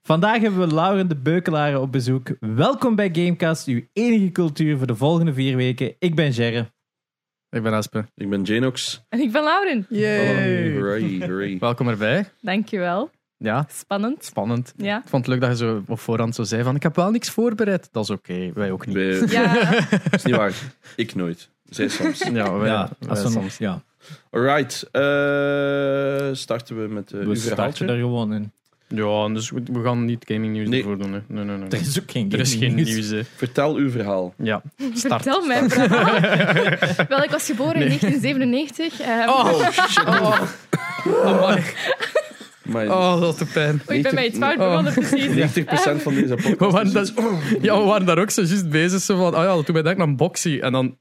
Vandaag hebben we Lauren de Beukelaren op bezoek. Welkom bij Gamecast, uw enige cultuur voor de volgende vier weken. Ik ben Gerre. Ik ben Aspe. Ik ben Janox. Oh, En ik ben Lauren. Hooray, hooray. Welkom erbij. Dankjewel. Ja, Spannend. spannend. Ja. Ik vond het leuk dat je zo op voorhand zo zei van ik heb wel niks voorbereid. Dat is oké, wij ook niet. Bij- Ja, Dat is niet waar. Ik nooit. Zij soms. Ja, wij, wij als een, soms. ja Alright. eh, starten we met eh we uw starten er verhaaltje? gewoon in. Ja, dus we, we gaan niet gaming nieuws Nee. ervoor doen. hè. Nee, nee, nee. Er nee. is ook geen Er is geen gaming nieuws. hè. Vertel uw verhaal. Ja, start. vertel mij. verhaal. Wel, ik was geboren in 1997. ehm, Oh, shit. Oh, Mijn oh, dat doet pijn. oei, ik ben mij het fout Oh. begonnen, precies. 90% van deze We podcast. waren, is dat, iets- ja, we waren daar ook zo juist bezig. Zo van, oh ja, toen ben ik naar Boxy. En dan...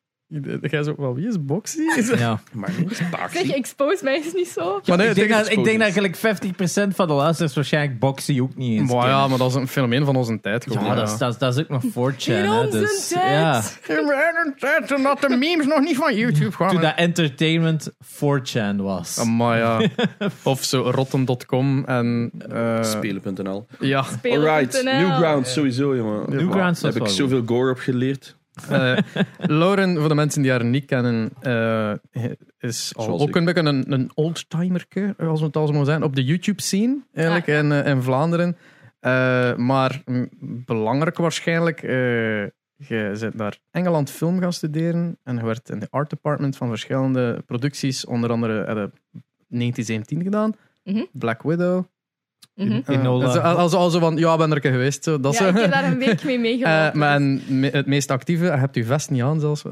Jij zo, wel, wie is Boxy? Ja. Maar niet taak. Zeg, expose mij eens niet zo. Maar nee, ik, denk tegen- dat, ik denk dat gelijk 50% van de luisteraars waarschijnlijk Boxy ook niet eens Maar ja, kennen. maar dat is een fenomeen van onze tijd. Gewoon, Ja, dat is, dat, is, dat is ook nog 4chan. In hè, onze dus, tijd. ja. tijd toen dat de memes nog niet van YouTube kwamen. Toen dat entertainment 4chan was. Amai, ja. Of zo rotten.com en... eh, Spelen.nl. ja. Spelen.nl. Alright. Newgrounds sowieso, jongen. Newgrounds Daar was heb ik wel zoveel gore op geleerd. Eh, Lauren, voor de mensen die haar niet kennen, eh, is al Zoals ook ik. een beetje een, een oldtimerke, als we het al zo mogen zijn, op de YouTube-scene eigenlijk Ah, ja. in, eh, in Vlaanderen. Eh, maar mm, belangrijk waarschijnlijk, eh, je bent naar Engeland film gaan studeren en je werd in de art department van verschillende producties, onder andere eh, de 1917 gedaan, Mhm. Black Widow. Mhm. Eh, Enola. dus al- al- al zo van, ja, ik ben er een keer geweest. Zo, dat ja, zo. ik heb daar een week mee meegelopen. Eh, maar en me- het meest actieve, je hebt je vest niet aan zelfs, eh,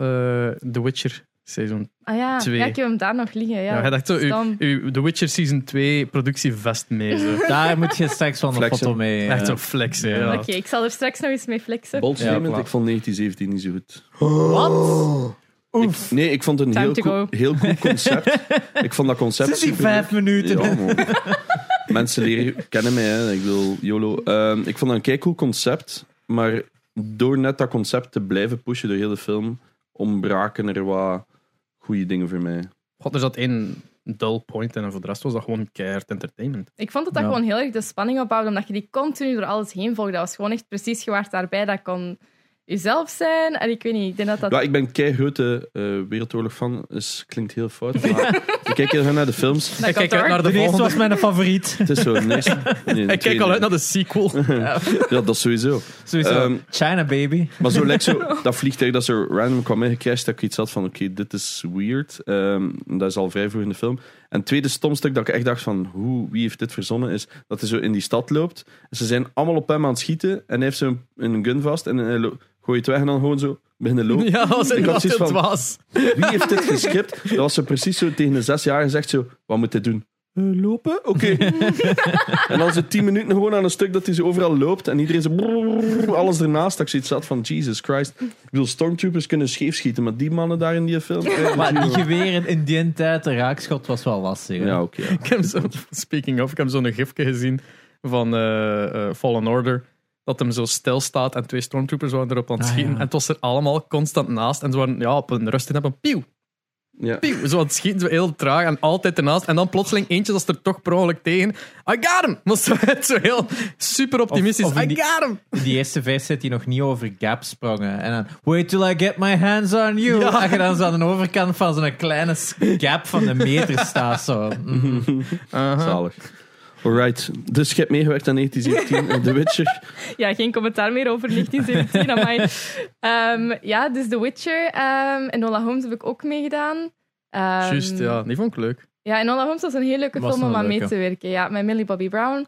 The Witcher seizoen. ah ja. twee. ja, ik heb hem daar nog liggen. Ja, Ja. je dacht zo, stom. uw, uw The Witcher season 2 productievest mee. Zo. Daar moet je straks van de Flexen. foto mee. eh. Echt zo flexen. Oké, Ja. ik zal er straks nog eens mee flexen. Bolsnemend, klaar. ik vond 1917 niet zo goed. Wat? Ik, nee, ik vond het een Time heel, to cool- go. heel cool concept. ik vond dat concept Het is die super- vijf minuten. Ja, man. Mensen leren, kennen mij, hè. ik bedoel, YOLO. Ehm, ik vond dat een keicool concept, maar door net dat concept te blijven pushen door heel de film, ontbraken er wat goede dingen voor mij. God, er zat één dull point in en voor de rest was dat gewoon keihard entertainment. Ik vond dat dat Ja. gewoon heel erg de spanning opbouwde, omdat je die continu door alles heen volgde. Dat was gewoon echt precies, je waart daarbij, dat kon jezelf zijn. En ik weet niet, ik denk dat dat... Ja, ik ben kei grote eh, Wereldoorlog fan, dus klinkt heel fout. Maar ik kijk heel graag naar de films. dat ik kijk kan uit door. naar de, De eerste volgende. was mijn favoriet. Het is zo. Nee, nee, Ik kijk al uit naar de sequel. Ja, dat sowieso. Sowieso. Ehm, China Baby. Maar zo, lijkt zo dat vliegtuig dat zo random kwam ingecrashed, dat ik iets had van, oké, dit is weird. Ehm, dat is al vrij vroeg in de film. En het tweede stomstuk dat ik echt dacht van, hoe, wie heeft dit verzonnen, is dat hij zo in die stad loopt. En ze zijn allemaal op hem aan het schieten en hij heeft zo een, een gun vast en hij lo- gooit het weg en dan gewoon zo beginnen lopen. Ja, dat was Ik had inderdaad zoiets heel van- dwaas. Wie heeft dit gescript? Dat was ze precies zo tegen de zes jaar gezegd zo, wat moet hij doen? Eh, lopen? Oké. en dan ze tien minuten gewoon aan een stuk dat hij ze overal loopt en iedereen zo brrrr, alles ernaast. Dat ik zoiets had van, Jesus Christ. Ik bedoel, stormtroopers kunnen scheef schieten, maar die mannen daar in die film... eh, Maar die zero. geweren in die tijd, de raakschot was wel lastig. hè. Ja, oké. ja. Ik heb zo, speaking of, ik heb zo'n gifje gezien van eh, eh, Fallen Order. Dat hem zo stilstaat en twee stormtroopers waren erop aan het Ah, schieten. ja. En het was er allemaal constant naast. En ze waren ja, op een rust in hebben. Pieuw, ja. pieuw. Zo aan het schieten, zo heel traag en altijd ernaast. En dan plotseling eentje dat is er toch per ongeluk tegen. I got him! Maar zo, zo heel super optimistisch. Of- of in I die- got him! In die eerste vers zit hij nog niet over gap sprongen. En dan, wait till I get my hands on you. Ja. Als je dan zo aan de overkant van zo'n kleine gap van een meter staat. Zo. Mhm. Zalig. Alright, dus je hebt meegewerkt aan 1917 en The Witcher. Ja, geen commentaar meer over 1917. amai. Ehm ja, dus The Witcher ehm, en Nola Holmes heb ik ook meegedaan. Ehm, Juist, ja, die vond ik leuk. Ja, en Nola Holmes was een heel leuke Was film om een aan mee leuke. te werken. Ja, met Millie Bobby Brown.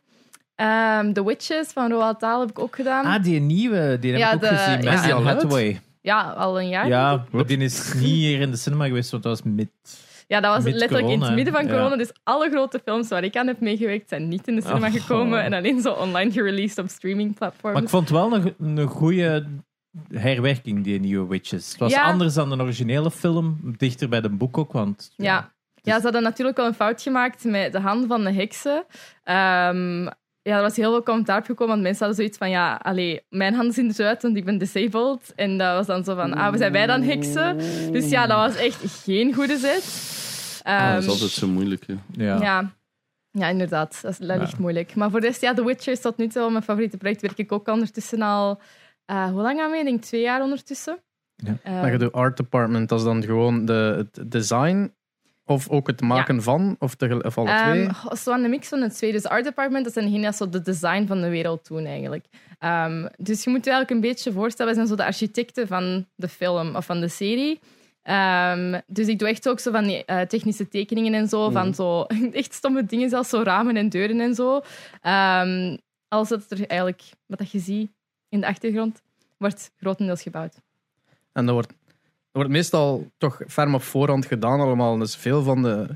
Ehm, The Witches van Roald Dahl heb ik ook gedaan. Ah, die nieuwe, die heb Ja, ik ook de- gezien. ja. Met Is die Anne al uit? Hathaway. Ja, al een jaar. denk ik. Ja, maar die is niet hier in de cinema geweest, want dat was mid. ja dat was mid letterlijk in corona, het midden van ja. corona. Dus alle grote films waar ik aan heb meegewerkt zijn niet in de cinema Oh. gekomen. En alleen zo online gereleased op streamingplatforms. Maar ik vond wel een, een goede herwerking, die nieuwe Witches. Het was Ja. anders dan de originele film, dichter bij de boek ook, want... Ja. ja, ze hadden natuurlijk al een fout gemaakt met de hand van de heksen. Ehm, ja, er was heel veel commentaar op gekomen, want mensen hadden zoiets van, ja, allee, mijn hand zien eruit, want ik ben disabled. En dat was dan zo van, ah, we zijn wij dan heksen? Dus ja, dat was echt geen goede zet. Ehm, Ah, Ah, dat is altijd zo moeilijk. hè. ja. ja. Ja, inderdaad. Dat, is, dat Ja. ligt moeilijk. Maar voor de rest, ja, The Witcher is tot nu toe al mijn favoriete project. Werk ik ook ondertussen al... eh, hoe lang aan mee? Ik denk twee jaar ondertussen. Ja. Eh, Dat je de art department, dat is dan gewoon de, het design of ook het maken van, of, tegel- of alle Ehm, twee. goh, zo aan de mix van het twee. Dus art department, dat zijn degenen die zo de design van de wereld doen eigenlijk. Ehm, dus je moet je eigenlijk een beetje voorstellen, wij zijn zo de architecten van de film of van de serie. Ehm, dus ik doe echt ook zo van die eh, technische tekeningen en Mhm. zo, van zo echt stomme dingen, zelfs zo ramen en deuren en zo. Ehm alles wat er eigenlijk, wat dat je ziet in de achtergrond, wordt grotendeels gebouwd. En dat wordt, dat wordt meestal toch ferm op voorhand gedaan allemaal. Dus veel van de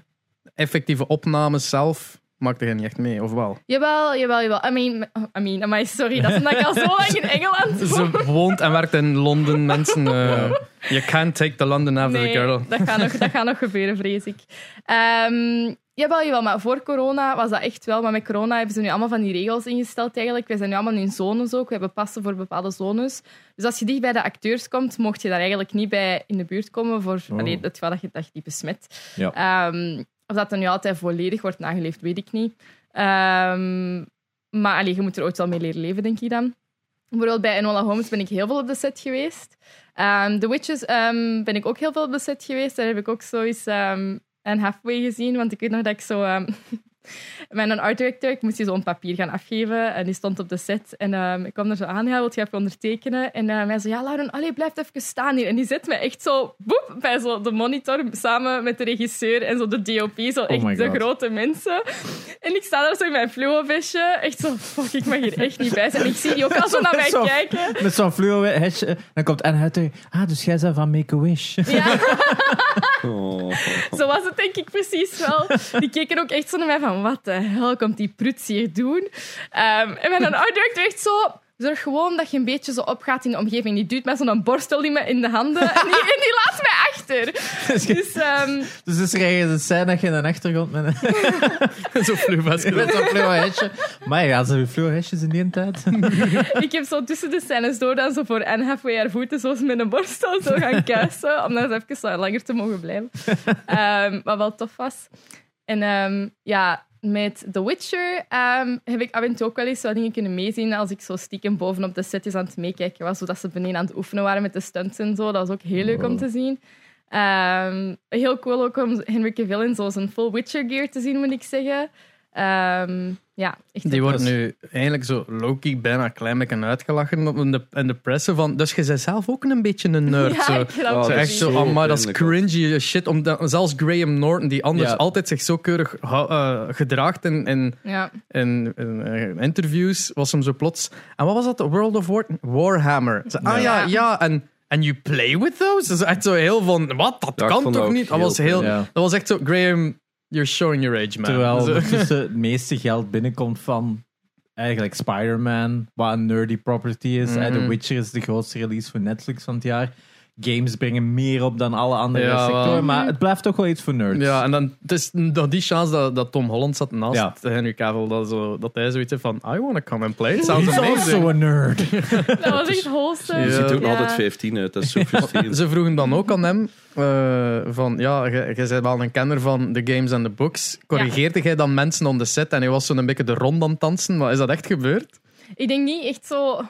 effectieve opnames zelf maakt er niet echt mee, of wel? Jawel, jawel, jawel. I mean, I mean, amai, sorry, dat is omdat ik al zo lang in Engeland woon. Ze woont en werkt in Londen, mensen. eh you can't take the London after the girl. dat gaat nog, dat gaat nog gebeuren, vrees ik. Ehm jawel, jawel, maar voor corona was dat echt wel. Maar met corona hebben ze nu allemaal van die regels ingesteld eigenlijk. We zijn nu allemaal in zones ook. We hebben passen voor bepaalde zones. Dus als je dicht bij de acteurs komt, mocht je daar eigenlijk niet bij in de buurt komen. Voor, Oh. allee, het geval dat je, dat je die besmet. Ja. Ehm, of dat er nu altijd volledig wordt nageleefd, weet ik niet. Ehm, maar allee, je moet er ooit wel mee leren leven, denk ik dan. Bijvoorbeeld bij Enola Holmes ben ik heel veel op de set geweest. Ehm The Witches ehm, ben ik ook heel veel op de set geweest. Daar heb ik ook zoiets ehm een halfway gezien. Want ik weet nog dat ik zo... ehm, mijn art director, ik moest hier zo'n papier gaan afgeven. En die stond op de set. En ehm, ik kwam er zo aan, ja, wilt je even ondertekenen? En ehm, hij zei, ja, Lauren, allee, blijf even staan hier. En die zet me echt zo, boep, bij zo de monitor, samen met de regisseur en zo de DOP. Zo echt Oh my de God. grote mensen. En ik sta daar zo in mijn fluo-vestje. Echt zo, fuck, ik mag hier echt niet bij zijn. En ik zie die ook al zo naar mij Zo. kijken. Met zo'n fluo hesje. eh, Dan komt Anne Hutter. Ah, dus jij bent van Make-A-Wish. Ja. Oh. Zo was het denk ik precies wel. Die keken ook echt zo naar mij van, wat de hel komt die pruts hier doen? Ehm, en mijn art director echt zo... Zorg gewoon dat je een beetje zo opgaat in de omgeving. Die duwt mij zo'n borstel in, me, in de handen en die, en die laat mij achter. dus Dus ehm, dus is er ergens een scène dat je in de achtergrond met een, Zo vloeivast. met zo'n fluo hesje. Maar ja, ze fluo hesjes in die tijd. ik heb zo tussen de scènes door dan zo voor en halfway haar voeten zo met een borstel zo gaan kuisen. Om daar eens even wat langer te mogen blijven. Ehm, wat wel tof was. En ehm, ja, met The Witcher ehm, heb ik af en toe ook wel eens wat dingen kunnen meezien. Als ik zo stiekem bovenop de set is aan het meekijken was. Zodat ze beneden aan het oefenen waren met de stunts en zo. Dat was ook heel leuk om te zien. Ehm, heel cool ook om Henry Cavill in zo zijn full Witcher gear te zien, moet ik zeggen. Ehm, ja, echt Die wordt Dus- nu eigenlijk zo low-key bijna een klein beetje uitgelachen op- in de, in de pressen van... Dus je bent zelf ook een beetje een nerd. Ja, zo. ik geloof Oh, het Zo dat echt is zo, zo amai, dat is pijnlijk cringy as shit. Omdat, zelfs Graham Norton, die anders Ja. altijd zich zo keurig hou- eh, gedraagt in, in, Ja. in, in, eh, interviews, was hem zo plots... En wat was dat? World of War, Warhammer. Zo, ah ja, Ja. ja, en... En you play with those? Dat is echt zo heel van, wat? Dat Ja, ik kan vond dat toch ook niet? Dat heel was, heel, pijnlijk. Ja. dat was echt zo, Graham, you're showing your age, man. Terwijl Zo. ondertussen het meeste geld binnenkomt van eigenlijk Spider-Man, wat een nerdy property is. Eh, Mhm. The Witcher is de grootste release voor Netflix van het jaar. Games brengen meer op dan alle andere Ja, wel. sectoren, maar het blijft toch wel iets voor nerds. Ja, en dan het is nog die chance dat, dat Tom Holland zat naast Ja. Henry Cavill, dat, zo, dat hij zoiets heeft van, I want to come and play, it He's sounds amazing. also a nerd. Dat was echt wholesome. Je Ja. ziet ook nog Ja. altijd 15 uit, dat is zo frustrerend. Ze vroegen dan ook aan hem, eh, van, ja, jij jij bent wel een kenner van de games en de books, corrigeerde jij dan mensen om de set en hij was zo'n beetje de rond aan het dansen, maar is dat echt gebeurd? Ik denk niet echt zo.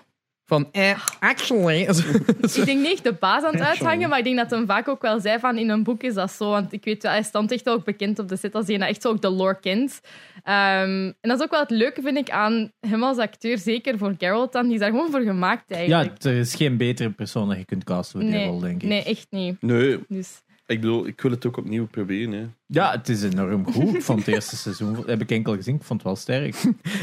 Van, eh, actually... Ik denk niet echt de baas aan het uithangen, maar ik denk dat hem vaak ook wel zei van in een boek is dat zo. Want ik weet wel, hij stond echt ook bekend op de set als hij echt zo ook de lore kent. Ehm, en dat is ook wel het leuke, vind ik, aan hem als acteur. Zeker voor Geralt dan. Die is daar gewoon voor gemaakt Ja, eigenlijk. er is geen betere persoon dat je kunt casten voor die rol, denk ik. nee, echt niet. Nee, Dus ik bedoel, ik wil het ook opnieuw proberen. Hè. Ja, het is enorm goed. Ik vond het eerste seizoen, heb ik enkel gezien, ik vond het wel sterk.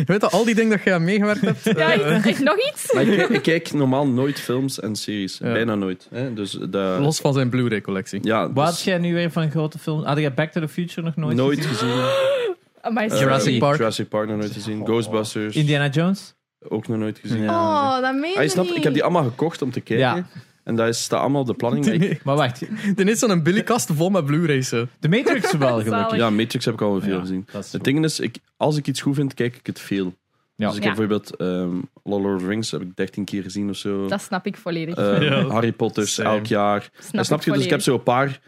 Weet je, al die dingen dat jij aan meegewerkt hebt? ja, echt, echt nog iets. Maar ik, ik kijk normaal nooit films en series. Ja. Bijna nooit. Hè. Dus dat... Los van zijn Blu-ray-collectie. Ja, Wat had dus jij nu weer van grote films? Had jij Back to the Future nog nooit, nooit gezien? gezien. Amai, Eh, Jurassic Park. Jurassic Park nog nooit gezien. Oh. Ghostbusters Indiana Jones? ook nog nooit gezien. Ja. Oh, dat meen je Ah, je snapt, niet. ik heb die allemaal gekocht om te kijken. Ja. En dat is, staat allemaal op de planning. maar ik- Maar wacht, Dit is zo'n Billy-kast vol met Blu-rays. hè. The Matrix wel gelukkig. Zalig. ja, Matrix heb ik al veel Ja, gezien. dat is Het ding is, ik, als ik iets goed vind, kijk ik het veel. Ja. Dus ik Ja. heb bijvoorbeeld ehm Lord of the Rings heb ik 13 keer gezien of zo. Dat snap ik volledig. Eh, Ja. Harry Potter's Same. elk jaar. snap Snap, snap ik je? Dus ik heb volledig. zo een paar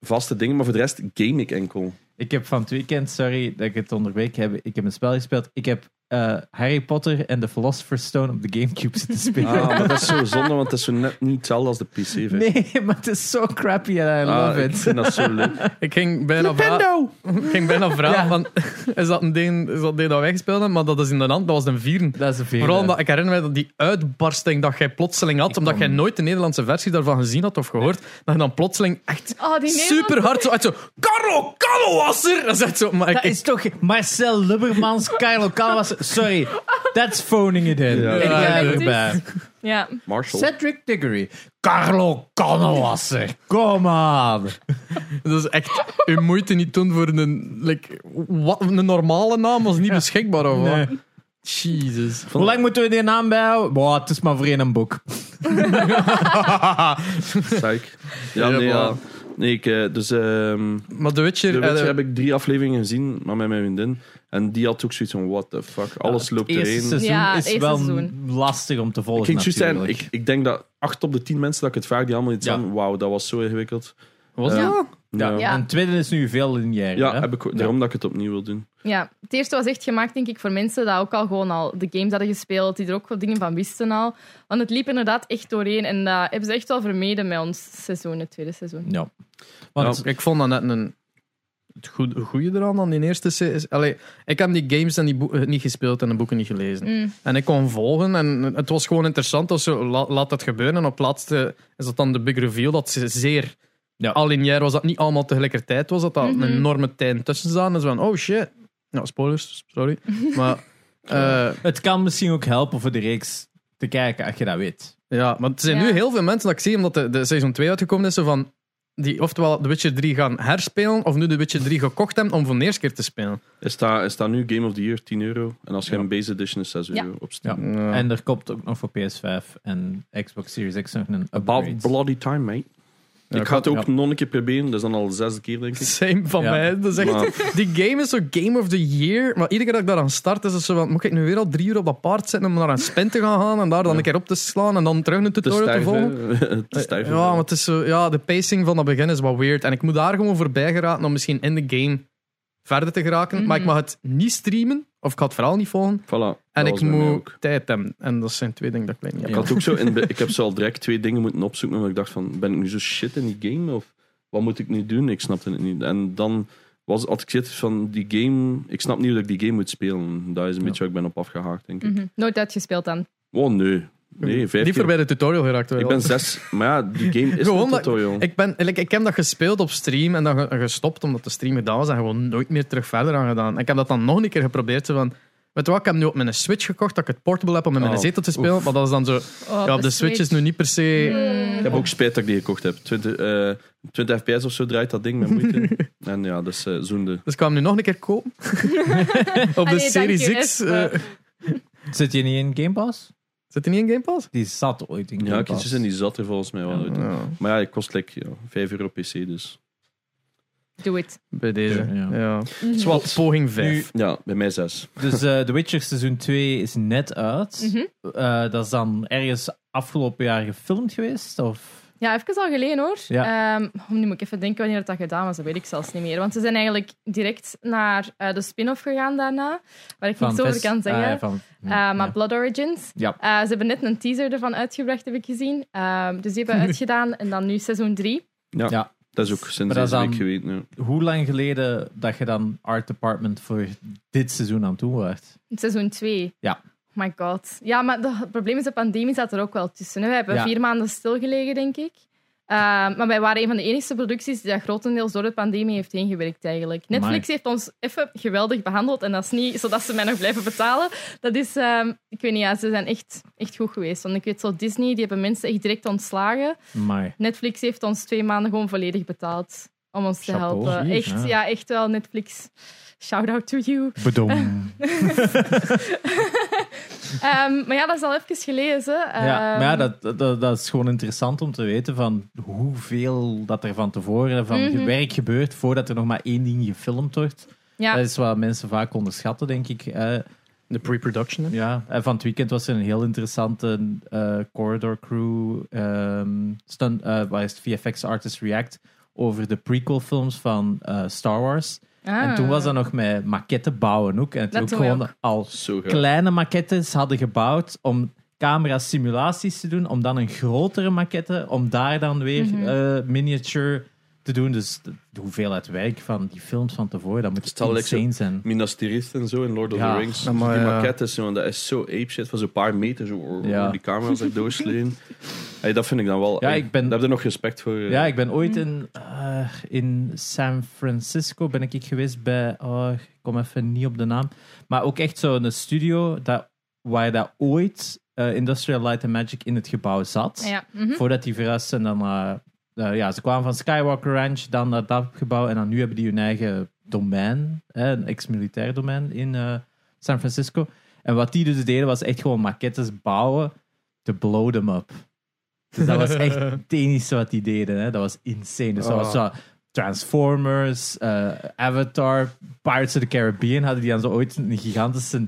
vaste dingen, maar voor de rest game ik enkel. Ik heb van het weekend, sorry dat ik het onderweek heb, ik heb een spel gespeeld. Ik heb eh, Harry Potter en de Philosopher's Stone op de Gamecube zitten spelen. Ah, maar dat is zo zonde, want dat is zo net niet hetzelfde als de PC. vind ik. nee, maar het is zo crappy en I Ah, love ik it. Ah, vind dat zo leuk. Ik ging bijna, vra- ik ging bijna vragen: Ja. van, is dat een ding is dat, een ding dat wij gespeeld hebben? Maar dat is inderdaad, dat was een vieren. Dat is een vierde. Vooral omdat ik herinner me dat die uitbarsting dat jij plotseling had, omdat jij nooit de Nederlandse versie daarvan gezien had of gehoord, dat je dan plotseling echt Oh, die super hard zo uit zo. Carlo, Carlo was er! Dat is echt zo. Maar ik, Dat is toch Marcel Lubbermans, Carlo Calvas. Sorry, that's phoning it in. Ja. Ik blijf Ja, erbij. Ja. Marshall. Cedric Diggory. Carlo Cannewasser. Kom aan. dat is echt je moeite niet doen voor een, like, wat, een normale naam, was niet beschikbaar of wat? Jezus. Hoe lang moeten we die naam bijhouden? Boah, het is maar voor één een boek. Psych. Ja, Ja, nee, ja. maar- nee ik, eh, dus ehm Maar The Witcher, de Witcher eh, heb ik drie afleveringen gezien, maar met mijn vriendin. En die had ook zoiets van, what the fuck, alles loopt Het eerste erheen. seizoen Ja, het is eerste wel seizoen. lastig om te Ik volgen. ging juist zeggen, natuurlijk. ik, ik denk dat acht op de tien mensen dat ik het vraag, die allemaal iets Ja. van, wauw, dat was zo ingewikkeld. was Ja. dat? Ja. Ja, Ja. En het tweede is nu veel lineair. Ja, heb ik, daarom dat ik het opnieuw wil doen. Ja, het eerste was echt gemaakt, denk ik, voor mensen die ook al gewoon al de games hadden gespeeld, die er ook wat dingen van wisten al. Want het liep inderdaad echt doorheen en dat hebben ze echt wel vermeden met ons seizoen, het tweede seizoen. Ja. Want Ik vond dat net een. Het goe- goede eraan dan die eerste se- is. Allee, ik heb die games en die boeken niet gespeeld en de boeken niet gelezen. Mm. En ik kon volgen en het was gewoon interessant. Als zo, la- laat dat gebeuren. En op laatste is dat dan de big reveal. Dat ze zeer Ja. alineair was. Dat niet allemaal tegelijkertijd was. Dat dat Mhm. een enorme tijd tussen zat. En zo van, oh shit. Nou, spoilers, sorry. Maar, eh, het kan misschien ook helpen voor de reeks te kijken, als je dat weet. ja, maar er zijn Ja. nu heel veel mensen dat ik zie, omdat de, de seizoen 2 uitgekomen is, zo van, die oftewel The Witcher 3 gaan herspelen, of nu The Witcher 3 gekocht hebben om voor de eerste keer te spelen. Is dat, is dat nu Game of the Year 10 euro? En als je een base edition is 6 Ja. euro op Steam. Ja. Ja. En er komt ook nog voor PS5 en Xbox Series X nog een About upgrade. bloody time, mate. ik ik ga het had- ook ja. nog een keer proberen, dat is dan al de zesde keer, denk ik. Same van Ja. mij. Dat is echt, Maar- Die game is zo Game of the Year. Maar iedere keer dat ik daaraan start, is het zo van... Moet ik nu weer al drie uur op dat paard zitten om naar een spin te gaan gaan en daar dan een keer op te slaan en dan terug een Te tutorial te volgen? stijven. Te stijven. Ja, maar het is zo, ja, de pacing van dat begin is wat weird. En ik moet daar gewoon voorbij geraken om misschien in de game verder te geraken. Maar ik mag het niet streamen, of ik ga het verhaal niet volgen. Voilà, En dat ik was bij mij ook. moet tijd hebben. En dat zijn twee dingen dat ik blijkbaar niet Ik, heb. had ook zo in de- ik heb zo al direct twee dingen moeten opzoeken, maar ik dacht van, ben ik nu zo shit in die game? Of wat moet ik nu doen? Ik snapte het niet. En dan was, had ik zit van, die game... Ik snap niet hoe ik die game moet spelen. Daar is een beetje waar ik ben op afgehaakt, denk ik. Mhm. Nooit uitgespeeld dan. Oh, nee. Nee, vijf Niet keer. voorbij de tutorial geraakt. wel. Ik ben zes... Maar ja, die game is Gewoon een dat- tutorial. Ik, ben, like, ik heb dat gespeeld op stream en dan ge- gestopt omdat de stream gedaan was en gewoon nooit meer terug verder aan gedaan. En Ik heb dat dan nog een keer geprobeerd. Zo van, weet je wat, ik heb nu op mijn Switch gekocht dat ik het portable heb om in mijn Oh, zetel te spelen. Maar dat is dan zo. Oh, Hmm. ja, op de Switch Hmm. is nu niet per se. Ik heb ook spijt dat ik die gekocht heb. 20, eh, 20 fps of zo draait dat ding met moeite. en ja, dat is eh, zoende. Dus ik kwam nu nog een keer kopen. op Ah, de nee, Series dank je, X. Espe. eh, Zit je niet in Game Pass? zit er niet in Game Pass? Die zat ooit in Game Ja, Pass. kindjes en die zat er volgens mij wel uit. Ja, Maar ja, het kost like, ja, 5 euro PC, dus... Doe het. bij deze. Ja, Ja. ja. Zwat, poging 5. Nu- Ja, bij mij 6. Dus eh, The Witcher seizoen 2 is net uit. Mhm. Eh, dat is dan ergens afgelopen jaar gefilmd geweest? Of? Ja, even al geleden hoor. Ja. Ehm, oh, nu moet ik even denken wanneer dat, dat gedaan was, dat weet ik zelfs niet meer. Want ze zijn eigenlijk direct naar eh, de spin-off gegaan daarna, waar ik niet zo over Ves- kan zeggen. Ah, ja, van, Eh, maar Blood Origins. Ja. Eh, ze hebben net een teaser ervan uitgebracht, heb ik gezien. Ehm, dus die hebben we uitgedaan en dan nu seizoen 3. Ja, Ja. dat is ook sinds Maar dat is deze dan- week geweten. ja. Hoe lang geleden dat je dan Art Department voor dit seizoen aan toe werd? Seizoen 2. Ja. Oh my god. Ja, maar de- het probleem is, de pandemie zat er ook wel tussen. hè. We hebben Ja. vier maanden stilgelegen, denk ik. Ehm, maar wij waren een van de enige producties die dat grotendeels door de pandemie heeft heen gewerkt, eigenlijk. Netflix heeft ons even geweldig behandeld. En dat is niet zodat ze mij nog blijven betalen. Dat is, ehm, ik weet niet, ja, ze zijn echt, echt goed geweest. Want ik weet zo, Disney, die hebben mensen echt direct ontslagen. Maar Netflix heeft ons twee maanden gewoon volledig betaald om ons te Chapeau. helpen. Jeez, Echt, ja. ja. echt wel, Netflix. Shout out to you. bedom. Ehm, maar ja, dat is al even gelezen. ehm, ja, maar ja, dat, dat, dat is gewoon interessant om te weten van hoeveel dat er van tevoren van Mhm. werk gebeurt voordat er nog maar één ding gefilmd wordt. Dat is wat mensen vaak onderschatten, denk ik. Eh, De pre-production. hè. Ja, en van het weekend was er een heel interessante eh, Corridor Crew ehm stunt, eh, wat is het, VFX Artist React over de prequel films van eh, Star Wars. Ah. En toen was dat nog met maquetten bouwen ook. En het Dat ook doen wij gewoon ook. al Zo gaaf. kleine maquettes hadden gebouwd om camera-simulaties te doen, om dan een grotere maquette, om daar dan weer Mhm. eh, miniature te doen. Dus de, de hoeveelheid werk van die films van tevoren, dat moet Stel, like, zo- insane zijn. Minas Tirith en zo in Lord of Ja, eh, the Rings. ja, maar die ja. maquettes, man, dat is zo apeshit. Van zo'n paar meter, zo Ja. over die camera's er doorsleen. Hey, dat vind ik dan wel... Ja, hey, ik ben- Daar heb je nog respect voor. eh. Ja, ik ben Mhm. ooit in, eh, in San Francisco ben ik geweest bij, oh, ik kom even niet op de naam, maar ook echt zo'n studio dat, waar dat ooit eh, Industrial Light and Magic in het gebouw zat. Ja. mhm. Voordat die verhuisd zijn, dan, eh, eh, ja, ze kwamen van Skywalker Ranch, dan naar dat gebouw en dan nu hebben die hun eigen domein, hè, een ex-militair domein in eh, San Francisco. En wat die dus deden was echt gewoon maquettes bouwen to blow them up. Dus dat was echt het enige wat die deden. Hè. Dat was insane. Dus dat was Oh. zo Transformers, eh, Avatar, Pirates of the Caribbean hadden die dan zo ooit een gigantische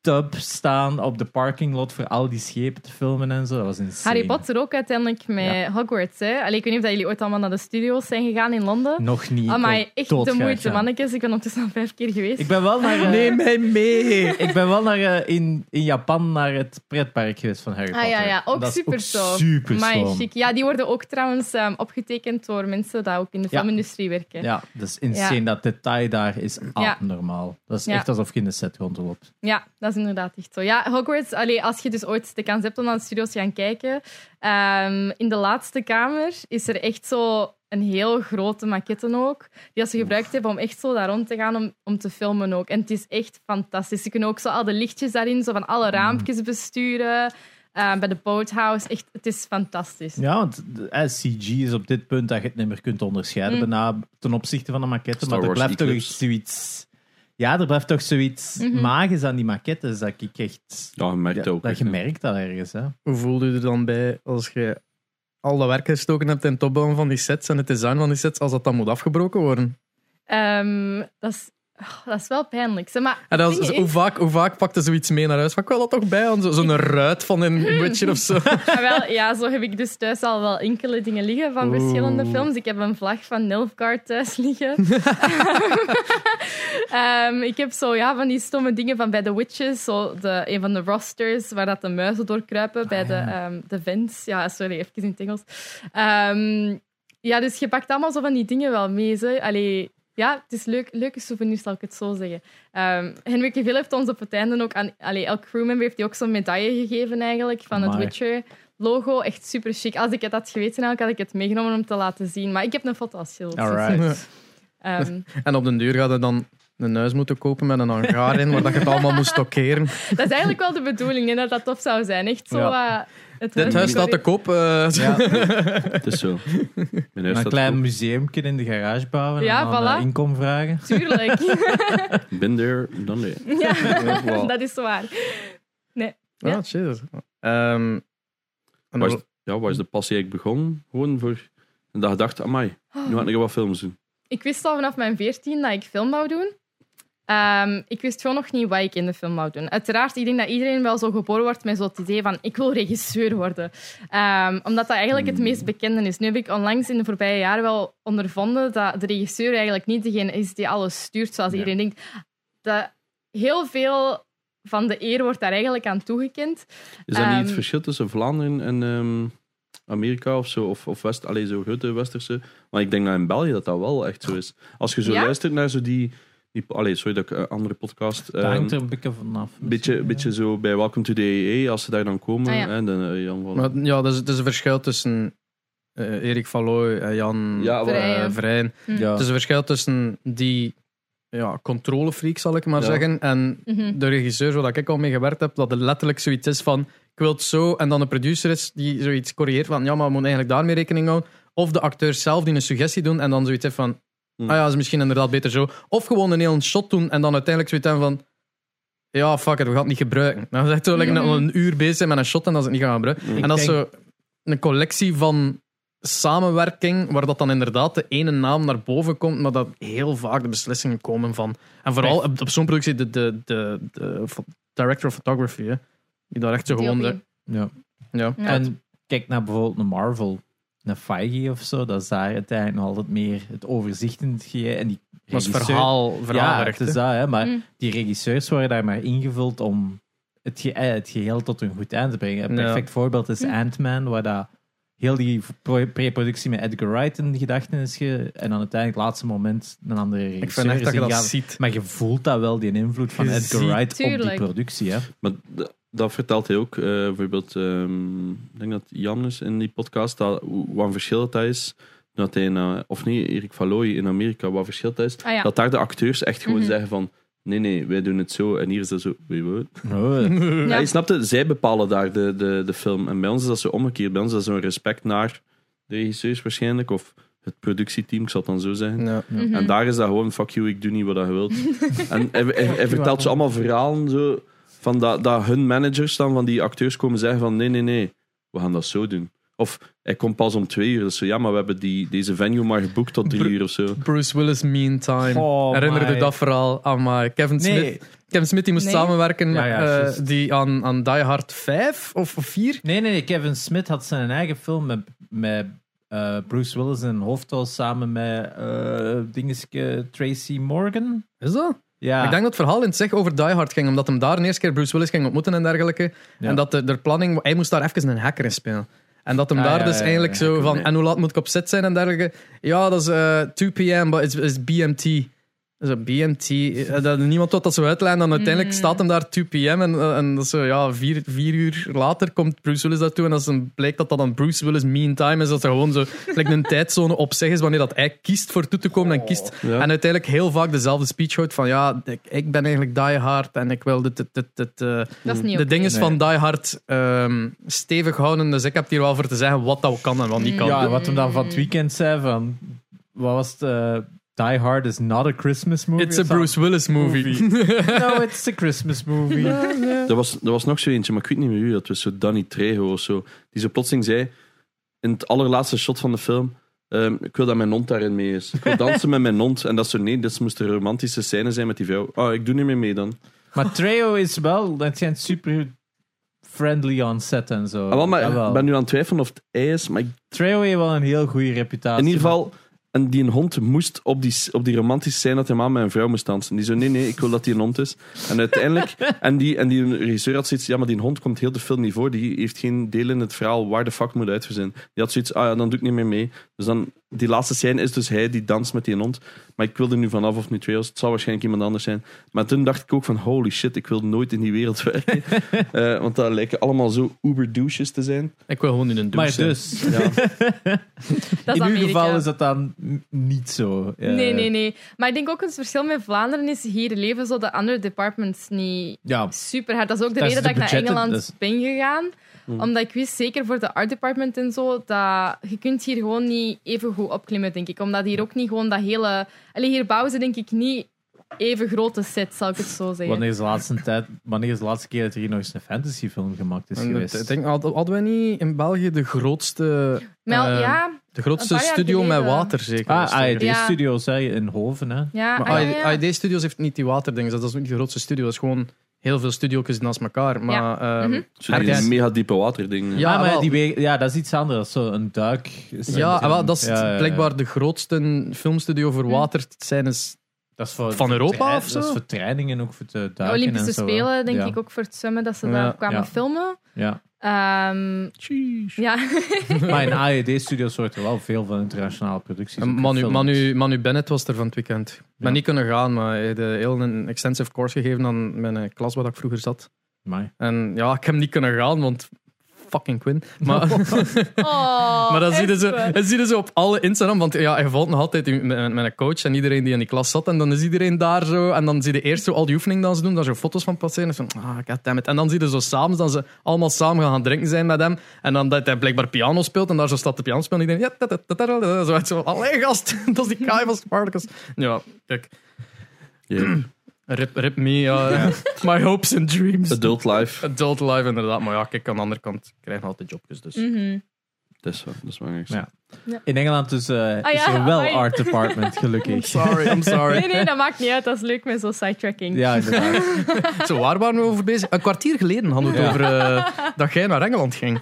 tub staan op de parkinglot voor al die schepen te filmen en zo. Dat was insane. Harry Potter ook uiteindelijk met Ja. Hogwarts. Hè? Allee, ik weet niet of dat jullie ooit allemaal naar de studio's zijn gegaan in Londen. Nog niet. Amai, Ik wil echt de doodgraag moeite, gaan. mannetjes. Ik ben ondertussen al vijf keer geweest. Ik ben wel naar, eh, Neem mij mee. ik ben wel naar eh, in, in Japan naar het pretpark geweest van Harry Ah Potter. ja, ja, ook Dat is super tof. Super Amai, schoon. chic. Ja, die worden ook trouwens ehm, opgetekend door mensen die ook in de Ja. filmindustrie werken. Ja, dat is insane. Ja. Dat detail daar is abnormaal. Dat is Ja. echt alsof je in de set rondloopt. Ja, dat is inderdaad echt zo. Ja, Hogwarts, allee, als je dus ooit de kans hebt om naar de studio's te gaan kijken, ehm, in de laatste kamer is er echt zo een heel grote maquette ook, die dat ze gebruikt hebben om echt zo daar rond te gaan om, om te filmen ook. En het is echt fantastisch. Ze kunnen ook zo al de lichtjes daarin, zo van alle raampjes besturen, ehm, bij de boathouse. Echt, het is fantastisch. Ja, want de- eh, CG is op dit punt dat je het niet meer kunt onderscheiden Mm. bijna ten opzichte van de maquette. Star maar er Wars blijft toch Eclipse. echt zoiets... Ja, er blijft toch zoiets Mhm. magisch aan die maquettes dat ik echt... Ja, je merkt Ja, ook. dat echt, je hè. merkt dat ergens, hè. Hoe voelde je er dan bij als je al dat werk gestoken hebt in het opbouwen van die sets en het design van die sets, als dat dan moet afgebroken worden? Ehm, dat, is, oh, dat is wel pijnlijk. Zeg, maar, En dan, dingen zo- in- hoe, vaak, hoe vaak pakte zoiets mee naar huis? Van, ik wil dat toch bij? aan? Zo- Zo'n ruit van een Witcher of zo. Ah, wel, ja, zo heb ik dus thuis al wel enkele dingen liggen van verschillende films. Ik heb een vlag van Nilfgaard thuis liggen. Ehm, ik heb zo ja, van die stomme dingen van bij The Witches, zo de, een van de rosters waar dat de muizen doorkruipen bij de, ehm de vents. Ja, sorry, even in het Engels. Ehm, ja, dus je pakt allemaal zo van die dingen wel mee. Ze. Allee, ja, het is leuk, leuke souvenirs, zal ik het zo zeggen. Ehm Henry Cavill heeft ons op het einde ook aan... Allee, elk crewmember heeft die ook zo'n medaille gegeven eigenlijk, van het Amai. Witcher-logo. Echt super chic. Als ik het had geweten, eigenlijk, had ik het meegenomen om te laten zien. Maar ik heb een foto als schild. Alright. En op den duur gaat je dan een huis moeten kopen met een hangar in, waar dat je het allemaal moest stockeren. Ehm, dat is eigenlijk wel de bedoeling, hè, dat dat tof zou zijn. Echt zo... Ja. eh, het Dit huis staat te koop. eh, Ja. Het is zo. Mijn huis Een staat klein museumje in de garage bouwen Ja, en dan eh, voilà. inkom vragen. Tuurlijk. ook. Been there, done there. ja, Wow. dat is waar. Ja, jezus. Ehm, en Waar is, ja, waar is de passie? Ik begon gewoon voor... En dat gedacht, amai, nu Oh. had ik wat films doen. ik wist al vanaf mijn veertien dat ik film wou doen. Ehm, ik wist gewoon nog niet wat ik in de film wou doen. Uiteraard, ik denk dat iedereen wel zo geboren wordt met zo'n idee van ik wil regisseur worden. Ehm, omdat dat eigenlijk het meest bekende is. Nu heb ik onlangs in de voorbije jaren wel ondervonden dat de regisseur eigenlijk niet degene is die alles stuurt zoals Ja. iedereen denkt. Dat heel veel van de eer wordt daar eigenlijk aan toegekend. Is dat niet Ehm, het verschil tussen Vlaanderen en ehm, Amerika of zo? Of, of West, alleen zo grote Westerse? Maar ik denk dat in België dat dat wel echt zo is. Als je zo Ja? luistert naar zo die... die allee, sorry dat ik een andere podcast... Dat ehm, hangt er een beetje vanaf. beetje, beetje zo bij Welcome to the EE, als ze daar dan komen. Ah, ja. hè, dan, eh, Jan van... Maar, ja, dat is, dat is een verschil tussen eh, Erik Valooi en Jan ja, wel, Vrij. eh, Vrijen. Vrijen. Ja. Het is een verschil tussen die ja, controlefreak, zal ik maar Ja. zeggen, en Mhm. de regisseur, waar ik al mee gewerkt heb, dat er letterlijk zoiets is van, ik wil het zo, en dan de producer is die zoiets corrigeert van, ja, maar we moeten eigenlijk daarmee rekening houden. Of de acteurs zelf die een suggestie doen en dan zoiets heeft van, Hmm. ah ja, is misschien inderdaad beter zo. Of gewoon een heel shot doen en dan uiteindelijk zoiets hebben van, ja, fuck it, we gaan het niet gebruiken. Dan zegt zo like, Mhm. een, een uur bezig zijn met een shot en dan is het niet gaan gebruiken. Mhm. En dat is Ik zo een collectie van samenwerking, waar dat dan inderdaad de ene naam naar boven komt, maar dat heel vaak de beslissingen komen van. En vooral op, op zo'n productie, de, de, de, de fo- director of photography, hè, die daar echt zo gewoon. DLP. De, Ja. ja. Ja. En kijk naar bijvoorbeeld een Marvel. een Feige of zo, dat is daar uiteindelijk nog altijd meer het overzicht in het geheel. En die Dat is regisseur- verhaal, ja, verhaalwerk. het hè. is dat, hè, maar Mm. die regisseurs worden daar maar ingevuld om het, ge- eh, het geheel tot een goed eind te brengen. Een Ja. perfect voorbeeld is Mm. Ant-Man, waar dat heel die pro- pre-productie met Edgar Wright in de gedachten is ge- en dan uiteindelijk laatste moment een andere regisseur ik vind echt dat is je dat ingehaald. ziet. Maar je voelt dat wel, die invloed van Je Edgar ziet- Oh, Wright op Tuurlijk. die productie. Hè? Maar d- dat vertelt hij ook. eh, bijvoorbeeld, ehm, ik denk dat Janus in die podcast, dat, hoe- wat een verschil dat is. Dat hij in, eh, of nee, Erik Valooi in Amerika, wat een verschil dat is. Ah ja. Dat daar de acteurs echt gewoon Mhm. zeggen van, nee, nee, wij doen het zo. En hier is dat zo. Wait, what? Oh, Ja. Ja. Je snapt het, zij bepalen daar de, de, de film. En bij ons is dat zo omgekeerd. Bij ons is dat zo'n respect naar de regisseurs waarschijnlijk. Of het productieteam, ik zal het dan zo zeggen. Ja. Mhm. En daar is dat gewoon, fuck you, ik doe niet wat je wilt. en hij, hij- hij vertelt ze allemaal verhalen zo, van dat, dat hun managers dan van die acteurs komen zeggen van nee, nee, nee, we gaan dat zo doen. Of hij komt pas om twee uur. Dus zo, ja, maar we hebben die, deze venue maar geboekt tot drie Bru- uur of zo. Bruce Willis, Meantime. Oh, Herinnerde my. dat verhaal aan mij. Kevin Smith. Nee, Kevin Smith die moest Nee. samenwerken Ja, ja, eh, juist. die aan, aan Die Hard 5 of, of 4. nee, nee, nee, Kevin Smith had zijn eigen film met, met eh, Bruce Willis in een hoofdrol samen met eh dingetje Tracy Morgan. Is dat? Ja, Ik denk dat het verhaal in het zich over Die Hard ging, omdat hem daar de eerste keer Bruce Willis ging ontmoeten en dergelijke. Ja. En dat de, de planning, hij moest daar even een hacker in spelen. En dat hem Ah, daar ja, dus ja, ja, eigenlijk ja, zo hacker, van, nee. en hoe laat moet ik op set zijn en dergelijke. Ja, dat is eh 2 p.m., but it's, it's BMT. Zo BMT, eh, dat, niemand wil dat zo uitleggen. Dan uiteindelijk Mm. staat hem daar 2 p.m. en, eh, en dat is zo, ja, vier, vier uur later komt Bruce Willis daartoe. En als dan blijkt dat dat dan Bruce Willis mean time is, dat er gewoon zo like een tijdzone op zich is wanneer dat hij kiest voor toe te komen en kiest. Ja. En uiteindelijk heel vaak dezelfde speech houdt van, ja, ik, ik ben eigenlijk die hard en ik wil dit, dit, dit, dit, eh, Dat is niet de oké. dingen Nee. van Die Hard ehm, stevig houden. Dus ik heb hier wel voor te zeggen wat dat kan en wat Mm. niet kan. Ja, wat hem dan van het weekend zei van... Wat was het? eh, Die Hard is not a Christmas movie. It's a Bruce Willis movie. Willis. no, it's a Christmas movie. Er was, er was nog zo eentje, maar ik weet niet meer wie dat was. Zo Danny Trejo of zo. Die zo plotseling zei, in het allerlaatste shot van de film... ehm, ik wil dat mijn hond daarin mee is. Ik wil dansen met mijn hond. En dat is zo, nee, dit moest een romantische scène zijn met die vrouw. Oh, ik doe niet meer mee dan. Maar Treo is wel... Dat zijn super friendly on set en zo. Ah, wel, maar Jawel. ik ben nu aan het twijfelen of het hij is, maar ik Treo heeft wel een heel goede reputatie. In ieder geval, en die een hond moest op die, op die romantische scène dat hij man met een vrouw moest dansen. Die zo, nee, nee, ik wil dat die een hond is. En uiteindelijk, en die, en die regisseur had zoiets, ja, maar die hond komt heel de film niet voor. Die heeft geen deel in het verhaal waar de fuck moet uitverzinnen. Die had zoiets, ah ja, dan doe ik niet meer mee. Dus dan, die laatste scène is dus hij die danst met die hond. Maar ik wilde nu vanaf of het nu twee was. Het zal waarschijnlijk iemand anders zijn. Maar toen dacht ik ook van, holy shit, ik wil nooit in die wereld werken. Eh, want dat lijken allemaal zo uber douches te zijn. Ik wil gewoon in een douche Maar zijn. dus... Dat is in uw Amerika. geval is dat dan n- niet zo. eh. Nee, nee, nee. Maar ik denk ook het verschil met Vlaanderen is hier leven zo de andere departments niet Ja, super hard. Dat is ook de Dat is reden de dat ik naar budgetten, dus. Mm. Engeland dat is- ben gegaan. Omdat ik wist, zeker voor de art department en zo, dat je kunt hier gewoon niet even goed opklimmen, denk ik. Omdat hier ook niet gewoon dat hele... Allee, hier bouwen ze denk ik niet even grote sets, zal ik het zo zeggen. wanneer is, de laatste tijd, wanneer is de laatste keer dat er hier nog eens een fantasyfilm gemaakt is En dat- Ik geweest? denk, hadden hadden wij niet in België de grootste, Maar eh, ja, de grootste een paar jaar studio met geleden. water, zeker? was Ah, het, AED hè? Ja. Studios hè, in Hoven, hè? ja, Maar ah, ja, ja. AED Studios heeft niet die waterdingen. Dat is ook niet de grootste studio. Dat is gewoon heel veel studiokjes naast elkaar. Maar, ehm, Mhm. Zo die Herkens. mega diepe waterding. Ja, Ja, Ah, maar wel. die wegen- ja, dat is iets anders. Dat is Zo een duik. Ja, ah, wel, dat is Ja, ja, ja. blijkbaar de grootste filmstudio Mhm. voor waterscènes. Dat is voor Van voor Europa trein- of zo? Dat is voor trainingen ook voor de duiken. de en Olympische zo, hè. Spelen, denk Ja, ik ook voor het zwemmen, dat ze Ja, daar kwamen ja. filmen. Ja. Ehm, ja. Maar in AED-studios wordt er wel veel van internationale producties. ook Eh, Ehm, Manu, gefilmd. Manu, Manu Bennett was er van het weekend. Ik ben Ja. niet kunnen gaan, maar hij heeft eh, heel een extensive course gegeven aan mijn eh, klas waar ik vroeger zat. Amai. En ja, ik heb niet kunnen gaan, want fucking Quinn. Maar, Oh, maar dat zie je, echt zo, waar. dat zie je zo op alle Instagram, want ja, je valt nog altijd in- met, met een coach en iedereen die in die klas zat. En dan is iedereen daar zo, en dan zie je eerst zo al die oefeningdansen doen, daar zo foto's van passeren. En zo, ah, goddammit. En dan zie je zo s'avonds dat ze allemaal samen gaan drinken zijn met hem. En dan dat hij blijkbaar piano speelt en daar zo staat de piano spelen. En iedereen, ja, dat, dat, dat, dat, zo uit zo, allee gast, dat is die kaai van Spartacus. Ja, kijk. Ja. Rip, rip me, ja. my hopes and dreams. Adult life. Adult life, inderdaad. Maar ja, kijk, aan de andere kant krijg je altijd jobjes, dus. Mhm. Dat is wel, dat is belangrijk. Ja. In Engeland dus, eh, Ah, is ja, er wel amai. art department, gelukkig. Sorry, I'm sorry. Nee, nee, dat maakt niet uit. Dat is leuk met zo'n sidetracking. Ja, inderdaad. Zo, waar waren we over bezig? Een kwartier geleden hadden we het Ja. over eh, dat jij naar Engeland ging.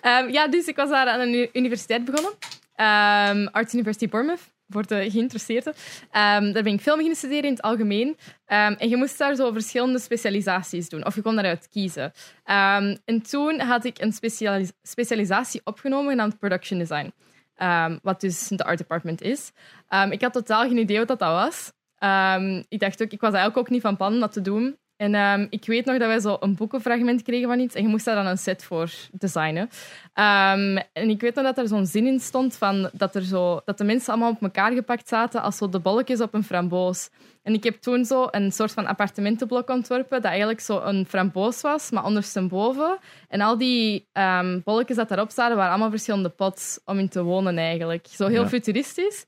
Ehm, ja, dus ik was daar aan een u- universiteit begonnen. Ehm, Arts University Bournemouth, voor de geïnteresseerden. Ehm, daar ben ik film gaan studeren in het algemeen. Ehm, en je moest daar zo verschillende specialisaties doen. Of je kon daaruit kiezen. Ehm, en toen had ik een specialis- specialisatie opgenomen genaamd Production Design. Ehm, wat dus de art department is. Ehm, ik had totaal geen idee wat dat was. Ehm, ik dacht ook, ik was eigenlijk ook niet van plan om dat te doen. En ehm, ik weet nog dat wij zo een boekenfragment kregen van iets. En je moest daar dan een set voor designen. Ehm, en ik weet nog dat er zo'n zin in stond van dat, er zo, dat de mensen allemaal op elkaar gepakt zaten als zo de bolletjes op een framboos. En ik heb toen zo een soort van appartementenblok ontworpen dat eigenlijk zo een framboos was, maar ondersteboven. En al die ehm, bolletjes dat daarop zaten waren allemaal verschillende pots om in te wonen eigenlijk. Zo heel Ja. futuristisch.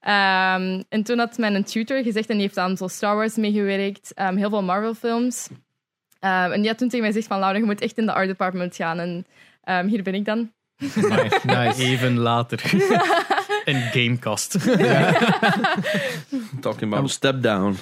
Ehm, en toen had mijn tutor gezegd, en die heeft aan zo Star Wars meegewerkt, ehm, heel veel Marvel-films. Ehm, en die had toen tegen mij gezegd van, Laura, je moet echt in de art department gaan. En ehm, hier ben ik dan. Nice, nice. Even later. Een gamecast. Talking about step down.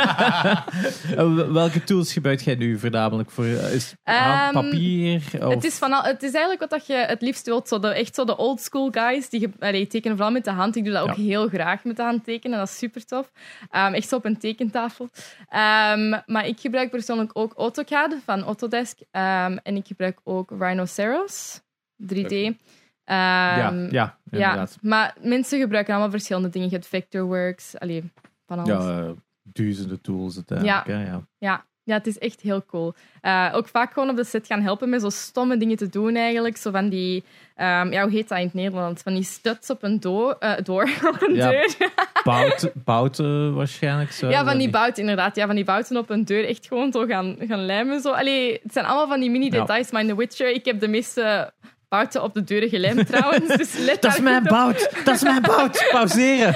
Eh, wel- Welke tools gebruikt jij nu voornamelijk voor? eh, Is ah, Ehm, papier? Of, Het is, van al, het is eigenlijk wat dat je het liefst wilt. Zo de, echt zo de old school guys. Die, ge- allee, die tekenen vooral met de hand. Ik doe dat ook Ja. heel graag met de hand tekenen. Dat is super tof. Ehm, echt zo op een tekentafel. Ehm, maar ik gebruik persoonlijk ook AutoCAD van Autodesk. Ehm, en ik gebruik ook Rhinoceros 3D. ja, Ehm, ja, inderdaad. maar mensen gebruiken allemaal verschillende dingen. Je hebt Vectorworks, allee, van alles. Ja, eh, duizenden tools uiteindelijk. Ja. ja. Ja, ja het is echt heel cool. Eh, ook vaak gewoon op de set gaan helpen met zo stomme dingen te doen eigenlijk. Zo van die, ehm, ja, hoe heet dat in het Nederlands? Van die studs op een door, eh, door op een Ja. deur. Bout, bouten waarschijnlijk. Zo, Ja, van die bouten inderdaad. Ja, van die bouten op een deur echt gewoon zo gaan, gaan lijmen. Zo. Allee, het zijn allemaal van die mini Ja. details, maar in The Witcher, ik heb de meeste bouten op de deuren gelijmd trouwens. Dus let Dat is daar mijn goed op. bout! Dat is mijn bout! Pauzeren!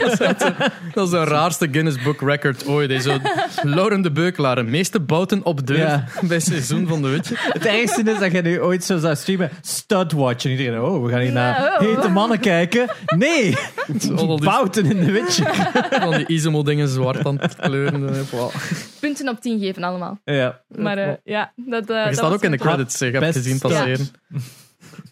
Dat is de raarste Guinness Book Record ooit. hè. Zo, Lauren de Beukelaar, de meeste bouten op deur Ja. bij seizoen van de Witje. Het ergste is dat je nu ooit zo zou streamen. Studwatch. En iedereen, oh, we gaan hier naar Nee, oh. hete mannen kijken. Nee! Al die, Bouten in de witje. al die Isemo-dingen zwart aan het kleuren. eh, voilà. Punten op 10 geven allemaal. Ja. Maar eh, ja, dat... eh, Maar dat je staat was ook in de mijn plan. credits, eh, ik heb het Best gezien passeren.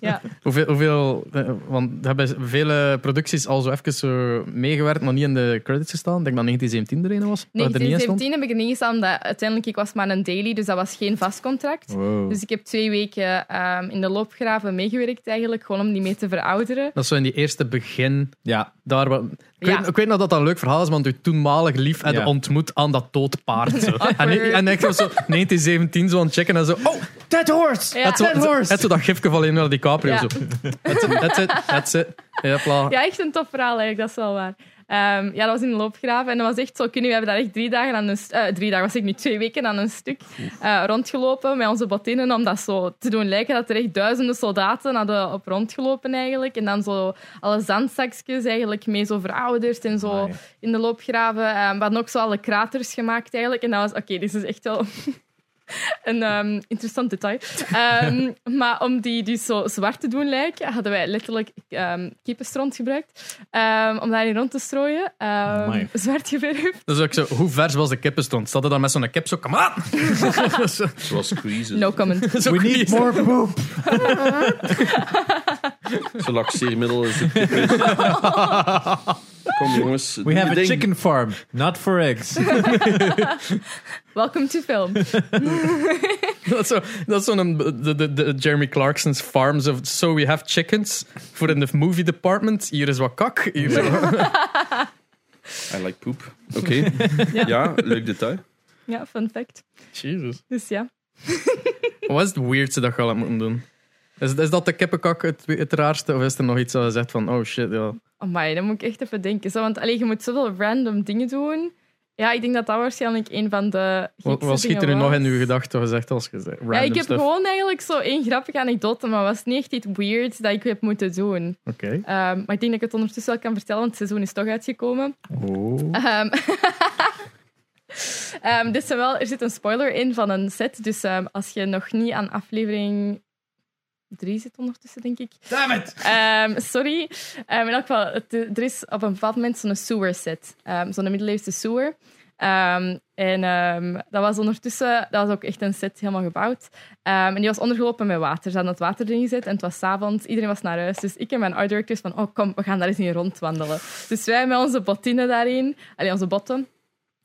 Ja. Hoeveel, hoeveel, eh, want er hebben vele producties al zo even zo meegewerkt, maar niet in de credits gestaan. Ik denk dat 1917 er een was. waar er niet in stond. 1917 heb ik er niet gestaan, omdat uiteindelijk ik was maar een daily, dus dat was geen vast contract. Wow. Dus ik heb twee weken ehm, in de loopgraven meegewerkt eigenlijk, gewoon om die mee te verouderen. Dat is zo in die eerste begin. Ja. Daar, wa- ik, Ja. weet, ik weet nog dat dat een leuk verhaal is, want uw toenmalig lief en Ja. ontmoet aan dat doodpaard. Zo. en, ik- en ik was zo 1917 zo aan het checken en zo. Oh, Dead horse! Ah, Ja. het zo, Dead horse! het zo dat gifje van Leonardo DiCaprio. Ja. Zo. That's it, that's it, that's it. Ja, pla. Ja, echt een tof verhaal eigenlijk, dat is wel waar. Ehm, ja, dat was in de loopgraven en dat was echt zo kunnen. We hebben daar echt drie dagen aan een st- eh, drie dagen was ik nu twee weken aan een stuk eh, rondgelopen met onze botinnen om dat zo te doen lijken dat er echt duizenden soldaten hadden op rondgelopen eigenlijk. En dan zo alle zandzakjes eigenlijk mee zo verouderd en zo Amai. in de loopgraven. Ehm, we hadden ook zo alle kraters gemaakt eigenlijk. En dat was, oké, dit is echt wel een ehm, interessant detail. Ehm, maar om die dus zo zwart te doen lijken, hadden wij letterlijk ehm kiepenstront gebruikt. Ehm, om daarin rond te strooien. Ehm, Amai. zwart geverfd. Dus ook zo, hoe vers was de kippenstond? Zat er dan met zo'n kip zo, come on! Zo- Zoals squeezes. No comment. zo We need crease. more poop! Zo'n laxeermiddel is het. Kom jongens. doe We je have a ding. chicken farm, not for eggs. Welcome to film. Dat is zo- dat is zo'n de, de, de Jeremy Clarkson's farms of so we have chickens voor in the movie department. Hier is wat kak. Hier I like poep. Oké. ja. leuk detail. Ja, fun fact. Jesus. Dus ja. Wat is het weirdste dat je al hebt moeten doen? Is, is dat de kippenkak het, het raarste? Of is er nog iets dat je zegt van, oh shit, ja. Amai, dan moet ik echt even denken. Zo, want allee, je moet zoveel random dingen doen. Ja, ik denk dat dat waarschijnlijk een van de Wat, gekste wat schiet er nu dingen nog was. in uw gedachten wat je zegt als je zegt random Ja, ik heb stuff? gewoon eigenlijk zo één grappige anekdote, maar het was niet echt iets weirds dat ik heb moeten doen. Oké. Ehm, maar ik denk dat ik het ondertussen wel kan vertellen, want het seizoen is toch uitgekomen. Oh. Ehm, ehm, dus zowel, er zit een spoiler in van een set, dus ehm, als je nog niet aan aflevering drie zit ondertussen, denk ik. Damn it! Ehm, sorry. Ehm, in elk geval, het- er is op een bepaald moment zo'n sewer set. Ehm, zo'n middeleeuwse sewer. Ehm, en ehm, dat was ondertussen, dat was ook echt een set helemaal gebouwd. Ehm, en die was ondergelopen met water. Ze hadden het water erin gezet en het was 's avonds. Iedereen was naar huis. Dus ik en mijn art directors van, oh kom, we gaan daar eens in rondwandelen. Dus wij met onze botinnen daarin, allee, onze botten.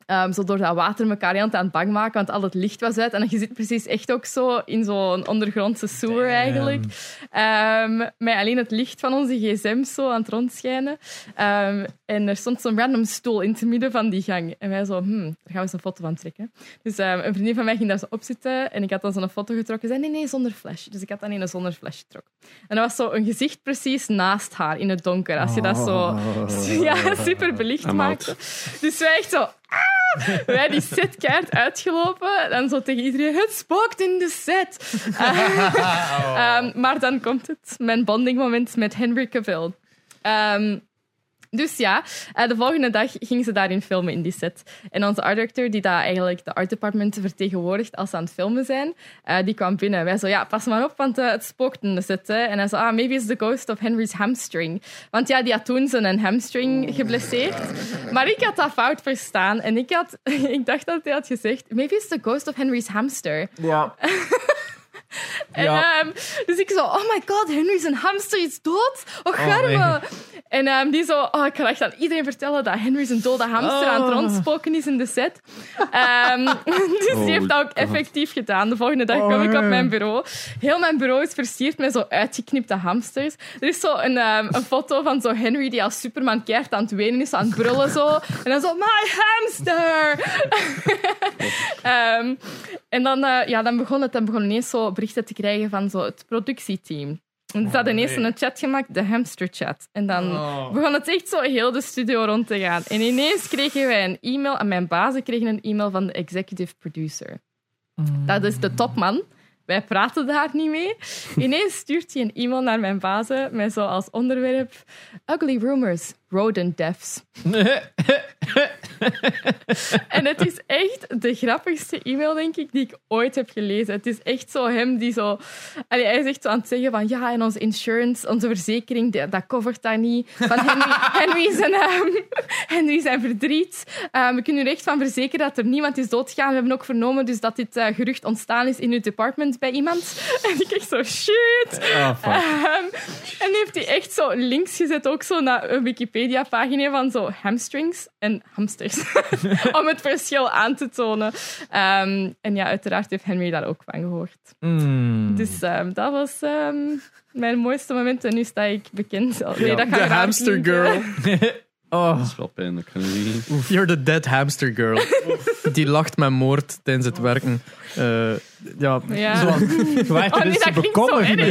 ehm, zo door dat water elkaar aan het bang maken, want al het licht was uit. En je zit precies echt ook zo in zo'n ondergrondse sewer eigenlijk. Ehm, met alleen het licht van onze gsm zo aan het rondschijnen. Ehm, en er stond zo'n random stoel in het midden van die gang. En wij zo, hmm, daar gaan we eens een foto van trekken. Dus ehm, een vriendin van mij ging daar zo op zitten. En ik had dan zo'n foto getrokken. Ze zei, nee, nee, zonder flash. Dus ik had dan in een zonder flash getrokken. En dat was zo een gezicht precies naast haar in het donker. Als je dat zo ja, super belicht I'm out. maakte. Dus wij echt zo... ah! Wij die setkaart uitgelopen. Dan zo tegen iedereen, het spookt in de set. Ehm, maar dan komt het, mijn bondingmoment met Henry Cavill. Ehm, dus ja, eh, de volgende dag ging ze daarin filmen in die set. En onze art director, die daar eigenlijk de art department vertegenwoordigt als ze aan het filmen zijn, eh, die kwam binnen. Wij zo, ja, pas maar op, want eh, het spookt in de set. Hè. En hij zo, ah, maybe it's the ghost of Henry's hamstring. Want ja, die had toen zijn hamstring geblesseerd. Maar ik had dat fout verstaan. En ik, had, ik dacht dat hij had gezegd, maybe it's the ghost of Henry's hamster. Ja. En, Ja. ehm, dus ik zo, oh my god, Henry zijn hamster is dood. Och, garme. en ehm, die zo, oh, ik ga echt aan iedereen vertellen dat Henry zijn dode hamster aan het rondspoken is in de set. Ehm, dus Oh die heeft dat ook God. effectief gedaan. De volgende dag kom ik op mijn bureau. Heel mijn bureau is versierd met zo uitgeknipte hamsters. Er is zo een, ehm, een foto van zo Henry die als Superman keert aan het wenen is, aan het brullen zo. En dan zo, my hamster! Ehm, en dan, eh, ja, dan begon het. Dan begon ineens zo berichten te krijgen van zo het productieteam. En ze hadden ineens een chat gemaakt, de hamster chat. En dan begon het echt zo heel de studio rond te gaan. En ineens kregen wij een e-mail, en mijn bazen kregen een e-mail van de executive producer. Dat is de topman. Wij praten daar niet mee. Ineens stuurt hij een e-mail naar mijn bazen met zo als onderwerp Ugly Rumors, Rodent Deaths. En het is echt de grappigste e-mail, denk ik, die ik ooit heb gelezen. Het is echt zo hem die zo... Allee, hij is echt zo aan het zeggen van... Ja, en onze insurance, onze verzekering, die- dat covert dat niet. Van Henry, Henry, zijn, ehm, Henry zijn verdriet. Eh, we kunnen u er echt van verzekeren dat er niemand is doodgegaan. We hebben ook vernomen dus dat dit eh, gerucht ontstaan is in uw department bij iemand. En ik echt zo... Shit! Ah, Oh, fuck. Ehm, en die heeft hij echt zo links gezet, ook zo naar een Wikipedia-pagina van zo hamstrings en hamsters. Om het verschil aan te tonen. Ehm, en ja, uiteraard heeft Henry daar ook van gehoord. Hmm. Mm. Dus ehm, dat was ehm, mijn mooiste moment. En nu sta ik bekend. Oh, nee, dat De gaat raar hamster klinken. girl. Oh, Dat is wel pijnlijk. kan je niet- You're the dead hamster girl. Die lacht met moord tijdens het werken. Eh, ja, Ja. zoals- je waart Oh er nee, dus dat te klinkt zo bekomen. erg.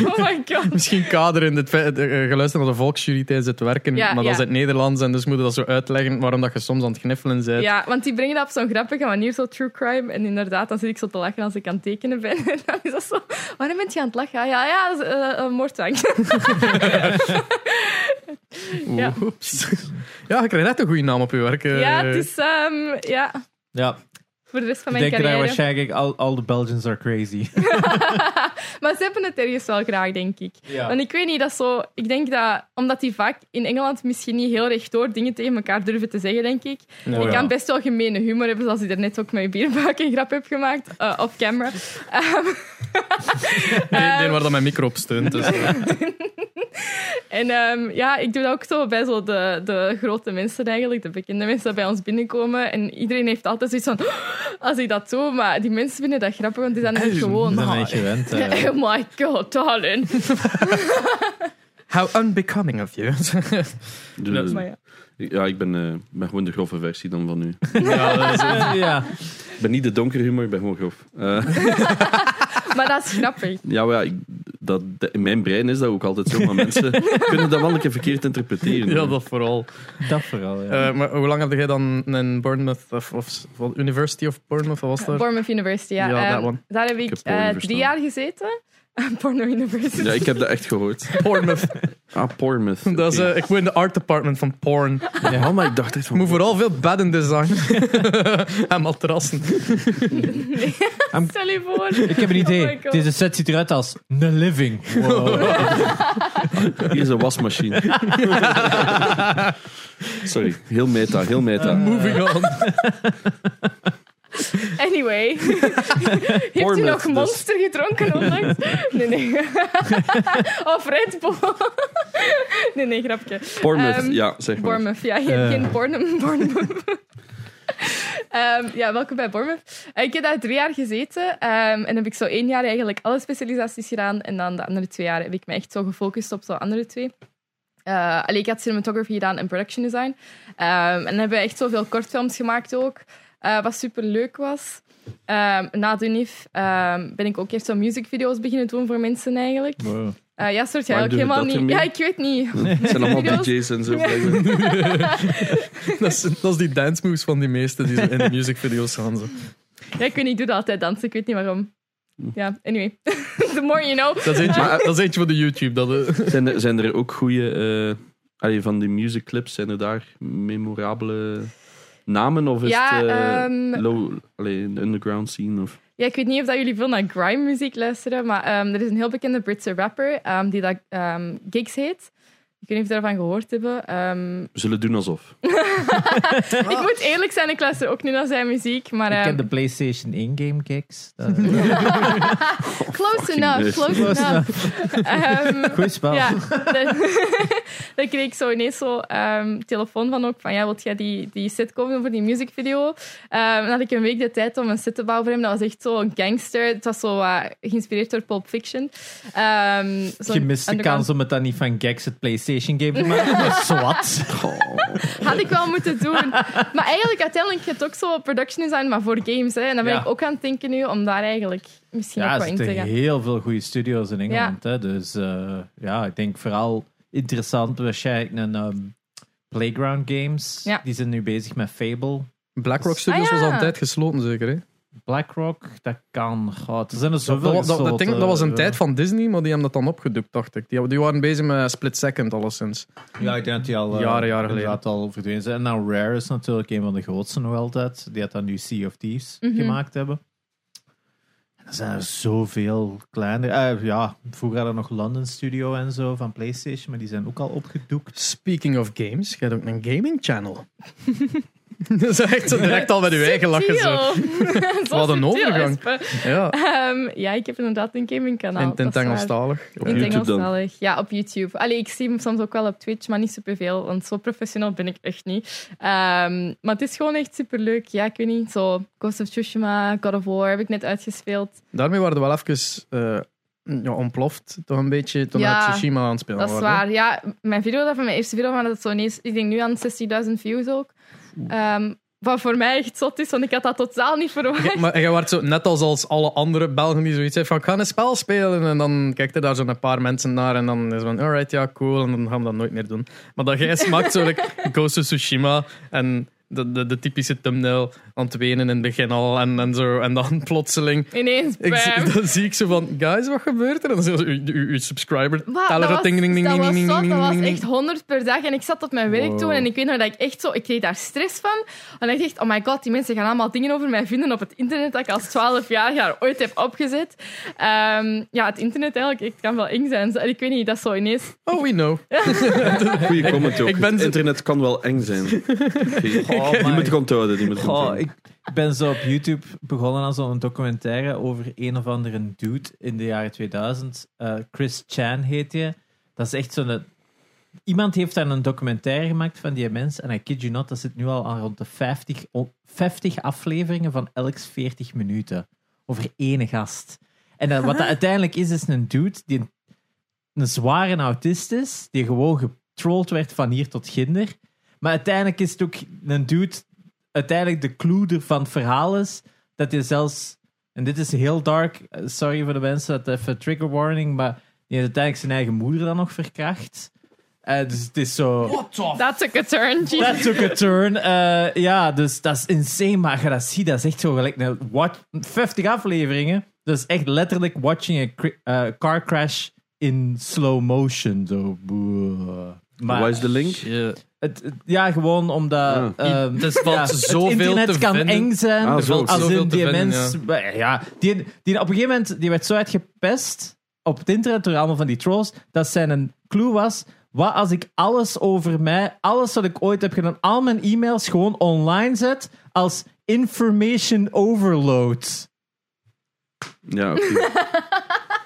Ja. Oh my god. misschien kader in het feit- eh, eh, geluisterd naar de volksjury tijdens het werken. Ja, maar dat ja. is het Nederlands en dus moet je dat zo uitleggen waarom dat je soms aan het gniffelen bent. Ja, want die brengen dat op zo'n grappige manier, zo true crime. En inderdaad, dan zit ik zo te lachen als ik aan het tekenen ben. En dan is dat zo, waarom bent je aan het lachen? Ah, Ja, ja, dat is, eh, een moordzaak. Ja. Oeps. Ja, je krijgt net een goede naam op je werk. eh. Ja, het is, ehm, ja, Ja, voor de rest van ik mijn denk dat carrière. waarschijnlijk al, al de Belgians are crazy. Maar ze hebben het ergens wel graag, denk ik. Ja. Want ik weet niet, dat is zo... Ik denk dat, omdat die vaak in Engeland misschien niet heel rechtdoor dingen tegen elkaar durven te zeggen, denk ik. Nou Oh, ik ja. kan best wel gemene humor hebben, zoals ik er net ook met bierbuik een grap heb gemaakt, eh, op camera. Ehm, Nee, nee, waar dat mijn micro op steunt. Dus. En ehm, ja, ik doe dat ook zo bij zo de, de grote mensen eigenlijk, de bekende mensen die bij ons binnenkomen. En iedereen heeft altijd zoiets van, "Oh, als ik dat doe, maar die mensen vinden dat grappig, want die zijn er gewoon... Dan ben je gewend. eh. Oh my god, darling. How unbecoming of you. Doe- Maar ja. Ja, ik ben, eh, ben gewoon de grove versie dan van u. ja. Ik ben niet de donkere humor, ik ben gewoon grof. Eh, Maar dat is grappig. ja, maar ja, ik- dat, dat- in mijn brein is dat ook altijd zo, maar mensen kunnen dat wel een keer verkeerd interpreteren. ja, dat vooral. Dat vooral, ja. Eh, maar hoe lang had jij dan een Bournemouth of, of, of University of Bournemouth? Wat was dat? Bournemouth University, ja. Ja, Ehm, dat one. daar heb Ik ik heb Bournemouth eh, drie jaar gezeten. Porno University. Ja, ik heb dat echt gehoord. Pornmuff. Ah, Pornmouth. Dat is, Oké. eh, ik woon in de art department van porn. Ja, maar ik dacht echt van... Moet vooral veel bedden design. en matrassen. Stel je voor. Ik heb een Oh idee. my God. Deze set ziet eruit als The Living. Hier is een wasmachine. Sorry, heel meta, heel meta. Ehm, Moving on. Anyway. Heeft u Bournemouth, nog dus. Monster gedronken onlangs? Nee, nee. of Red Bull. nee, nee, grapje. Pornmouth, Ehm, ja, zeg maar. Bournemouth, ja. Je hebt Eh. geen Bournem- Bournemouth. Ehm, ja, welkom bij Bournemouth. Eh, Ik heb daar drie jaar gezeten ehm, en heb ik zo één jaar eigenlijk alle specialisaties gedaan. En dan de andere twee jaar heb ik me echt zo gefocust op zo'n andere twee. Eh allee, ik had cinematography gedaan en production design. Ehm, en dan hebben we echt zoveel kortfilms gemaakt ook, eh, wat super leuk was. Ehm, na de UNIF ehm, ben ik ook eerst zo musicvideo's beginnen doen voor mensen eigenlijk. Eh, ja, soort jij Waarom doe ook je helemaal dat niet. ermee? Ja, ik weet niet. Het zijn allemaal Video's. DJ's en zo. Ja. blijkbaar. dat, is, dat is die dance moves van die meesten die zo in de music video's gaan. Zo. Ja, ik weet niet, ik doe dat altijd dansen. Ik weet niet waarom. Ja, anyway. The more you know. Dat, is eentje, dat is eentje van de YouTube. Dat, eh, Zijn, er, zijn er ook goede... van die music clips, zijn er daar memorabele namen? Of is Ja, het eh, ehm, low, allee, een underground scene? Of, Ja, ik weet niet of dat jullie veel naar grime muziek luisteren, maar ehm, er is een heel bekende Britse rapper ehm, die dat ehm, Gigs heet. Ik weet niet of jullie daarvan gehoord hebben. Ehm, we zullen doen alsof. Ik moet eerlijk zijn, ik luister ook niet naar zijn muziek, maar Ik ehm, ken de PlayStation 1 game kicks. Dat- close Fucking enough, nerd. close Close enough. Ehm, Goed spel. Ja, dat, dat kreeg ik zo ineens zo ehm, telefoon van ook van ja, wilt jij die, die set komen voor die musicvideo? Ehm dan had ik een week de tijd om een set te bouwen voor hem. Dat was echt zo'n gangster. Het was zo eh, geïnspireerd door Pulp Fiction. Ehm, zo'n Je mist de underground- kans om het dan niet van Gex het PlayStation game te maken. Maar Zwat. Had ik wel moeten doen. Maar eigenlijk uiteindelijk, je hebt ook zo production design, maar voor games. Hè. En dan ben Ja. ik ook aan het denken nu om daar eigenlijk misschien Ja, ook er wat in zitten te gaan. heel veel goede studio's in Engeland. Hè? Dus eh, ja, ik denk vooral interessant waarschijnlijk een ehm, Playground Games. Ja. Die zijn nu bezig met Fable. BlackRock Studios Ah, ja. was altijd gesloten, zeker. Hè? BlackRock, dat kan. God, er zijn er Dat, eh, zoveel eh, dat, dat, dat, denk ik, dat was een gesloten. tijd van Disney, maar die hebben dat dan opgedoekt, dacht ik. Die, die waren bezig met Split Second, alleszins. Ja, ik denk dat die al eh, Jaren, jaren geleden. inderdaad al verdwenen zijn. En nou, Rare is natuurlijk een van de grootste nog altijd. Die had dan nu Sea of Thieves Mhm. gemaakt hebben. En er zijn er zoveel kleine. eh, ja, vroeger hadden we nog London Studio en zo van PlayStation, maar die zijn ook al opgedoekt. Speaking of games, je hebt ook een gaming channel. dat is echt zo direct al met uw eigen lachen. Zo. Subtiel. Zo Wat een subtiel, overgang. Espe. Ja, Ehm, ja, ik heb inderdaad een gamingkanaal. in, in dat het is waar. Engelstalig. Op In het YouTube dan? Engelstalig. Ja, op YouTube. Allee, ik zie hem soms ook wel op Twitch, maar niet superveel, want zo professioneel ben ik echt niet. Ehm, maar het is gewoon echt superleuk. Ja, ik weet niet, zo Ghost of Tsushima, God of War heb ik net uitgespeeld. Daarmee waren we wel even eh, ja, ontploft, toch een beetje, toen Ja, we Tsushima aan het spelen dat is waren, hè. waar. Ja, mijn video daarvan, mijn eerste video van dat zo ineens, ik denk nu aan 60.000 views ook. Ehm, wat voor mij echt zot is, want ik had dat totaal niet verwacht. Ja, maar jij werd zo, net als, als alle andere Belgen die zoiets hebben van ik ga een spel spelen en dan kijkt er daar zo'n paar mensen naar en dan is het van alright, ja cool en dan gaan we dat nooit meer doen. Maar dat jij smaakt zo like, Ghost of Tsushima en de, de, de typische thumbnail aan het wenen in het begin al en, en zo en dan plotseling Ineens, ik, bam. zie- dan zie ik zo van guys, wat gebeurt er? En dan zo uw- uw uw subscriber Wat? teller dat gaat was, ding ding ding dat ding was ding zot. ding ding Dat was ding, echt ding. 100 per dag. En ik zat op mijn werk toen en ik weet nog dat ik echt zo... Ik kreeg daar stress van. En ik dacht, oh my god, die mensen gaan allemaal dingen over mij vinden op het internet dat ik als 12 jaar ooit heb opgezet. Ehm, ja, het internet eigenlijk, het kan wel eng zijn. Zo- En ik weet niet, dat is zo ineens... Oh, we know. Goeie comment ook. ik ben Het zo- internet kan wel eng zijn. Oké. Oh, Die my moet ik onthouden. Die moet Oh, ik Goh, onthouden. ik ben zo op YouTube begonnen aan zo'n documentaire over een of andere dude in de jaren 2000. Eh, Chris Chan heet je. Dat is echt zo'n... Iemand heeft daar een documentaire gemaakt van die mens. En I kid you not, dat zit nu al aan rond de 50, o- 50 afleveringen van elk 40 minuten. Over ene gast. En dat- wat dat uiteindelijk is, is een dude die een, een zware autist is. Die gewoon getrolled werd van hier tot ginder. Maar uiteindelijk is het ook een dude uiteindelijk de clue er van het verhaal is dat je zelfs. En dit is heel dark, eh, sorry voor de mensen, dat even trigger warning, maar die heeft uiteindelijk zijn eigen moeder dan nog verkracht. Eh, dus het is zo. Oh. Dat took a turn. Jesus. That took a turn. Eh, ja, dus dat is insane, maar als je dat ziet, dat is echt zo gelijk. een What? 50 afleveringen Dus echt letterlijk watching a cri- eh, car crash in slow motion. Zo. Boeh. Maar, Wat is de link? Shit. het, het- ja, gewoon omdat... Ja. ehm, Het Dus valt zoveel het internet te kan vinden. eng zijn. Ah, Er zo. valt Als zoveel in te die vinden, mens. ja. Ja, die, die op een gegeven moment die werd zo uitgepest op het internet door allemaal van die trolls. Dat zijn een clue was. Wat als ik alles over mij, alles wat ik ooit heb gedaan, al mijn e-mails gewoon online zet als information overload. Ja, oké.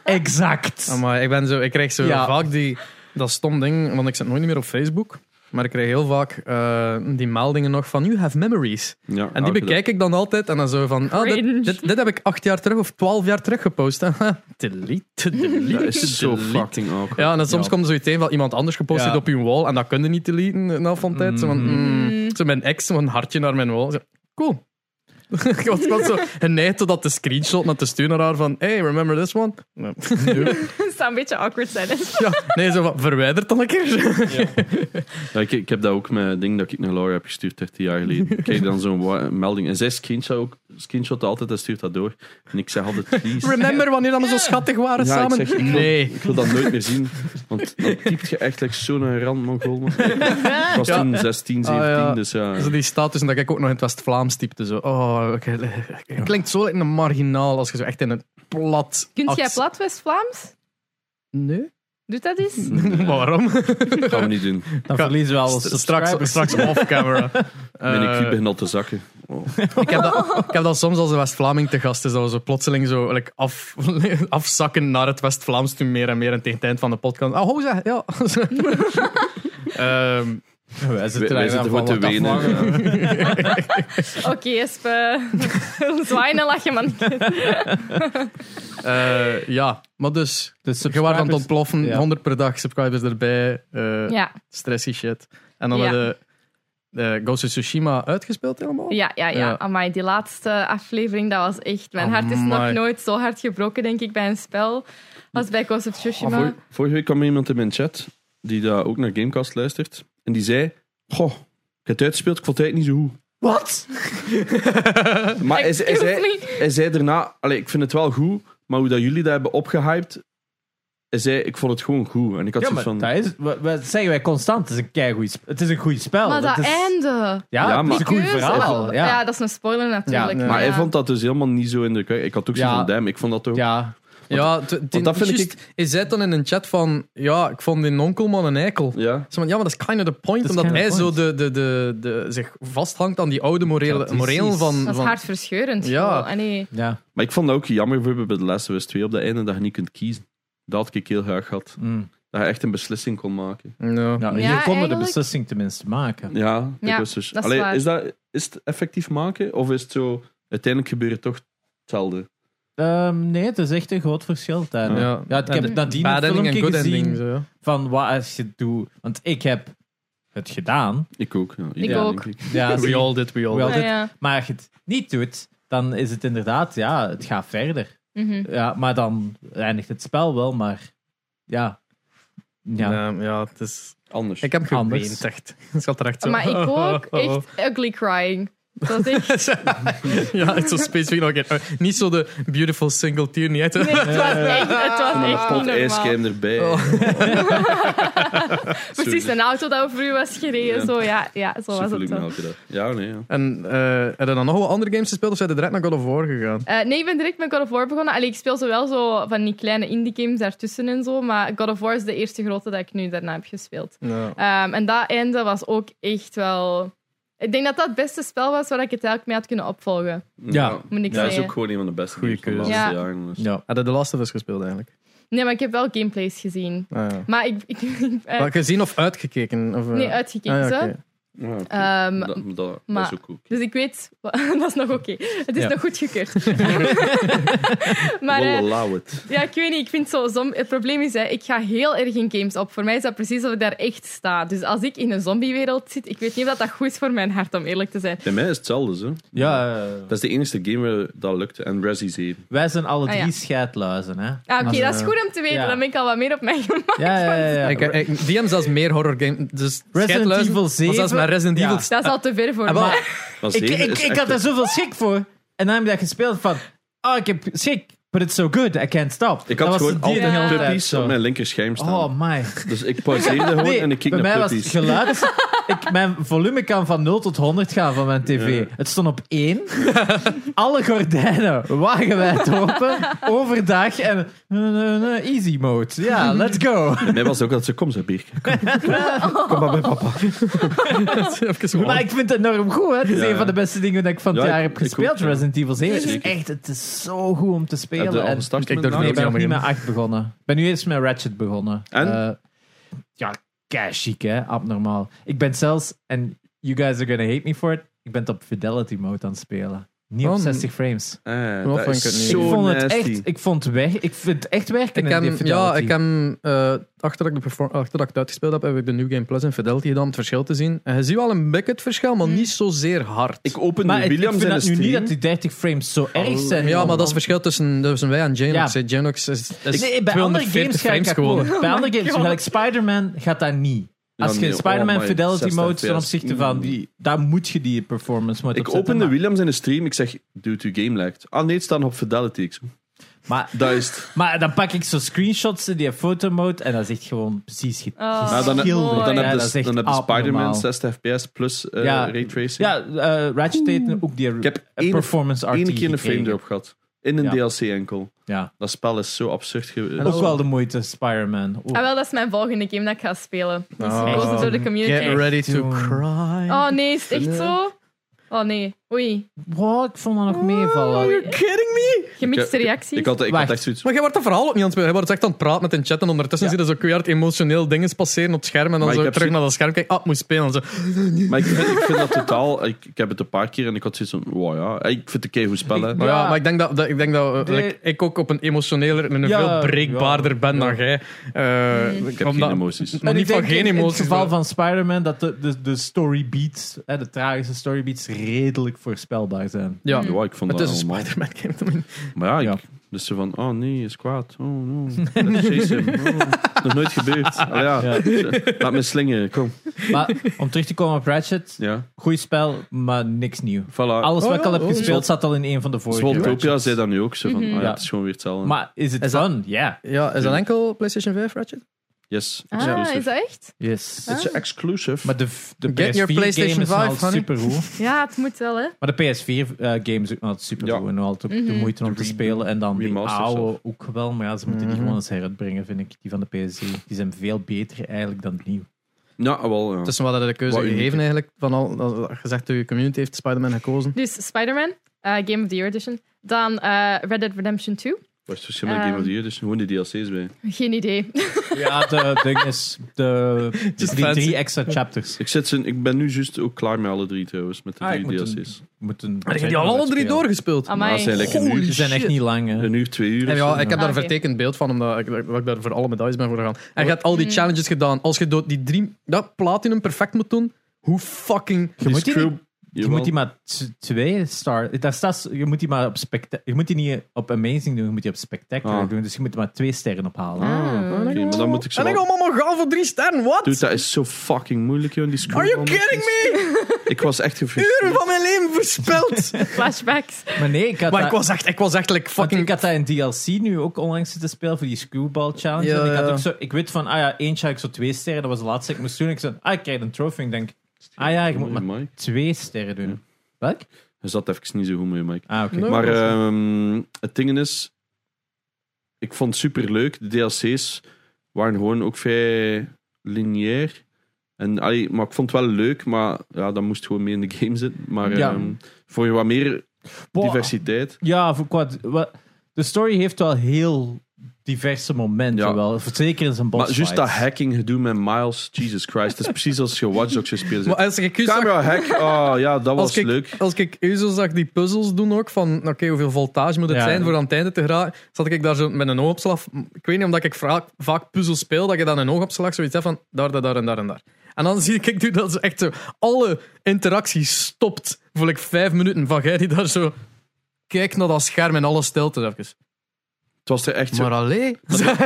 Exact. Ah, Maar ik, ben zo, ik krijg zo Ja. vaak die, dat stom ding, want ik zit nooit meer op Facebook. Maar ik krijg heel vaak eh, die meldingen nog van You have memories. Ja, En die elke dag. bekijk ik dan altijd en dan zo van, ah, Cringe. dit, dit, dit heb ik acht jaar terug of twaalf jaar terug gepost. Haha, delete, delete, Dat is zo delete. fucking awkward. Ja, en dan soms Ja. komt er zoiets tegen van iemand anders gepost Ja. heeft op je wall en dat kun je niet deleten na van tijd. Zo, van, mm, zo mijn ex, zo'n hartje naar mijn wall. Zo, cool. ik was gewoon zo geneigd tot dat de screenshot naar te sturen naar haar van, hey, remember this one? Nee. Het zou een beetje awkward zijn. hè? ja, nee, zo van, verwijder het dan een keer. Ja, ik, ik heb dat ook met een ding dat ik naar Laura heb gestuurd 13 jaar geleden. Ik kreeg dan zo'n wa- melding. En zij screenshot, ook, screenshot altijd en stuurt dat door. En ik zeg altijd, please. remember wanneer dat we zo schattig waren Ja, ik samen? zeg, ik wil- nee. Ik wil dat nooit meer zien. Want dan typt je echt like, zo'n randmongool. man. Ik was toen 16, 17, Ah, ja. dus ja. Zo die status en dat ik ook nog in het West-Vlaams typte. Zo. Oh, oké. Klinkt zo in een marginaal als je zo echt in een plat... Kunt jij ac- plat West-Vlaams? Nee. Doet dat eens? Waarom? Dat gaan we niet doen. Dan verliezen we alles. straks straks off-camera. Ben Eh, ik begin al te zakken. Oh. ik, heb dat, ik heb dat soms als een West-Vlaming te gast is, dat we zo plotseling zo like, af, afzakken naar het West-Vlaams toen meer en meer en tegen het eind van de podcast. Oh, hoe zeg? Ja. Ehm, Wij Wij, zitten, wij daar zitten van gewoon te wat aflachen. wenen. ja. Oké, Espe. Zwijnen lachen, man. eh, ja, maar dus, Dus je waren van subscribers- het ontploffen, Ja. 100 per dag, subscribers erbij. eh, Ja, stressy shit. En dan Ja. hadden de eh, Ghost of Tsushima uitgespeeld helemaal. ja, ja, ja. Ja. Amai, die laatste aflevering, dat was echt... Mijn hart is nog Amai. nooit zo hard gebroken, denk ik, bij een spel als bij Ghost of Tsushima. Vor- vorige week kwam iemand in mijn chat die daar ook naar Gamecast luistert. En die zei: Goh, ik heb het uitgespeeld, ik vond het eigenlijk niet zo goed. Wat? maar hij, hij, Excuse zei, me. hij zei daarna: allee, Ik vind het wel goed, maar hoe dat jullie dat hebben opgehyped. Hij zei: Ik vond het gewoon goed. En ik had Ja, zoiets maar van. dat is, wat, wat zeggen wij constant. Het is een keigoed sp- het is een goed spel. Maar dat Het is- einde. Ja, Ja, het is maar- een goed Keuze. verhaal. Ja. Ja, dat is een spoiler natuurlijk. Ja, Maar hij vond dat dus helemaal niet zo indrukwekkend. Ik had ook zoiets Ja. van: Damn, ik vond dat toch. ja. Ja, t- t- dat vind ik- juist, Hij zei dan in een chat van, ja, ik vond die onkelman een eikel. Ja. Zo van, ja, maar dat is kind of the point, Dat is omdat kind hij of the zo de, de, de, de, zich vasthangt aan die oude Ja, morele, precies. moreel van... Dat is van hartverscheurend. ah, Ja. Ja. Allee. ja. Maar ik vond dat ook jammer bijvoorbeeld bij de Last of Us 2 op dat einde dat je niet kunt kiezen. Dat had ik heel graag gehad. Mm. Dat je echt een beslissing kon maken. Ja. Ja, Nou, hier konden Ja, we de eigenlijk- beslissing tenminste maken. Ja, Ja, dat was dus. dat is Allee, waar. is, dat, is het effectief maken of is het zo. Uiteindelijk gebeurt het toch hetzelfde. Ehm, nee, het is echt een groot verschil. Tijn. Ja. Ja. ik heb nadien Bad een ending en filmpje good gezien ending. Zo, ja. van wat als je doet. Want ik heb het gedaan. Ik ook. Ja, iedereen, ook. denk ik. Ja, We all did, we all We all did. did. Ja, ja. Maar als je het niet doet, dan is het inderdaad, ja, het gaat verder. Mhm. Ja, maar dan eindigt het spel wel, maar ja. Ja, Ja. ja, het is... Anders. Ik heb Anders. geweend, echt. Ik zat er echt zo... Maar ik ook Oh. echt ugly crying. Dat is echt... ja, het is zo specifiek nog een keer. Eh, Niet zo de beautiful single tear, niet uit. Nee, het was echt, het was En een pot echt niet Ah, normaal. ijscrème erbij. eh, Oh. Precies, een auto dat over u was gereden. Ja. Zo, ja, ja, zo was het Superleuk wel. elke dag. Ja, nee. Ja. En eh hebben er dan nog wel andere games gespeeld of zijn er direct naar God of War gegaan? Eh, nee, ik ben direct met God of War begonnen. Allee, ik speel zowel zo van die kleine indie games daartussen en zo. Maar God of War is de eerste grote dat ik nu daarna heb gespeeld. Ja. Ehm, en dat einde was ook echt wel. Ik denk dat dat het beste spel was waar ik het eigenlijk mee had kunnen opvolgen. Ja. Moet ik Ja, dat is zeggen. ook gewoon een van de beste Goeie games van de keuze. laatste Ja. jaren. dus. ja. Hadden de Last of Us gespeeld eigenlijk? Nee, maar ik heb wel gameplays gezien. Ah, ja. Maar ik. ik, ik- eh, Maar gezien of uitgekeken? Of, eh? nee, uitgekeken. Ah, ja, zo. oké. Ja, oké. Ehm, dat, dat- dat maar- is ook goed. Dus ik weet, dat is nog oké. Het is Ja. nog goedgekeurd. maar eh, We'll allow it. ja, ik weet niet, ik vind zo, zom- het probleem is, hè, ik ga heel erg in games op. Voor mij is dat precies of ik daar echt sta. Dus als ik in een zombiewereld zit, ik weet niet of dat, dat goed is voor mijn hart, om eerlijk te zijn. Bij mij is het hetzelfde. Zo. ja eh, Dat is de enige game waar dat lukt. En Resi 7. wij zijn alle Ah, drie ja. scheidluizen. Hè? Ah, Oké, Als, dat is eh, goed om te weten, ja. dan ben ik al wat meer op mijn gemak. Ja, ja, ja. ja. Ik, eh, ik, die hebben zelfs meer horror game. Dus Resident scheidluizen, Evil maar 7. zelfs met Resident Ja. Evil. Dat is al te ver voor Ah, wel, mij. Maar Ik, 7 ik, is ik echt had een- er zoveel schik voor. En dan heb ik dat gespeeld van... Oh, ik heb schik. But it's so good, I can't stop. Ik Dat had was gewoon die de hele altijd tijd puppies zo. op mijn linker scherm staan. Oh my. Dus ik pauzeerde gewoon Nee, en ik keek bij mij naar was het puppies. geluid... Ik, mijn volume kan van 0 tot 100 gaan van mijn tv. Ja. Het stond op 1. Alle gordijnen wagenwijd open. Overdag. En eh, easy mode. Ja, let's go. Bij mij was het ook dat ze, kom ze Bierke. Kom, kom maar bij papa. Even zo. Maar ik vind het enorm goed. Hè? Het is Ja, een ja. van de beste dingen dat ik van het Ja, jaar ik- heb ik gespeeld. ook, ja. Resident Evil 7. Het is Zeker. echt het is zo goed om te spelen. Heb je al En- gestart Ik met dacht nou? nee, ik ben nog jammer niet met 8 begonnen. Ik ben nu eerst met Ratchet begonnen. En? Eh, ja, kei chic, hè? Abnormaal. Ik ben zelfs, en you guys are gonna hate me for it, ik ben het op Fidelity Mode aan het spelen. Niet op Oh, 60 frames. Eh, Wat dat vond is ik het niet? Ik zo vond het nasty. echt, ik vond het weg, ik vind het echt werken Ik in die heb, Fidelity. ja, ik heb, eh, achter, dat ik de perform- achter dat ik het uitgespeeld heb, heb ik de New Game Plus en Fidelity gedaan om het verschil te zien. En je ziet wel een beetje het verschil, Mm. maar niet zozeer hard. Ik opende maar ik, ik William vind zijn dat nu niet stream. Oh. dat die 30 frames zo erg zijn. ja, maar dat is man. het verschil tussen, tussen wij en Genox. Ja. hè. Genox is, is Nee, bij andere 240 games ga ik frames dat gewoon. gewoon. Bij andere games, God. gelijk Spider-Man, gaat dat niet. Ja, Als je nee, Spider-Man oh my, Fidelity 60 Mode ten FPS. Mm. opzichte van, die, daar moet je die performance mode op Ik zetten, opende maar- Williams in de stream. Ik zeg, dude, uw game lijkt. Ah nee, het staat nog op Fidelity. Ik zo, Maar, Dat is het. maar dan pak ik zo screenshots in die fotomode en dat is echt gewoon precies ge- Oh. Maar Nou, dan, heb- Schilder, dan ja, heb dat is je echt dan heb je Spider-Man abnormaal. 60 fps plus eh Ja. raytracing. Ja, eh Ratchet deed ook die eh, Ik heb één- performance RT Eén keer een frame gekregen. erop gehad. In een Ja. DLC enkel. Ja, Dat spel is zo absurd. ge- ook wel de moeite, Spider-Man. Oeh. Ah, wel, dat is mijn volgende game dat ik ga spelen. Die is Oh. gekozen door de community. Get ready to Toen- cry. Oh nee, is het echt zo? Oh nee, oei. Wow, ik vond dat Oh, nog meevallen. kidding me? Gemixte Ik- reacties. Ik had, ik had Wacht. echt zoiets. Maar jij wordt er vooral op niet aan het spelen. Jij wordt echt aan het praten met in chat en ondertussen Ja. zie je zo keihard emotioneel dingen passeren op het scherm en dan Maar ik zo heb terug zo- naar dat scherm kijken. Ah, ik moet spelen. En zo. Maar ik vind, ik vind dat totaal. Ik, ik heb het een paar keer en ik had zoiets van. Wow, ja. Eh, Ik vind het een goed spel. hè. Maar ja, Ja. maar ik denk dat, dat- ik, denk dat eh, De- like, ik ook op een emotioneler en een Ja, veel breekbaarder ben dan jij. Eh, Ik heb omdat- geen emoties. Maar En niet ik van denk geen in- In emoties, het geval maar- van Spider-Man dat de, de, de story beats, hè, de tragische story beats, redelijk voorspelbaar zijn. Ja, Ja, ik vond het dat is een allemaal. Spider-Man game. I mean. Maar ja, Ja. ik, dus ze van, oh nee, hij is kwaad. Oh no, let's chase him. Oh, nog nooit gebeurd. Ah, ja. Ja. Laat me slingen, kom. Maar om terug te komen op Ratchet, Ja, goed spel, maar niks nieuw. voilà. Alles Oh wat ik ja, al heb oh. gespeeld zat al in een van de vorige. Swatopia Ratchets. zei dat nu ook. Zo van, ah ja, Mhm. Ja. het is gewoon weer hetzelfde. Maar is het Is dat- fun? Ja. Ja, is dat enkel PlayStation 5, Ratchet? yes, Ah, is exclusive. dat echt? Yes. Het is exclusive. Maar de, v- de Get your PS4 PlayStation game is nog 5, altijd honey. supergoed. Ja, het moet wel, hè? Maar de PS4 eh, game is ook nog altijd supergoed. Ja. En nog altijd ook de Mhm. moeite om te spelen. En dan die remasters zelf. oude ook wel. Maar ja, ze moeten die Mhm. gewoon eens heruitbrengen, vind ik. Die van de PS4. Die zijn veel beter eigenlijk dan nieuw. ja, ah, wel, ja. Het is wat hadden de keuze Wat uniek. gegeven eigenlijk. Van al, dat- dat gezegd, de community heeft Spider-Man gekozen. Dus Spider-Man, eh, Game of the Year Edition. Dan eh, Red Dead Redemption 2. Maar het is verschil met Game of the Year, dus gewoon die DLC's bij. Geen idee. Ja, de ding is... De, Just die fancy. drie extra chapters. Ik, zit zijn, ik ben nu juist ook klaar met alle drie trouwens, met de Ah, drie ik moet een- DLC's. Moeten Maar je hebt die al alle drie spelen. doorgespeeld. Amai. Maar Ah, ze zijn lekker Holy nu. Ze zijn echt Shit. niet lang, hè. Een uur, twee uur. En of zo. ja, ik heb daar Ah, een oké. vertekend beeld van, omdat ik, dat ik daar voor alle medailles ben voor gegaan. En je hebt al Mm. die challenges gedaan. Als je door die drie, dat platinum perfect moet doen, hoe fucking... Je moet die screw- niet- Je Jawel. moet die maar t- twee star. Daar staat, je moet die maar op spectac- Je moet die niet op amazing doen, je moet die op spectacular Ah. doen. Dus je moet er maar twee sterren ophalen. Ah, oké, maar dan moet ik zo... En ik ga allemaal gaan voor drie sterren, Dude, what? dat is zo fucking moeilijk, joh. Die screw Are you kidding me? Ik was echt Uren gefrustreerd. van mijn leven verspild. Flashbacks. Maar nee, ik had, maar ik dat, was echt, ik was echt like, want fucking... ik had dat in DLC nu ook onlangs zitten spelen voor die Screwball Challenge. Ja, en ik, had ja. ook zo, ik weet van, ah ja, eentje had ik zo twee sterren, dat was de laatste die ik moest doen. Ik zei, ah, ik krijg een trofee. Ik denk, ah ja, ik moet maar Mike. twee sterren doen. Welk? Hij zat even niet zo goed mee, Mike. Ah, oké. No. Maar Oh, dat is niet. ehm, het ding is, ik vond het super leuk. De DLC's waren gewoon ook vrij lineair. En, allee, maar ik vond het wel leuk, maar ja, dat moest gewoon mee in de game zitten. Maar Ja. ehm, voor je wat meer Boah. diversiteit. Ja, voor qua, wa- de story heeft wel heel diverse momenten. Ja. Wel. Zeker in zijn boss maar juist dat fights. hacking gedoe met Miles, Jesus Christ, dat is precies als je Watch Dogs gespeeld Maar hebt. als ik u zag- Camera hack, oh ja, dat was als ik, leuk. Als ik u zo zag die puzzels doen ook, van nou, oké, hoeveel voltage moet het Ja. zijn voor aan het einde te geraken, zat ik daar zo met een oogopslag. Ik weet niet, omdat ik vaak, vaak puzzels speel, dat je dan een oogopslag zoiets hebt van daar, daar, daar en daar en daar. En dan zie ik, ik doe dat zo echt zo, alle interactie stopt voor ik vijf minuten van jij die daar zo kijkt naar dat scherm en alle stilte even. Het was er echt zo Maar alleen.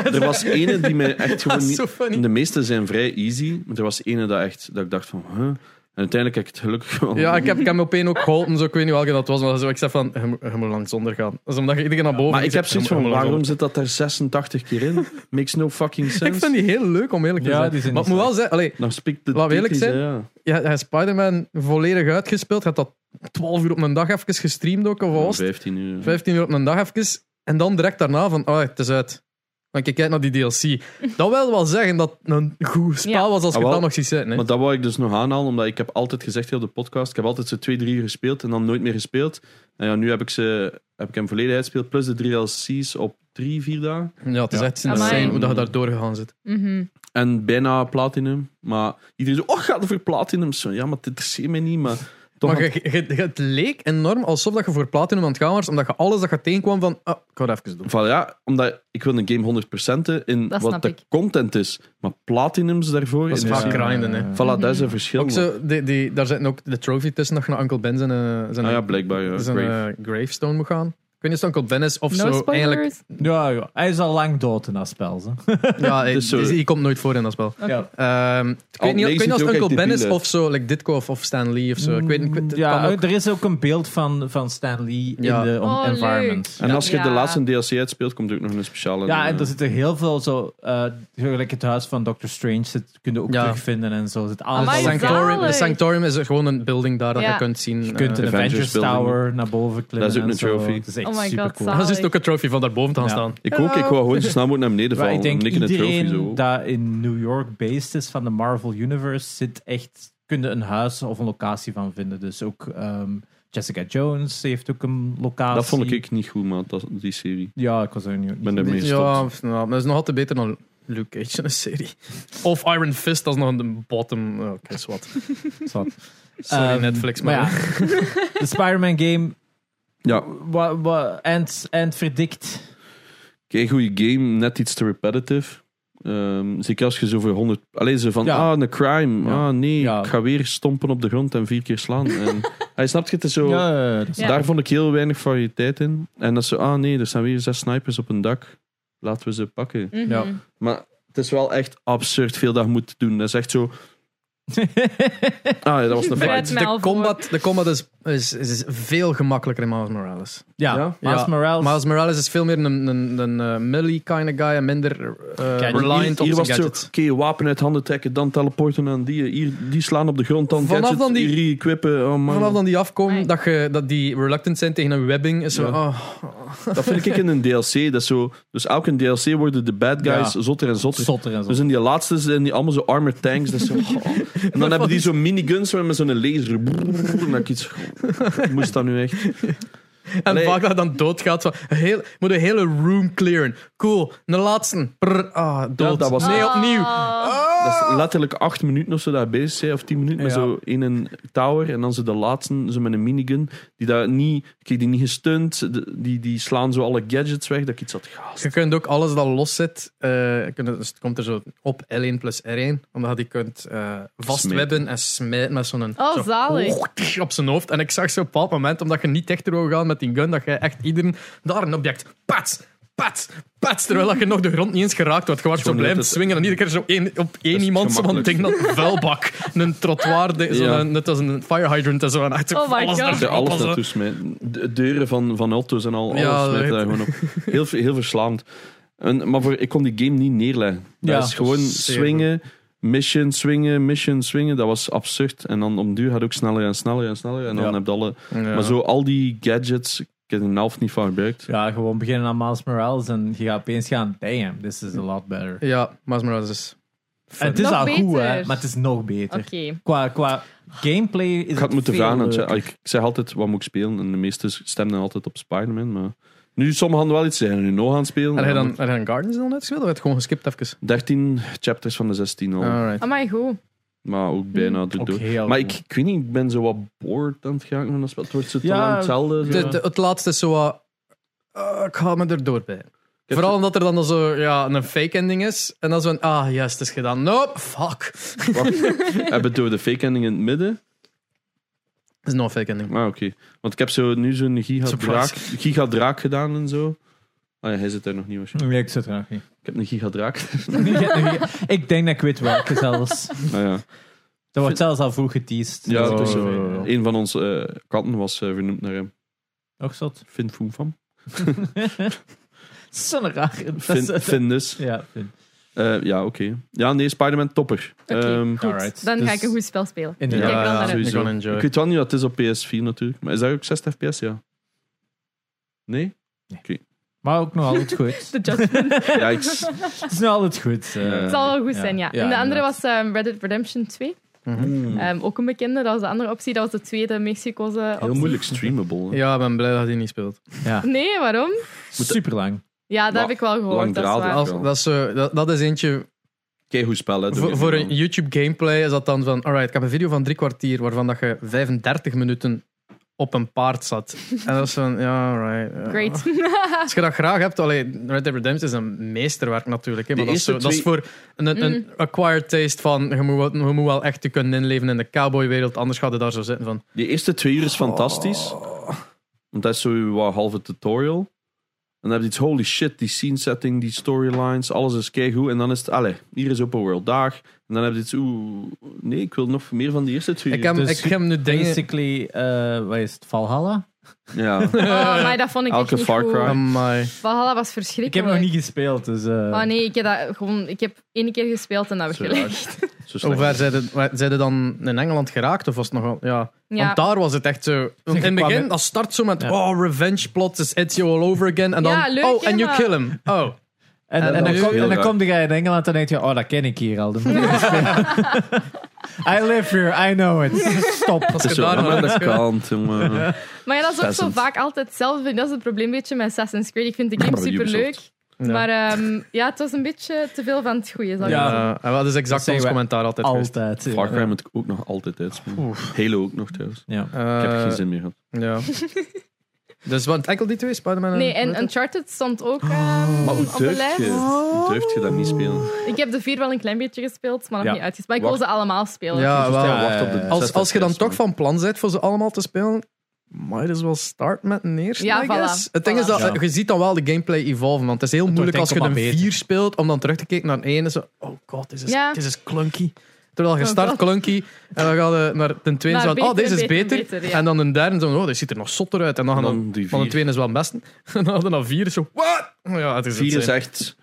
Er was ene die mij echt Dat gewoon is niet... zo funny. De meeste zijn vrij easy, maar er was ene dat, echt, dat ik dacht van... Huh? En uiteindelijk heb ik het gelukkig gewoon. Ja, ik heb, ik heb me opeen ook geholpen, zo, ik weet niet welke dat was, maar zo, ik zeg van, je, moet- je moet langs onder gaan. Dat is omdat je iedereen naar boven maar ik zit, heb je zoiets moet- van, je moet langs waarom zit dat er 86 keer in? Makes no fucking onder. sense. Ik vind die heel leuk, om eerlijk te Ja, zijn. die zijn maar niet ik moet wel zeggen, allee, Dan spikt de Laat we eerlijk titties, zijn. hè, ja. ja, hij heeft Spider-Man volledig uitgespeeld, had dat 12 uur op een dag even gestreamd ook, of wat was het? 15 uur. ja. 15 uur op een dag even. En dan direct daarna van, oh, het is uit. Want ik kijk naar die DLC. Dat wil wel zeggen dat het een goed spel Ja. was als Ah, je wel. dat nog ziet zitten. hè. Maar dat wou ik dus nog aanhalen, omdat ik heb altijd gezegd heel de podcast, ik heb altijd ze twee, drie uur gespeeld en dan nooit meer gespeeld. En ja, nu heb ik, ze, heb ik hem volledig uitgespeeld, plus de DLC's op drie, vier dagen. Ja, het is Ja. echt Amai. insane hoe dat je daar doorgegaan zit. Mhm. En bijna platinum. Maar iedereen zo, oh, gaat er voor platinum? Zo, ja, maar dit interesseert mij niet, maar toch... maar je, je- je- het leek enorm alsof dat je voor Platinum aan het gaan was, omdat je alles dat je tegenkwam van, ah, ik ga het even doen. Van, ja, omdat ik wil een game 100% in Dat wat snap de ik. content is. Maar platinums daarvoor Dat is is... vaak Ja. grinden, hè. Voilà, dat is Mm. een verschil. Ook zo, die, die, daar zitten ook de trophy tussen dat je naar Uncle Ben zijn, eh, zijn, Ah ja, blijkbaar. Ja. zijn, eh, Grave. gravestone moet gaan. Ik weet niet of het Uncle Ben is of No zo. spoilers. Eigenlijk, Ja, ja, hij is al lang dood in dat spel. Ze. ja, hij, Dus zo- dus die komt nooit voor in dat spel. Ja. Ehm, ik Al weet niet, ik negen weet niet of ziet er het ook Uncle echt Ben is debiel uit. of zo, like Ditko of, of Stan Lee of zo. Ik weet, ik weet, het ja, kan ook. er is ook een beeld van, van Stan Lee Ja. in de om- Oh, leuk. environment. En als je de Ja. laatste DLC uitspeelt, komt er ook nog een speciale... Ja, en eh, er zitten heel veel zo. eh, gelijk het huis van Doctor Strange zit, kun je ook Ja. terugvinden en zo. Zit alles Amai, al- zalig. Sanctorium, de Sanctorium is gewoon een building daar dat Ja. je kunt zien. Je kunt eh, een Avengers Avengers building. Tower naar boven klimmen. Dat is ook en een zo. trophy. Het is echt Oh my god, super cool. zalig. dat is het ook een trophy van daarboven te gaan Ja. staan. Ik ook, ik wou gewoon zo snel mogelijk naar beneden vallen. ik denk omdat ik in een iedereen trofee zo. dat in New York based is van de Marvel Universe zit echt. Kun je een huis of een locatie van vinden. Dus ook ehm, Jessica Jones heeft ook een locatie. Dat vond ik niet goed, man, dat, die serie. Ja, ik was er niet. ben ermee Ja, gestopt. of- nou, maar dat is nog altijd beter dan Luke Cage in een serie. Of Iron Fist, dat is nog een de bottom. Oh, Oké, is wat. Zot. Sorry Ehm, Netflix, maar, Maar ja, de Spider-Man game. Ja, wa- wa- En en verdikt. geen goede game, net iets te repetitive. Ehm, zeker als je zo voor 100. Alleen ze van, Ja. ah, een crime. Ja. Ah, nee, Ja. ik ga weer stompen op de grond en vier keer slaan. En, hij snapt je het is zo. dus Ja, dat is- Ja. Daar vond ik heel weinig variëteit in. En dat ze, ah, nee, er staan weer zes snipers op een dak. Laten we ze pakken. Mhm. Ja. Maar het is wel echt absurd veel dat je moet doen. Dat is echt zo. Ah, ja, dat was een Brad fight. mij al de, combat, de combat is, is, is veel gemakkelijker in Miles Morales. Ja, Ja? Miles Ja. Morales. Miles Morales is veel meer een, een, een eh, melee kind of guy en minder eh, Gadget. reliant op hier, hier zijn was het zo, gadgets. oké, wapen uit handen trekken, dan teleporten aan die, hier, die slaan op de grond, dan Vanaf gadget, dan die- hier equippen, oh man. Vanaf dan die afkomen, Nee. dat, je, dat die reluctant zijn tegen een webbing, is zo, Ja. oh, Dat vind ik in een DLC, dat is zo, dus elke DLC worden de bad guys Ja. zotter en zotter. Zotter en zo. Dus in die laatste zijn die allemaal zo armored tanks. Dat is zo, oh. En dan hebben die zo'n miniguns waar met zo'n laser. Brrr, en dat ik iets. Moest dat nu echt? En Allee. vaak dat je dan doodgaat. Van, een heel, moet een hele room clearen. Cool. Een laatste. Brr, ah, dood. Ja, dat was- nee, opnieuw. Oh. Dat is letterlijk acht minuten of zo daar bezig zijn, of tien minuten, met Ja. zo in een tower. En dan ze de laatste, zo met een minigun, die daar niet, kijk, die niet gestunt, de- die, die slaan zo alle gadgets weg. Dat ik iets had gast. Je kunt ook alles dat los zit, eh, je kunt het- dus het komt er zo op L1 plus R1. Omdat je die kunt eh, vastwebben en smijten met zo'n... Oh, zo- zalig. op zijn hoofd. En ik zag zo op een bepaald moment, omdat je niet dichter wou gaan met die gun, dat je echt iedereen daar een object... Pat! Pat! Pat! Terwijl dat je nog de grond niet eens geraakt wordt. Je wordt zo Gewoon blijven net het- swingen en iedere keer zo één, op Dat één is iemand zo'n ding, gemakkelijk. dat vuilbak. een trottoir, de- zo'n- Ja. net als een fire hydrant en zo. En echt zo Oh my alles God. naar Ja, alles zo. naartoe smijten. De deuren van, van auto's en al, Ja, alles dat smijten daar weet gewoon op. Heel, heel verslaand. En, maar voor, ik kon die game niet neerleggen. Ja. dat is gewoon Zeer swingen, mission, swingen, mission, swingen. Dat was absurd. En dan om duur had ook sneller en sneller en sneller. En dan Ja. heb je alle... Ja. Maar zo al die gadgets, ik heb er een helft niet van gebruikt. Ja, gewoon beginnen aan Miles Morales en je gaat opeens gaan, damn, this is a lot better. Ja, Miles Morales is... En het is Nog al goed, hè, beter. maar het is nog beter. Oké. Qua, qua gameplay is Ik had het moeten vragen. aan het- leuker. Ik zeg altijd, wat moet ik spelen? En de meeste stemden altijd op Spider-Man. Maar nu, sommigen hadden wel iets. Ze zijn nu nog aan het spelen. En hij maar dan, had hij dan Gardens dan uitgespeeld? Of had hij gewoon geskipt even? 13 chapters van de 16 al. Alright. Amai, goed. Maar ook bijna de Ook dood. heel Maar goed. ik, ik weet niet, ik ben zo wat bored aan het gaan van dat spel. Het wordt zo te Ja, lang hetzelfde. zo. De- de- het laatste is zo wat... eh, ik ga me er door bij. heb Vooral omdat er dan zo ja, een fake ending is. En dan zo een... Ah, yes, het is gedaan. Nope, fuck. Het Wacht, hebben we door de fake ending in het midden? is nog een fake ending. Ah, oké. Want ik heb zo nu zo'n giga Surprise. draak, giga draak gedaan en zo. Ah ja, hij zit daar nog niet waarschijnlijk. Nee, ik zit er nog niet. Ik heb een giga draak. ik denk dat ik weet welke zelfs. Ah, ja. wordt vind- zelfs al vroeg geteased. Ja, Zo. het is zo. Een van onze eh, katten was eh, vernoemd naar hem. Nog zot. Finn Foem van. Zo'n raar. dat is- Finn, Finn dus. Ja, Finn. Eh, ja, oké. Ja, nee, Spider-Man topper. Oké, Ehm, goed. alright. Dan ga Dus- ik een goed spel spelen. Inderdaad. Ik kijk er al naar uit. sowieso. Ik ga enjoy. ik weet wel niet dat het is op PS4 natuurlijk. Maar is dat ook 60 fps? Ja. Nee? Maar ook nog altijd goed. De judgment. Ja, ik... s- Het is nog altijd goed. eh. Ja. Mm. Het zal wel goed Ja. zijn, ja. Ja, en de andere inderdaad. was ehm, Red Dead Redemption 2. Hmm. Eh, Ehm, ook een bekende, dat was de andere optie. Dat was de tweede Mexicoze optie. Heel moeilijk streamable. hè. Ja, ik ben blij dat hij niet speelt. Ja. Nee, waarom? Super lang. Ja, dat Nou, heb ik wel gehoord. Dat is langdradig. waar. Als- Als, dat, is, eh, dat, dat is eentje. Keigoed spel, hè. doe Voor, ik voor niet een aan. YouTube gameplay is dat dan van. Alright, ik heb een video van drie kwartier waarvan dat je 35 minuten op een paard zat. En dat is van. Ja, alright. ja. Great. Als je dat graag hebt, allee, Red Dead Redemption is een meesterwerk natuurlijk. Hè, maar De dat is, zo- eerste dat is twee- voor een, een, een Mm. acquired taste van je moet, wel- je moet wel echt te kunnen inleven in de cowboywereld, anders gaat het daar zo zitten van. Die eerste twee uur is fantastisch. Want dat is zo wat halve tutorial. En dan heb je iets, holy shit, die scene setting, die storylines, alles is keigoed. En dan is het, allee, hier is open world, dag. En dan heb je iets, oeh, nee, ik wil nog meer van die eerste twee Ik uur. heb, Dus ik heb nu dingen. Basically, eh wat is het? Valhalla? Ja. Oh, maar dat vond ik echt Elke niet Far goed. Cry. Amai. Valhalla was Ik verschrikkelijk. heb nog niet gespeeld, dus... eh, Oh nee, ik heb, dat gewoon, ik heb één keer gespeeld en dat Zo weggelegd. Zo slecht. Hoe ver zijn ze- waar- zijn ze dan in Engeland geraakt? Of was het nogal. Ja. Ja. Want daar was het echt zo. Want in het kwam- begin, dat start zo met. Ja. Oh, revenge plot is Ezio all over again. En dan. Ja, leuk, oh, hè, and you maar- kill him. Oh. En, en, En dan dan- kom, en dan Ja. kom je in Engeland en denk je, oh, dat ken ik hier al. dat moet ik niet spelen. I live here, I know it. Stop. Het is zo Als je daar aan nog- de kant, jongen. Maar ja, dat is ook zo Peasant. vaak altijd hetzelfde. Dat is het probleem een beetje met Assassin's Creed. Ik vind de game Maar bij superleuk. Ubisoft. Ja. Maar ehm, ja, het was een beetje te veel van het goede. Zal ik Ja. zeggen. Ja, en dat is exact Dat ons zeggen we commentaar altijd. geweest. Altijd. Far Cry moet ik ook nog altijd uitspelen. Halo ook nog trouwens. Ja. Ik heb Eh, geen zin meer gehad. Ja. dus want enkel die twee, Spider-Man en Nee, en Red Dead? Uncharted stond ook ehm, Maar hoe op de durft lijst. je? Hoe durft je dat niet spelen? Ik heb de vier wel een klein beetje gespeeld, maar nog Ja. niet uitgespeeld. Maar ik wil Wacht. ze allemaal spelen. Ja, wel. Ja, wacht op de eh, Als, 60 als je dan fps, toch van plan bent voor ze allemaal te spelen, might as well start met een eerste, Ja, I voilà, guess. Het ding voilà. is dat eh, Ja. je ziet dan wel de gameplay evolven, want het is heel moeilijk als wordt je een enkel maar 4 speelt om dan terug te kijken naar een 1 en zo, oh god, dit is, Ja. dit is clunky. Terwijl je Oh start god. clunky en dan gaat je naar de tweede Naar van, oh, beter, deze is beter. beter, beter, ja. En dan een derde zo, oh, dit ziet er nog zotter uit. En dan, En gaan dan dan die van de vier. tweede is wel het beste. En dan hadden we vier is zo, what? Ja, het is, Vier is insane. echt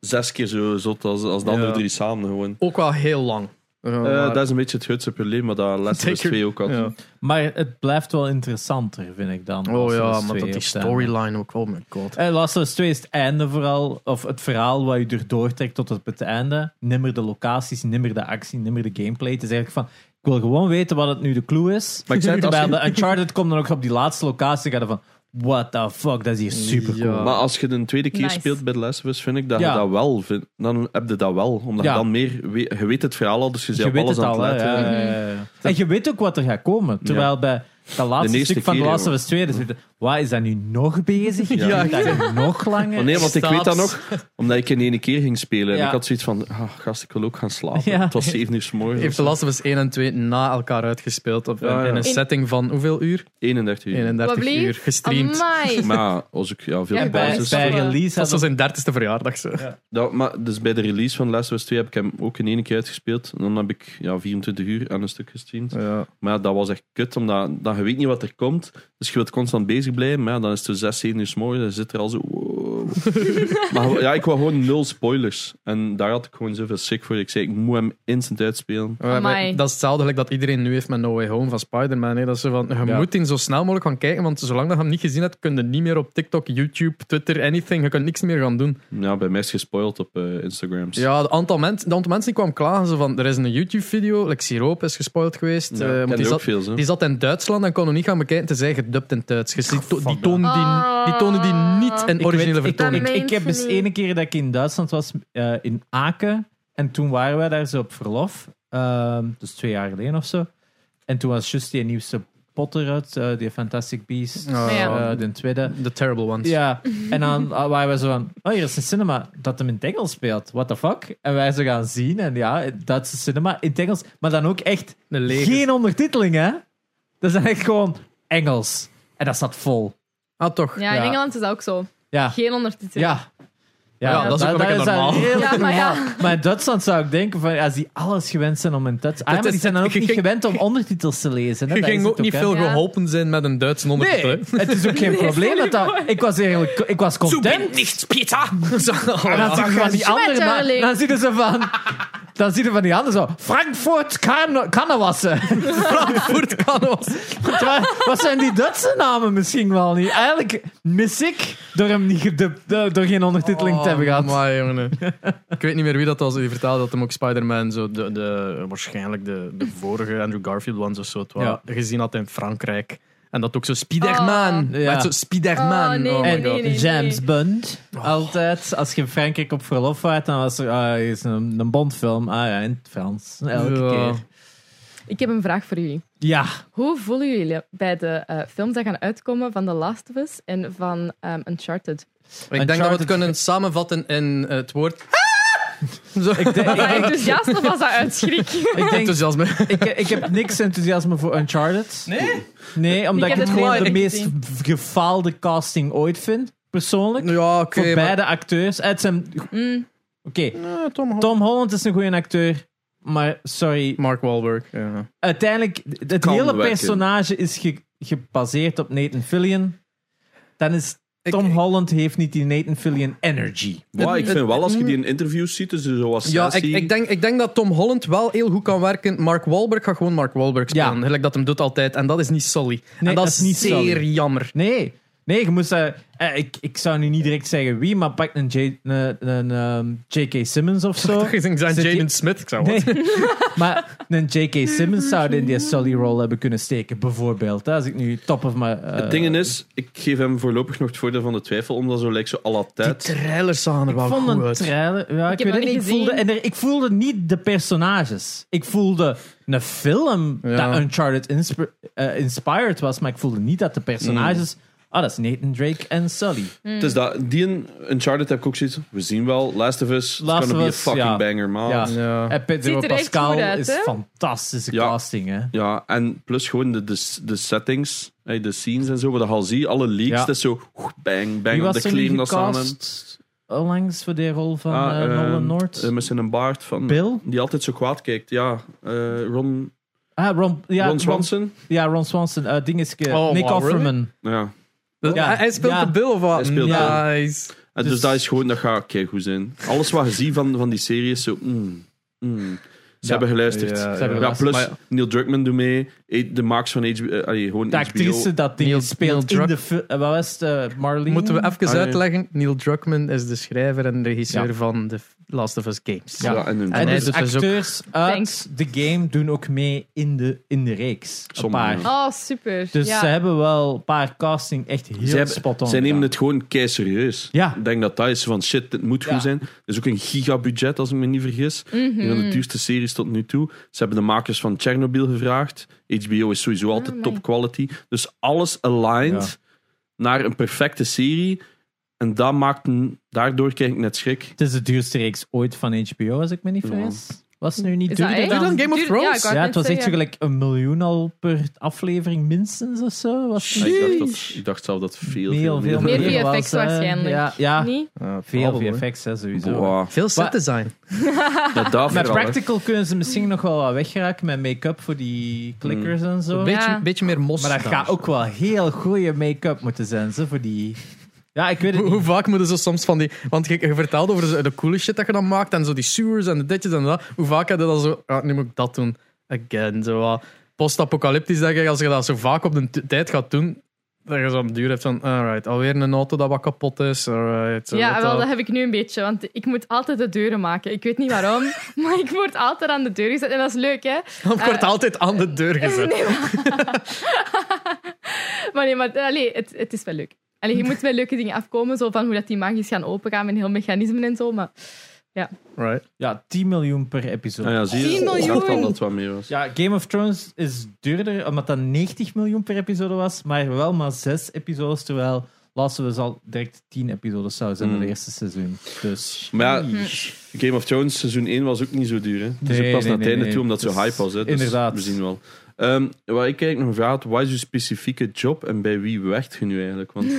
zes keer zo zot als, als de Ja. andere drie samen gewoon. ook wel heel lang. Ja, Eh, maar- dat is een beetje het grootste probleem, maar dat Last of Us Zeker. 2 ook had. Ja. Maar het blijft wel interessanter, vind ik dan. Oh Last of ja, Us maar 2 dat die of zo. storyline ook, oh my god. En Eh, Last of Us 2 is het einde vooral, of het verhaal wat je erdoor trekt tot op het einde. Nimmer de locaties, nimmer de actie, nimmer de gameplay. Het is eigenlijk van, ik wil gewoon weten wat het nu de clue is. Maar ik zei het als Terwijl je- de Uncharted komt dan ook op die laatste locatie en gaat van, what the fuck, dat is hier super cool. Ja. Maar als je de tweede keer Nice. speelt bij The Last of Us, vind ik dat Ja. je dat wel vindt. Dan heb je dat wel. Omdat Ja. je dan meer... we- je weet het verhaal al, dus je, Je bent op weet alles het aan al, het Mhm. hè. letten. ja, ja, ja. En je weet ook wat er gaat komen. Terwijl bij dat laatste eerste stuk van keer, The Last of jongen. Us 2, dus, waar is dat nu nog bezig? Ja. Ja, dat is nog langer. Maar Oh, nee, want ik Staaps. weet dat nog, omdat ik in één keer ging spelen. En Ja. ik had zoiets van, ah, gast, ik wil ook gaan slapen. Ja. Het was zeven uur 's morgens. Heeft de Last of Us 1 en 2 na elkaar uitgespeeld op, Ja, ja. in een In- setting van hoeveel uur? 31 uur. 31 Wat blieft? uur gestreamd. Amai. Maar als ik ja, veel Ja, ja, bij- bij, pauzes. bij Ja. release Dat was hadden zijn 30ste verjaardag. Zo. Dat, maar dus bij de release van Last of Us 2 heb ik hem ook in één keer uitgespeeld. En dan heb ik ja, 24 uur aan een stuk gestreamd. Maar ja, dat was echt kut, omdat dan, je weet niet wat er komt. Dus je wilt constant bezig blijven. Maar ja, dan is het zo 6, 7 uur 's morgens. Dan zit er al zo... wow. maar ja, ik wou gewoon nul spoilers. En daar had ik gewoon zoveel schrik voor. Ik zei, ik moet hem instant uitspelen. We hebben- Amai. dat is hetzelfde gelijk dat iedereen nu heeft met No Way Home van Spider-Man. hè. Dat is zo van, je Ja. moet in zo snel mogelijk gaan kijken, want zolang dat je hem niet gezien hebt, kun je niet meer op TikTok, YouTube, Twitter, anything. Je kunt niks meer gaan doen. Ja, bij mij is gespoild op eh Instagrams. Ja, het aantal, mensen, de aantal mensen die kwam klagen, zo van, er is een YouTube-video, like Siroop is gespoild geweest. eh, Ja, ik want ken die er zat- ook veel, zo. Die zat in Duitsland en kon hem niet gaan bekijken. Tenzij gedubt in Duits. Je ziet to- die, tonen die, Ah. die tonen die niet in Ah, Ik weet- originele ik, vertoning. Ik, ik heb eens Mensen. ene keer dat ik in Duitsland was, eh, in Aken. En toen waren wij daar zo op verlof. ehm, dus twee jaar geleden of zo. En toen was juist die nieuwste Potter uit, eh, die Fantastic Beast. Ah, Ja. eh, de tweede. The terrible ones. Ja, en dan eh, waren we zo van, oh hier is een cinema dat hem in het Engels speelt. What the fuck? En wij zo gaan zien. En ja, Duitse cinema in het Engels. Maar dan ook echt Een lege. geen ondertiteling, hè? Dat zijn echt gewoon Engels. En dat zat vol. Ah, toch. Ja, in Ja. Engeland is dat ook zo. Ja. Geen ondertiteling. Ja. Oh Ja, dat is ook wel een beetje normaal. heel Ja, maar ja. normaal. Maar in Duitsland zou ik denken, van, als die alles gewend zijn om in Duits... Ah, Dat maar die is- zijn dan ook je niet ging- gewend om ondertitels te lezen. Hè? Je Dat is ging het ook niet hè. veel Ja. geholpen zijn met een Duits nummertje. Nee, het is ook geen probleem. Dat dat, ik was eigenlijk ik was content. nichts, Pieter! En dan zie je van die anderen, maar- Schmetterling. dan zie je ze van... Dan zie je van die anderen zo... Frankfurt kan, Kannewassen. Frankfurt Kannewassen. Ja, Wat zijn die Duitse namen misschien wel niet? Eigenlijk mis ik door hem niet gedubt, eh, door geen ondertiteling Oh, te hebben gehad. Maar jongen. Ik weet niet meer wie dat was die vertelde dat hem ook Spider-Man, zo de, de, waarschijnlijk de, de vorige Andrew Garfield ones of zo, het wel Ja. gezien had in Frankrijk. En dat ook zo Spider-Man. Oh. Ja. Met zo Spider-Man. Oh, Ah. nee, my En nee, god. nee. James Bond. Altijd. Als je in Frankrijk op verlof waart, dan was er ah, hier is een, een Bondfilm. Ah ja, in het Frans. Elke Ja. keer. Ik heb een vraag voor jullie. Ja. Hoe voelen jullie bij de eh, films die gaan uitkomen van The Last of Us en van ehm, Uncharted? Ik denk dat we Uncharted- het kunnen samenvatten in eh, het woord. Zo. Ik, denk- Was dat ik, enthousiast of was dat uitschrik? ik denk, Enthousiasme. ik, ik heb niks enthousiasme voor Uncharted. Nee? Nee, omdat Ik ik, heb het het gewoon de nooit meest gezien. v- gefaalde casting ooit vind, persoonlijk. Ja, oké. voor maar- beide acteurs. Eh, Het zijn... Oké, Mm, Eh, Tom Holland. Tom Holland is een goede acteur, maar sorry. Mark Wahlberg. ja. Uiteindelijk, het Kan hele werken. personage is ge- gebaseerd op Nathan Fillion. Dan is Ik- Tom ik- Holland heeft niet die Nathan Fillion energy. Maar ik Het- vind wel, als je het- die in interviews ziet, dus zoals Hmm. Ja, ik, Sassy, ik, denk, ik denk dat Tom Holland wel heel goed kan werken. Mark Wahlberg gaat gewoon Mark Wahlberg spelen. Ja. Gelijk dat hem doet altijd. En dat is niet Sully. Nee, en dat, dat is is niet zeer Sully. jammer. Nee, nee, je moest... eh, eh, ik, ik zou nu niet direct zeggen wie, maar pak een, J, een, een, ehm, J.K. Simmons of zo. Toch ging zijn Zit die- Jaden Smith. Ik zou Nee. wat. maar een J.K. Simmons zou in die Sully rol hebben kunnen steken, bijvoorbeeld. hè. Als ik nu top of eh, mijn. Het ding Eh, is, ik geef hem voorlopig nog het voordeel van de twijfel, omdat zo lijkt zo à la Die tijd. trailers zagen er wel Ik vond goed een uit. trailer. Ja, ik, heb weet het nog niet. Ik niet voelde, en gezien. er- ik voelde niet de personages. Ik voelde een film Ja. dat Uncharted insp- eh, inspired was, maar ik voelde niet dat de personages. Ah, dat is Nathan Drake en Sully. Het is dat, die in Uncharted heb ik ook zoiets. We zien wel, Last of Us, Last it's gonna of be Us, a fucking ja. banger, man. Ja. Ja. En Pedro Ziet er echt Pascal goed uit, is hè? fantastische Ja. casting, hè? Ja, en plus gewoon de, de, de settings, hey, de scenes en zo, wat je al ziet, alle leaks, Ja. dat is zo oeh, bang, bang, Wie op was de er nu claim dat ze aan hem. gecast onlangs voor de rol van Ah, eh, ehm, Nolan North? eh, met zijn baard van... Bill? Die altijd zo kwaad kijkt, ja. Eh, Ron, Ah, Ron, ja, Ron Ron Swanson? Ja, Ron Swanson. eh, ding is ge- Oh, Nick wow, really? Offerman. Ja. Ja. Hij- Hij speelt Ja. de Bill of Hij wat? speelt Bill. Nice. En dus, Dus- dat is gewoon, dat gaat kei goed zijn. Alles wat je ziet van, van die serie is zo. mm, mm. Ze Ja. hebben geluisterd. Ja, Ja, Ze hebben ja. geluisterd. plus Maar- Neil Druckmann doet mee. Eh, De maaks van HBO. eh, allee, gewoon De HBO. actrice dat ding Neil- speelt Neil in de film. wat was het? eh, Marlene? Moeten we even Ah, nee. uitleggen. Neil Druckmann is de schrijver en regisseur Ja. van The Last of Us Games. Ja, en hun En hij dus doet dus ook- acteurs uit Thanks. de game doen ook mee in de, in de reeks. Een Sommigen, paar. ja. Oh, super. Dus ja. ze hebben wel een paar casting echt heel Ze hebben- spot-on. Zij nemen gedaan. het gewoon kei serieus. Ja. Ik denk dat dat is van shit, dit moet Ja. goed zijn. Er is ook een gigabudget, als ik me niet vergis. Mhm. Een van de duurste series tot nu toe. Ze hebben de makers van Chernobyl gevraagd. HBO is sowieso altijd my. top quality. Dus alles aligned naar een perfecte serie. En dat maakt een- daardoor krijg ik net schrik. Het is de duurste reeks ooit van HBO, als ik me niet Ja. vergis. Was het nu niet Is dat duurder echt? dan- dan Game of Duur- Thrones? ik wou Ja, het net was echt zo zeggen. gelijk een miljoen al per aflevering minstens of zo. Was het Ja, Ah, ik, dacht Sheesh. dat, ik dacht zelf dat veel, heel veel Meer miljoen VFX was, hè. waarschijnlijk. Ja, ja. Niet? Ja, veel vooral, hoor. VFX hè, sowieso. Boah, Eh, Veel Maar- set design. dat daar Met vooral, hè. practical kunnen ze misschien nog wel wat weggeraken met make-up voor die clickers Mm. en zo. Een beetje, Ja. beetje meer mos. Maar dat daar. gaat ook wel heel goede make-up moeten zijn, ze, voor die... Ja, ik weet het Hoe, niet. hoe vaak moeten ze soms van die. Want je, je vertelde over zo- de coole shit dat je dan maakt. En zo die sewers en de ditjes en dat. Hoe vaak heb je dan zo. ah, nu moet ik dat doen. Again. Zo wat post-apocalyptisch denk ik. Als je dat zo vaak op de t- tijd gaat doen. Dat je zo op de duur hebt van. Alright, alweer een auto dat wat kapot is. Alright. zo Ja, wat wel, al. dat heb ik nu een beetje, want ik moet altijd de deuren maken. Ik weet niet waarom, maar ik word altijd aan de deur gezet. En dat is leuk, hè? Dan wordt Eh, altijd aan de deur gezet. Nee, maar... maar nee, maar allee, het, het is wel leuk. Allee, je moet wel leuke dingen afkomen, zo van hoe dat die magisch gaan opengaan met heel mechanismen en zo. Maar Right. Ja, 10 miljoen per episode. Ah ja. ja, zie je? 10 Ik dacht al miljoen. dat het wat meer was. Game of Thrones is duurder, omdat dat 90 miljoen per episode was, maar wel maar 6 episodes, terwijl Last of Us al direct tien episodes zou zijn in het Mm. eerste seizoen. Dus Maar ja, Game of Thrones seizoen 1 was ook niet zo duur. Hè? Dus Nee, pas nee, naar het nee, einde nee. toe, omdat het zo Dus hype was. Hè? Dus inderdaad. We zien wel. Ehm waar ik eigenlijk nog een vraag had, wat is uw specifieke job en bij wie werkt je nu eigenlijk? Want,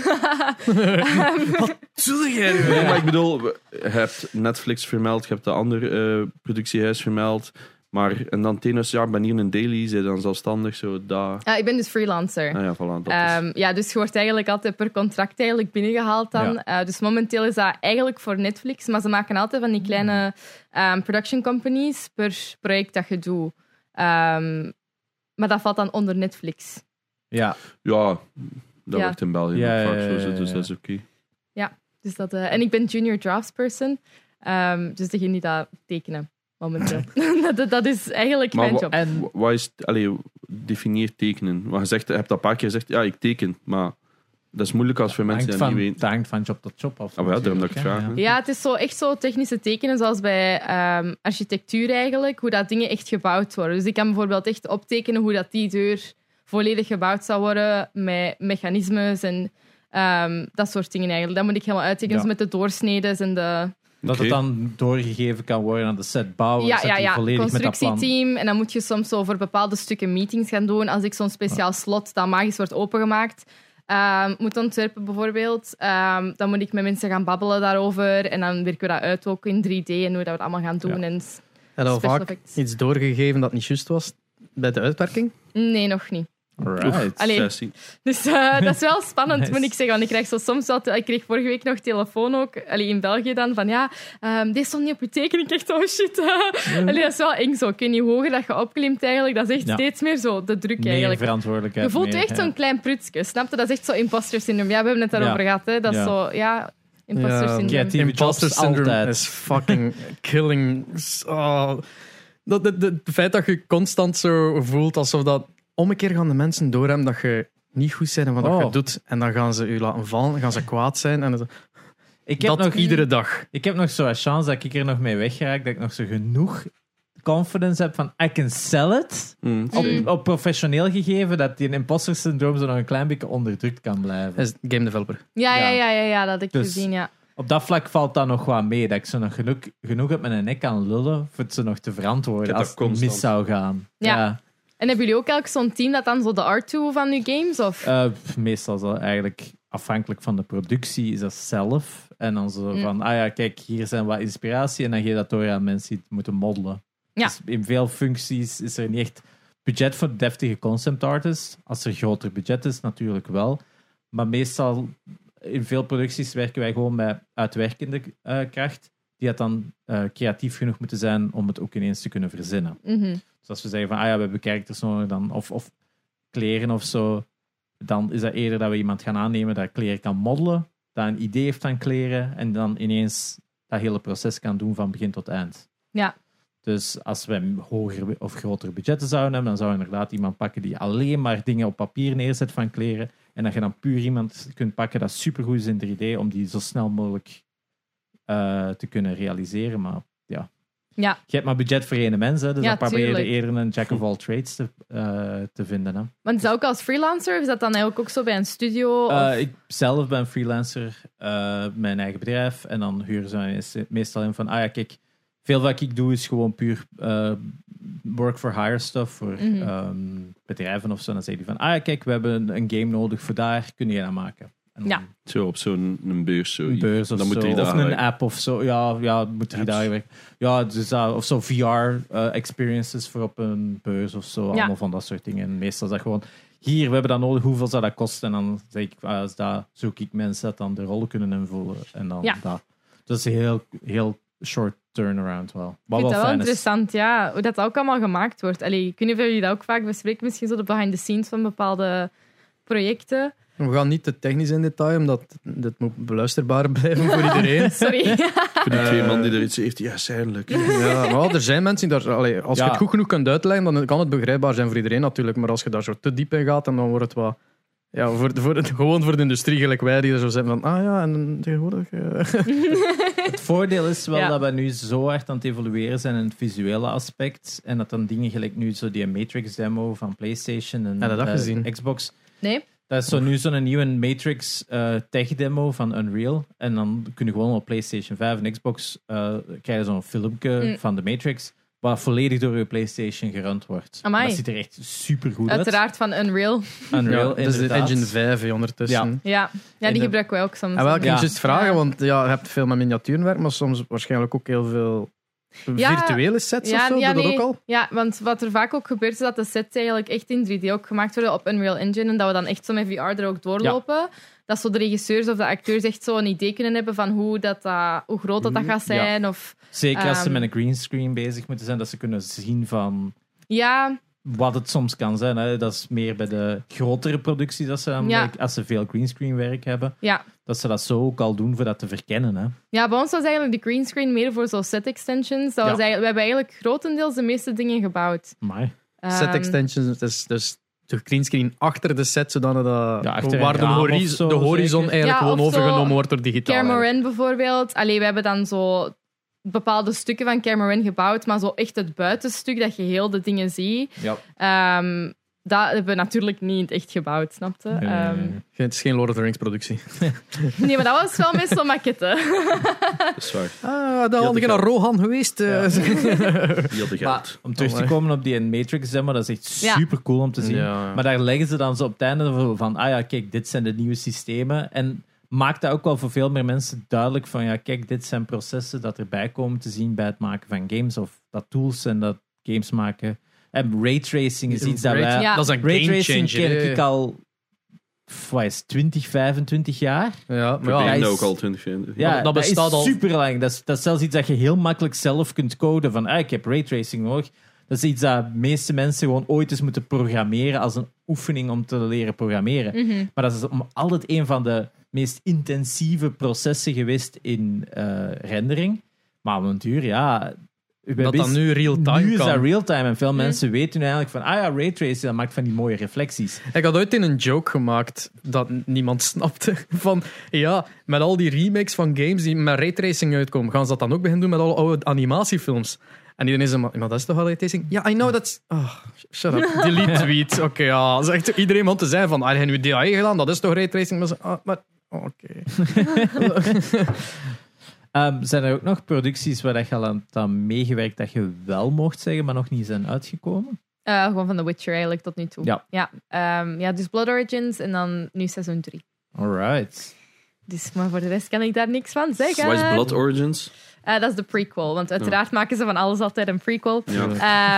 nee, maar ik bedoel, we- je hebt Netflix vermeld, je hebt de andere eh, productiehuis vermeld. Maar, en dan tenus, ja, ik ben hier een daily, zij dan zelfstandig, zo, daar. Ja, ik ben dus freelancer. Nou ja, voilà, dat is... Ehm, ja, dus je wordt eigenlijk altijd per contract eigenlijk binnengehaald dan. Eh, dus momenteel is dat eigenlijk voor Netflix, maar ze maken altijd van die Mm. kleine ehm, production companies per project dat je doet. Ehm, maar dat valt dan onder Netflix. ja, Ja, dat Ja. wordt in België Ja, ook vaak ja, ja, zo, zo, dus ja. dat is oké. Dus dat, eh, en ik ben junior draftsperson, Ehm dus degene die dat tekenen momenteel. dat, dat, dat is eigenlijk Maar mijn wa- job. en Wa- Wat is, allee, definieer tekenen. Want je, zegt, je hebt dat een paar keer gezegd, ja, ik teken, maar dat is moeilijk als voor het mensen hangt die van, dat niet weten. het hangt van job tot job af. Ah, maar ja, daarom dat ik het natuurlijk, vraag, hè. hè. Ja, het is zo, echt zo technische tekenen, zoals bij ehm, architectuur eigenlijk, hoe dat dingen echt gebouwd worden. Dus ik kan bijvoorbeeld echt optekenen hoe dat die deur volledig gebouwd zou worden met mechanismes en ehm, dat soort dingen eigenlijk. Dat moet ik helemaal uittekenen, Ja. dus met de doorsneden en de... Dat het Oké. dan doorgegeven kan worden aan de setbouwer. Ja, zet ja, die ja, volledig met dat plan. constructieteam. En dan moet je soms zo voor bepaalde stukken meetings gaan doen. Als ik zo'n speciaal slot dat magisch wordt opengemaakt ehm, moet ontwerpen bijvoorbeeld, ehm, dan moet ik met mensen gaan babbelen daarover. En dan werken we dat uit ook in 3D en hoe dat we dat allemaal gaan doen. Ja. En Heb je al Special vaak effects. iets doorgegeven dat niet juist was bij de uitwerking? Nee, nog niet. Right. Allee. Sessie. Dus eh, dat is wel spannend, Nice. moet ik zeggen. Want ik krijg zo soms wel... te- Ik kreeg vorige week nog telefoon ook, allee, in België dan, van ja, ehm deze stond niet op je teken. Ik dacht, oh shit. Allee, dat is wel eng zo. Ik weet niet hoe hoger dat je opklimt eigenlijk. Dat is echt Ja. steeds meer zo de druk Meer eigenlijk. verantwoordelijkheid. Je voelt meer, echt ja. zo'n klein prutske, snap je? Dat is echt zo imposter syndroom. Ja, we hebben het daarover gehad, hè. Dat Ja. is zo, ja, Ja, imposter syndroom. get it. Steve Imposter Jobs syndrome altijd. is fucking killing. Oh. Dat, dat, dat- het feit dat je constant zo voelt alsof dat... Om een keer gaan de mensen door hebben dat je niet goed bent in wat dat Oh. je doet. En dan gaan ze je laten vallen, dan gaan ze kwaad zijn. En dat Ik heb dat nog iedere dag. Ik heb nog zo'n chance dat ik er nog mee wegraak, dat ik nog zo genoeg confidence heb van I can sell it. Mm, Op, zeker. op professioneel gegeven, dat die imposter syndroom zo nog een klein beetje onderdrukt kan blijven. Is game developer. Ja, ja, Ja. ja, ja, ja, dat had ik Dus- gezien, ja. Op dat vlak valt dat nog wat mee, dat ik ze nog genoeg, genoeg op mijn nek kan lullen voor het ze nog te verantwoorden Ik heb als dat het mis constant. zou gaan. Ja. En hebben jullie ook elk zo'n team dat dan zo de art toe van uw games? Of? Eh, pff, meestal zo eigenlijk afhankelijk van de productie is dat zelf. En dan zo Mm. van, ah ja, kijk, hier zijn wat inspiratie. En dan geef je dat door aan mensen die het moeten modelen. Ja. Dus in veel functies is er niet echt budget voor deftige concept artists. Als er groter budget is, natuurlijk wel. Maar meestal, in veel producties werken wij gewoon met uitwerkende eh, kracht. Die had dan eh, creatief genoeg moeten zijn om het ook ineens te kunnen verzinnen. Mhm. Dus als we zeggen van, ah ja, we hebben characters nodig, dan, of, of kleren of zo, dan is dat eerder dat we iemand gaan aannemen dat kleren kan modelen, dat een idee heeft aan kleren, en dan ineens dat hele proces kan doen van begin tot eind. Ja. Dus als we hoger of grotere budgetten zouden hebben, dan zou je inderdaad iemand pakken die alleen maar dingen op papier neerzet van kleren, en dat je dan puur iemand kunt pakken dat supergoed is in 3D, om die zo snel mogelijk eh, te kunnen realiseren, maar Ja, je hebt maar budget voor één mens, hè, dus Ja, dan probeer je tuurlijk. eerder een jack of all trades te, eh, te vinden. Hè. want is dat ook als freelancer? Of is dat dan eigenlijk ook zo bij een studio? Of- Eh, ik zelf ben freelancer, eh, mijn eigen bedrijf, en dan huren ze mij meestal in van, ah ja, kijk, veel wat ik doe is gewoon puur eh, work for hire stuff voor Mhm. ehm, bedrijven of zo. Dan zeggen die van, ah ja, kijk, we hebben een, een game nodig voor daar, kun je dat maken? En dan Ja. Zo op zo'n een beurs. Zo. Een beurs of Dan zo, moet drie of dagen een werken. app of zo. Ja, ja moet drie Apps. dagen werken. Ja, dus, dat- of zo VR-experiences voor op een beurs of zo. Allemaal van dat soort dingen. En meestal is dat gewoon, hier, we hebben dat nodig, hoeveel zou dat kosten? En dan zeg ik, ah, als dat, zoek ik mensen dat dan de rol kunnen invullen. En dan Ja. dat. Dat is een heel, heel short turnaround wel. Ik Wat wel vind dat wel fijn is. interessant, ja. Hoe dat ook allemaal gemaakt wordt. Allee, ik weet niet of jullie dat ook vaak bespreken. Misschien zo de behind the scenes van bepaalde projecten. We gaan niet te technisch in detail, omdat dit moet beluisterbaar blijven voor iedereen. Sorry. Voor die twee Eh, man die er iets heeft, ja, eindelijk. Ja, maar er zijn mensen die daar... allee, als Ja. je het goed genoeg kunt uitleggen, dan kan het begrijpbaar zijn voor iedereen natuurlijk. Maar als je daar zo te diep in gaat, dan wordt het wat... Ja, voor, voor het, gewoon voor de industrie, gelijk wij die er zo zijn van... Ah ja, en tegenwoordig... eh." Het voordeel is wel Ja. dat we nu zo hard aan het evolueren zijn in het visuele aspect. En dat dan dingen gelijk nu, zo die Matrix demo van PlayStation en Heb je dat eh, gezien? Xbox. Nee. Dat is zo nu zo'n nieuwe Matrix eh, tech demo van Unreal. En dan kun je gewoon op PlayStation 5 en Xbox eh krijgen zo'n filmpje Mm. van de Matrix. Wat volledig door je PlayStation gerund wordt. Amai. Dat ziet er echt super goed uit. Uiteraard van Unreal. Unreal, Ja, dat is de inderdaad. Engine 5 hè, ondertussen. Ja. Ja, ja In de- die gebruiken wij ook soms. En wel, ik Ja. moet juist vragen, Ja. want ja, je hebt veel met miniatuurwerk, maar soms waarschijnlijk ook heel veel Ja. virtuele sets of zo. Doe dat nee. ook al? Ja, want wat er vaak ook gebeurt, is dat de sets eigenlijk echt in 3D ook gemaakt worden op Unreal Engine. En dat we dan echt zo met VR er ook doorlopen. Dat zo de regisseurs of de acteurs echt zo een idee kunnen hebben van hoe, dat, dat- hoe groot dat, dat Mm, gaat Ja. zijn. Of, Zeker als ze Ehm. met een greenscreen bezig moeten zijn, dat ze kunnen zien van ja, wat het soms kan zijn. Hè. Dat is meer bij de grotere productie dat ze dan, Ja. like, als ze veel greenscreen werk hebben, ja. dat ze dat zo ook al doen voor dat te verkennen. Hè. ja, bij ons was eigenlijk de greenscreen meer voor zo set extensions. Dat Ja. was eigenlijk, we hebben eigenlijk grotendeels de meeste dingen gebouwd. Maar Set Ehm, extensions, het is dus de greenscreen achter de set, zodat dat, Ja, achter waar een de, raam horiz- of zo, de horizon zeker. eigenlijk Ja, gewoon of zo, overgenomen wordt door digitaal. eigenlijk. Cameron bijvoorbeeld. Allee, we hebben dan zo bepaalde stukken van Cameron gebouwd, maar zo echt het buitenstuk dat je heel de dingen ziet. ja. Ehm, dat hebben we natuurlijk niet in het echt gebouwd, snapte? Ehm, Eh, Het is geen Lord of the Rings productie. nee, maar dat was wel meestal maquette. Dat is waar. Ah, had dan had ik ik naar al. Rohan geweest. eh. Die hadden geld. Maar om terug te komen op die Matrix demo, dat is echt Ja. super cool om te zien. Ja. Maar daar leggen ze dan zo op het einde zo van, ah ja, kijk, dit zijn de nieuwe systemen. En maakt dat ook wel voor veel meer mensen duidelijk van, ja, kijk, dit zijn processen dat erbij komen te zien bij het maken van games. Of dat tools zijn dat games maken. En raytracing is iets dat Ray- wij... Ja. Dat is een game Raytracing changer. ken hè. ik al, pff, wat is het, 20, 25 jaar? Ja, Ja, maar ja, hij is- ook al 2024. Ja, dat dat, bestaat is al- super lang. Dat is, dat is zelfs iets dat je heel makkelijk zelf kunt coden. Van, ah, ik heb raytracing nodig. Dat is iets dat de meeste mensen gewoon ooit eens moeten programmeren als een oefening om te leren programmeren. Mhm. Maar dat is om- altijd een van de meest intensieve processen geweest in eh, rendering. Maar op een duur, ja... we dat dat wisten- nu nu real-time is dat kan. Mhm. real-time en veel mensen weten nu eigenlijk van, ah ja, raytracing, dat maakt van die mooie reflecties. Ik had ooit in een joke gemaakt dat n- niemand snapte. Van ja, met al die remakes van games die met raytracing uitkomen, gaan ze dat dan ook beginnen doen met alle oude animatiefilms? En iedereen is maar, maar dat is toch wel raytracing? Ja, I know that's. Oh, shut up. Delete tweet. Oké, ja. Dat is echt iedereen want te zijn van, ah, heb je nu DAE gedaan? Dat is toch raytracing? Maar, ze- ah, maar oh, oké. Ehm, zijn er ook nog producties waar dat je al aan hebt aan meegewerkt dat je wel mocht zeggen, maar nog niet zijn uitgekomen? Eh, gewoon van The Witcher eigenlijk tot nu toe. Ja. Ja, ehm, ja, dus Blood Origins en dan nu seizoen 3. Alright. Dus, maar voor de rest kan ik daar niks van zeggen. Slice Blood Origins. Eh, dat is de prequel, want uiteraard maken ze van alles altijd een prequel. Ja.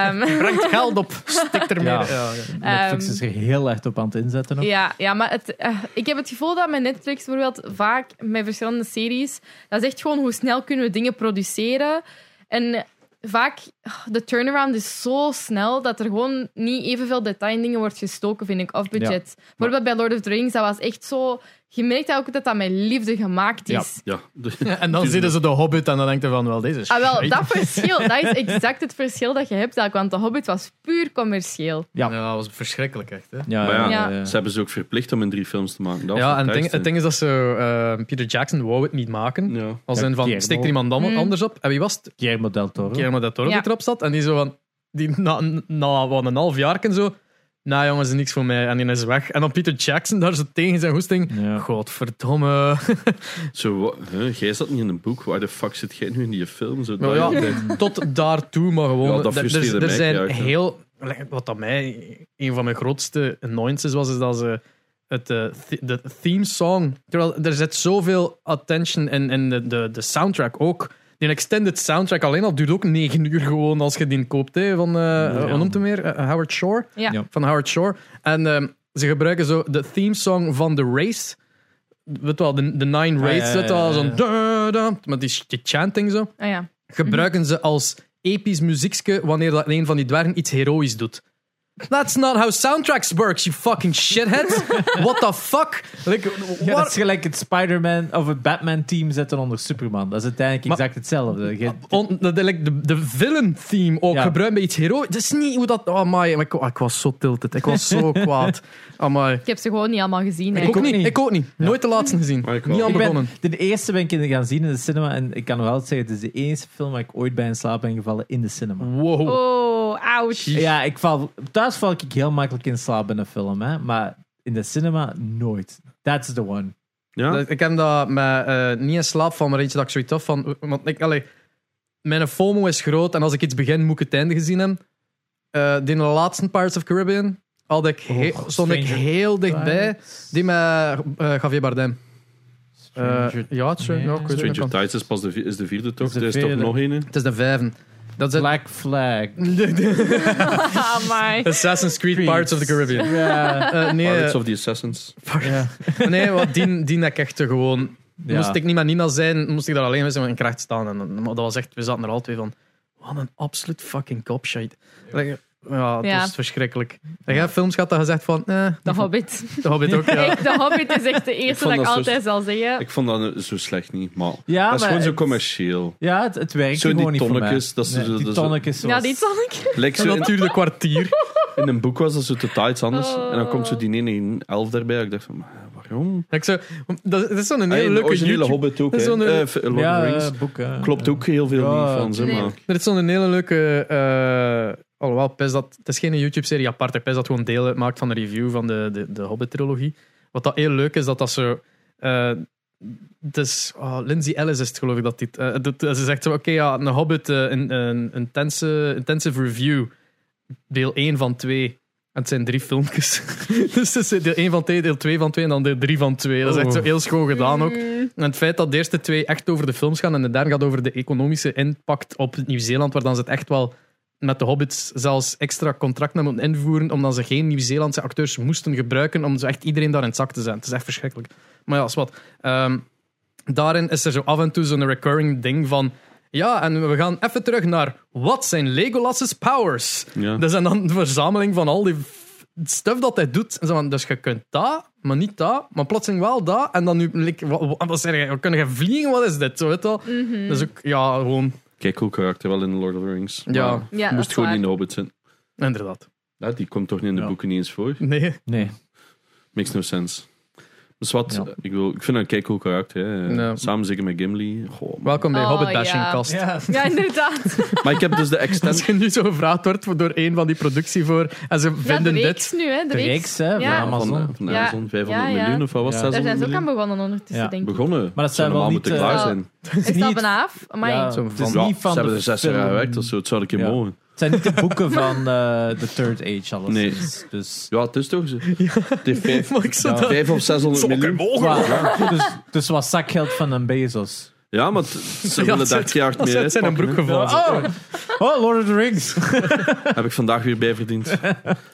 Ehm, Brengt geld op. Stik ermee. Ja. Ja. Ja, Netflix Ehm, is er heel erg op aan het inzetten. Ook. Ja, ja maar het, eh, ik heb het gevoel dat met Netflix bijvoorbeeld vaak met verschillende series, dat is echt gewoon hoe snel kunnen we dingen produceren. En vaak, ah, de turnaround is zo snel dat er gewoon niet evenveel detail in dingen wordt gestoken, vind ik, of budget. Bijvoorbeeld bij Lord of the Rings, dat was echt zo... Je merkt ook dat dat met liefde gemaakt Ja. is. Ja. En dan zitten ze de Hobbit en dan denkt je van, wel, deze is Ah, wel, shit. dat verschil, dat is exact het verschil dat je hebt, eigenlijk, want The Hobbit was puur commercieel. Ja. Ah, Ja, dat was verschrikkelijk echt, hè. Ja, Maar ja, Ja. Ze hebben ze ook verplicht om in drie films te maken. Dat was Ja, en het ding, ergste. het ding is dat ze... eh, Peter Jackson wou het niet maken. Ja. Als Ja, in van, Guillermo. steekt er iemand dan Mm. anders op? En wie was het? Guillermo del Toro. Guillermo dat Toro Ja. die erop zat. En die zo van... Die na, na wat, een half jaar en zo... Nou jongens, is niks voor mij. En die is weg. En dan Peter Jackson daar zo tegen zijn hoesting... Ja. Godverdomme. Zo, wa- hè, jij zat niet in een boek. Waar de fuck zit jij nu in die film? Zo, Maar dat- ja, tot daartoe, maar gewoon... Ja, dat er- frustreerde er, er mij zijn ook, ja. heel... Wat dat mij een van mijn grootste annoyances was, is dat ze het, eh, th- de theme song... Terwijl er zit zoveel attention in, in de, de, de soundtrack ook. Die extended soundtrack alleen al duurt ook negen uur gewoon als je die koopt. Hè, van, eh Hoe noemt hem meer? Eh, Howard Shore? Ja. Ja. Van Howard Shore. En ehm, ze gebruiken zo de theme song van The Race. Weet wel, de, de Nine ja, Races. ja, weet wel, ja, zo'n ja. da, da, Met die, die chanting zo Ah ja. gebruiken ze als episch muziekske wanneer dat een van die dwergen iets heroïs doet. That's not how soundtracks works, you fucking shithead. What the fuck? Like, Ja, dat waar- is gelijk het Spider-Man of het Batman-team zetten onder Superman. Dat is uiteindelijk Maar- Ah, exact hetzelfde. Je- on- dat- like, de, de villain theme ook Ja. gebruikt bij iets heroïs. Dat is niet hoe dat... Oh my, ik, ik was zo tilted. Ik was zo kwaad. Amai. Ik heb ze gewoon niet allemaal gezien. Ik, hè. ook, niet. Ik ook niet. Nooit de laatste gezien. Maar ik wel. niet aan Ik ben, begonnen. de eerste ben ik in- gaan zien in de cinema en ik kan nog altijd zeggen, het is de eerste film waar ik ooit bij in slaap ben gevallen in de cinema. Wow. Oh, ouch. Ja, ik val, thuis val ik heel makkelijk in slaap in een film, hè, maar in de cinema nooit. That's the one. Ja? Dat- Ik heb dat met, eh, niet in slaap van, maar eentje dat ik zoiets tof van. Want ik, allee, mijn FOMO is groot en als ik iets begin, moet ik het einde gezien hebben. Eh die in de laatste Pirates of Caribbean had ik he- Oh, stond ik Stranger heel dichtbij. Tides. Die met eh, Javier Bardem. Eh, Stranger- ja, het is, Nee. ja, ik weet het Stranger niet. Tides is pas de, vi- is de vierde toch? Is de Er is toch vierde. nog een? Het is de vijfde. Dat is het- Black Flag. Ah, maar. Assassin's Creed Pirates of the Caribbean. Ja. Eh, nee, Pirates Ah, of the Assassins. ja. nee want die, die heb ik echt gewoon Ja. Moest ik niet met Nina zijn, moest ik daar alleen met in kracht staan. En, dan- maar dat was echt, we zaten er al twee van. Wat een absoluut fucking kopshite. Like, Ja, het Ja. was verschrikkelijk. En jij films gehad dat je zegt van, eh, De Hobbit. de Hobbit ook, ja. Ik, de Hobbit is echt de eerste vond dat ik dat zo- altijd zal zeggen. Ik vond dat eh, zo slecht niet, maar... Ja, dat is maar gewoon zo het- commercieel. Ja, het, het werkt Zo die gewoon niet voor mij. tonnetjes, dat is- dat die is- tonnetjes. Ja, zoals- die zal ik. Lijkt En zo dat in, duurde kwartier. in een boek was dat zo totaal iets anders. Oh. En dan komt zo die 1 in 11 daarbij. Ik dacht van, maar eh, waarom? Ah, Dat ik zo, dat, dat is zo'n Hey, hele de leuke originele YouTube... Hobbit ook, Dat is hè. zo'n- Eh, F- Lord of ja, the Rings. eh, boeken. Klopt ook heel veel Ja. niet van, zeg Nee. maar. Er is zo'n hele leuke... eh alhoewel, pis dat, het is geen YouTube-serie apart. hè. Pis dat gewoon deel uitmaakt van de review van de, de, de Hobbit-trilogie. Wat dat heel leuk is, dat dat zo... eh het is, oh, Lindsay Ellis is het, geloof ik, dat dit... eh, dat, ze zegt zo, oké, ja, een Hobbit, eh, een, een intense, intensive review. Deel 1 van 2. En het zijn drie filmpjes. dus het is deel 1 van 2, deel 2 van 2 en dan deel 3 van 2. Dat is echt zo heel schoon gedaan ook. En het feit dat de eerste twee echt over de films gaan en de derde gaat over de economische impact op Nieuw-Zeeland, waar dan ze het echt wel met de Hobbits zelfs extra contracten moeten invoeren, omdat ze geen Nieuw-Zeelandse acteurs moesten gebruiken om zo echt iedereen daar in het zak te zijn. Het is echt verschrikkelijk. Maar ja, is wat. Ehm, daarin is er zo af en toe zo'n recurring ding van... Ja, en we gaan even terug naar wat zijn Legolas' powers? Ja. Dat is dan een verzameling van al die f- stuff dat hij doet. En zo van, dus je kunt dat, maar niet dat, maar plotseling wel dat. En dan nu, like, wa- wa- wat zeg je? Kunnen je vliegen? Wat is dit? Zo, weet je wel. Mhm. Dat is ook, ja, gewoon, Kijk, cool karakter wel in Lord of the Rings. Ja. Maar Ja, dat moest is gewoon niet waar. in de Hobbit zijn. inderdaad. Ja, die komt toch niet in de Ja. boeken niet eens voor? Nee. Eh, Nee. Makes no sense. Dus wat, Ja. ik, wil, ik vind dat een cool karakter. Hè. Ja. Samen zeker met Gimli. Goh, man. Welkom bij Oh, Hobbit Bashing ja. Kast. Ja, inderdaad. Maar ik heb dus de Als extended... je nu zo gevraagd wordt voor- door een van die productie voor en ze Ja, de vinden reeks dit. nu, hè. De De reeks, reeks. hè, van Ja. Van, Amazon. eh, van Ja. Amazon, 500 Ja, ja. miljoen of wat was Ja. het? Daar 600 zijn ze ook aan miljoen? begonnen ondertussen, Ja. denk ik. Begonnen. Maar dat zijn normaal wel niet, moeten klaar eh, zijn. Het Ik is stap niet, een af. Amai. ja, Zo'n het is van- niet ze van hebben de er zes jaar film- aan gewerkt of zo. Het zou ik in Ja. mogen. Het zijn niet de boeken van eh The Third Age, alles. Nee. Dus, Ja, het is toch zo. Het heeft vijf, Maar ik zat Ja. daar- vijf of 600 miljoen. Voilà. dus, dus wat zakgeld van een Bezos. Ja, maar t- ze Ja, willen het daar zit- het jaar dat mee zit zijn een uitpakken, broek hè. gevallen. Oh, oh, Lord of the Rings. Heb ik vandaag weer bijverdiend.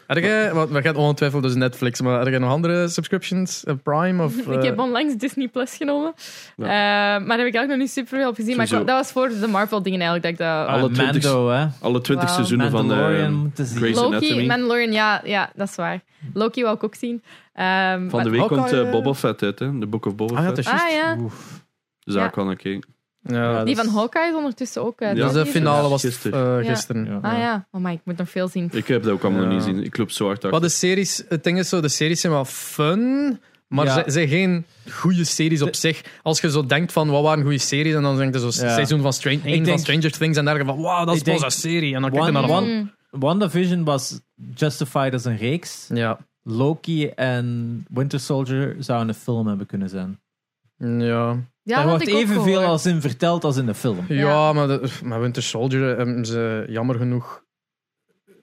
Had jij, want we gaan ongetwijfeld dus Netflix, maar had jij nog andere subscriptions? Eh, Prime of... eh, Ik heb onlangs Disney Plus genomen. Eh, maar daar heb ik ook nog niet super veel op gezien. Maar ik- Sowieso. dat was voor de Marvel dingen eigenlijk. Dat ik dat, Alle Eh, Mando, hè. Alle 20 Wauw. seizoenen van eh, Mandalorian de, te zien. Grey's Loki, Anatomy. Mandalorian, ja, ja, dat is waar. Loki wou ik ook zien. Ehm, van maar- de week komt Hawkeye, eh, eh, Boba Fett uit, hè? De Book of Boba Ah ja, Fett. het is Ah juist. ja, Oef. Dus daar kan ik heen. Ja. Ja, die dat van is- Hawkeye is ondertussen ook. eh, Ja, Dus Disney, de dus- finale was eh, Gisteren. Ja. gisteren. Ja. Ah ja, oh my, ik moet nog veel zien. Ik heb dat ook allemaal Ja. nog niet gezien. Ik loop zo hard Wat achter. de series, het ding is zo, de series zijn wel fun, maar Ja. ze zijn geen goede series op zich. Als je zo denkt van, wat waren goede series? En dan denk je zo, Ja. seizoen van, Stran- één van denk- Stranger Things en dergelijke van, wauw, dat is Ik pas denk- een serie. En dan kijk je One- naar de One- man. Mm. WandaVision was justified als een reeks. Ja. Loki en Winter Soldier zouden een film hebben kunnen zijn. Ja. Ja, Daar dat wordt had ik ook evenveel gehoord. als in verteld als in de film. Ja, maar, de, maar Winter Soldier hebben ze jammer genoeg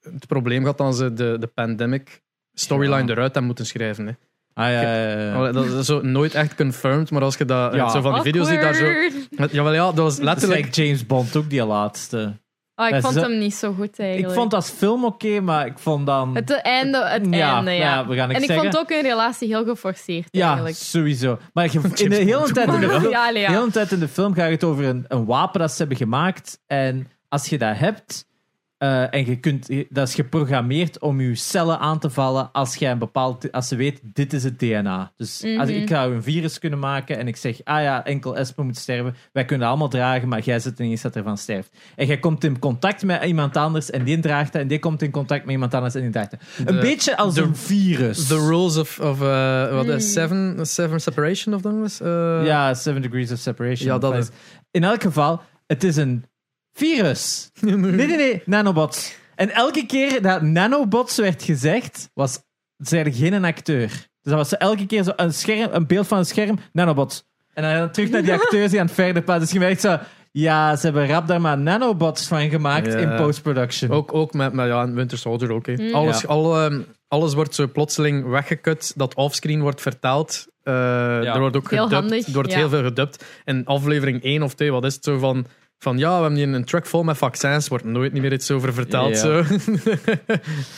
het probleem gehad dat ze de, de pandemic storyline Ja. eruit hebben moeten schrijven. Hè. Ah, ja, ja, ja, ja. Allee, Dat is zo nooit echt confirmed, maar als je dat, Ja. zo van die video's ziet, daar zo... Awkward. Jawel, ja, dat was Dat is letterlijk... like James Bond, ook die laatste. Oh, ik Dat vond is- hem niet zo goed eigenlijk. Ik vond dat als film oké, maar ik vond dan... het einde, het Ja, einde, ja. ja, we gaan niks en ik zeggen. vond ook hun relatie heel geforceerd ja, eigenlijk. sowieso. Maar je, in de hele tijd in de, film, Ja, allee, ja. de hele tijd in de film gaat het over een, een wapen dat ze hebben gemaakt. En als je dat hebt, eh, en je kunt, je- dat is geprogrammeerd om je cellen aan te vallen als, jij een bepaald, als ze weet, dit is het DNA. Dus als, ik zou een virus kunnen maken en ik zeg, ah ja, enkel Espen moet sterven. Wij kunnen dat allemaal dragen, maar jij zit ineens dat ervan sterft. En jij komt in contact met iemand anders en die draagt dat. En die komt in contact met iemand anders en die draagt dat. Een De- beetje als de- een virus. The rules of, of eh, wat Hmm. is het? seven, seven separation of dan was? Eh, Ja, Seven Degrees of Separation. Ja, dat Enfin, is- In elk geval, het is een virus. Nee, nee, nee, nanobots. En elke keer dat nanobots werd gezegd, was, zeiden geen een acteur. Dus dat was zo elke keer zo een, scherm, een beeld van een scherm, nanobots. En dan terug naar die acteurs die aan het verder praten. Dus je merkt zo, ja, ze hebben rap daar maar nanobots van gemaakt Ja. in post-production. Ook, ook met, met ja, Winter Soldier ook. hè. Hmm. Alles, Ja. alle, alles wordt zo plotseling weggekut. Dat offscreen wordt vertaald. Eh, Er wordt ook Heel gedubt. handig, Er wordt ja. heel veel gedubt. En aflevering 1 of 2, wat is het zo van... Van ja, we hebben hier een truck vol met vaccins. Wordt nooit niet meer iets over verteld. Ja. Zo. Oh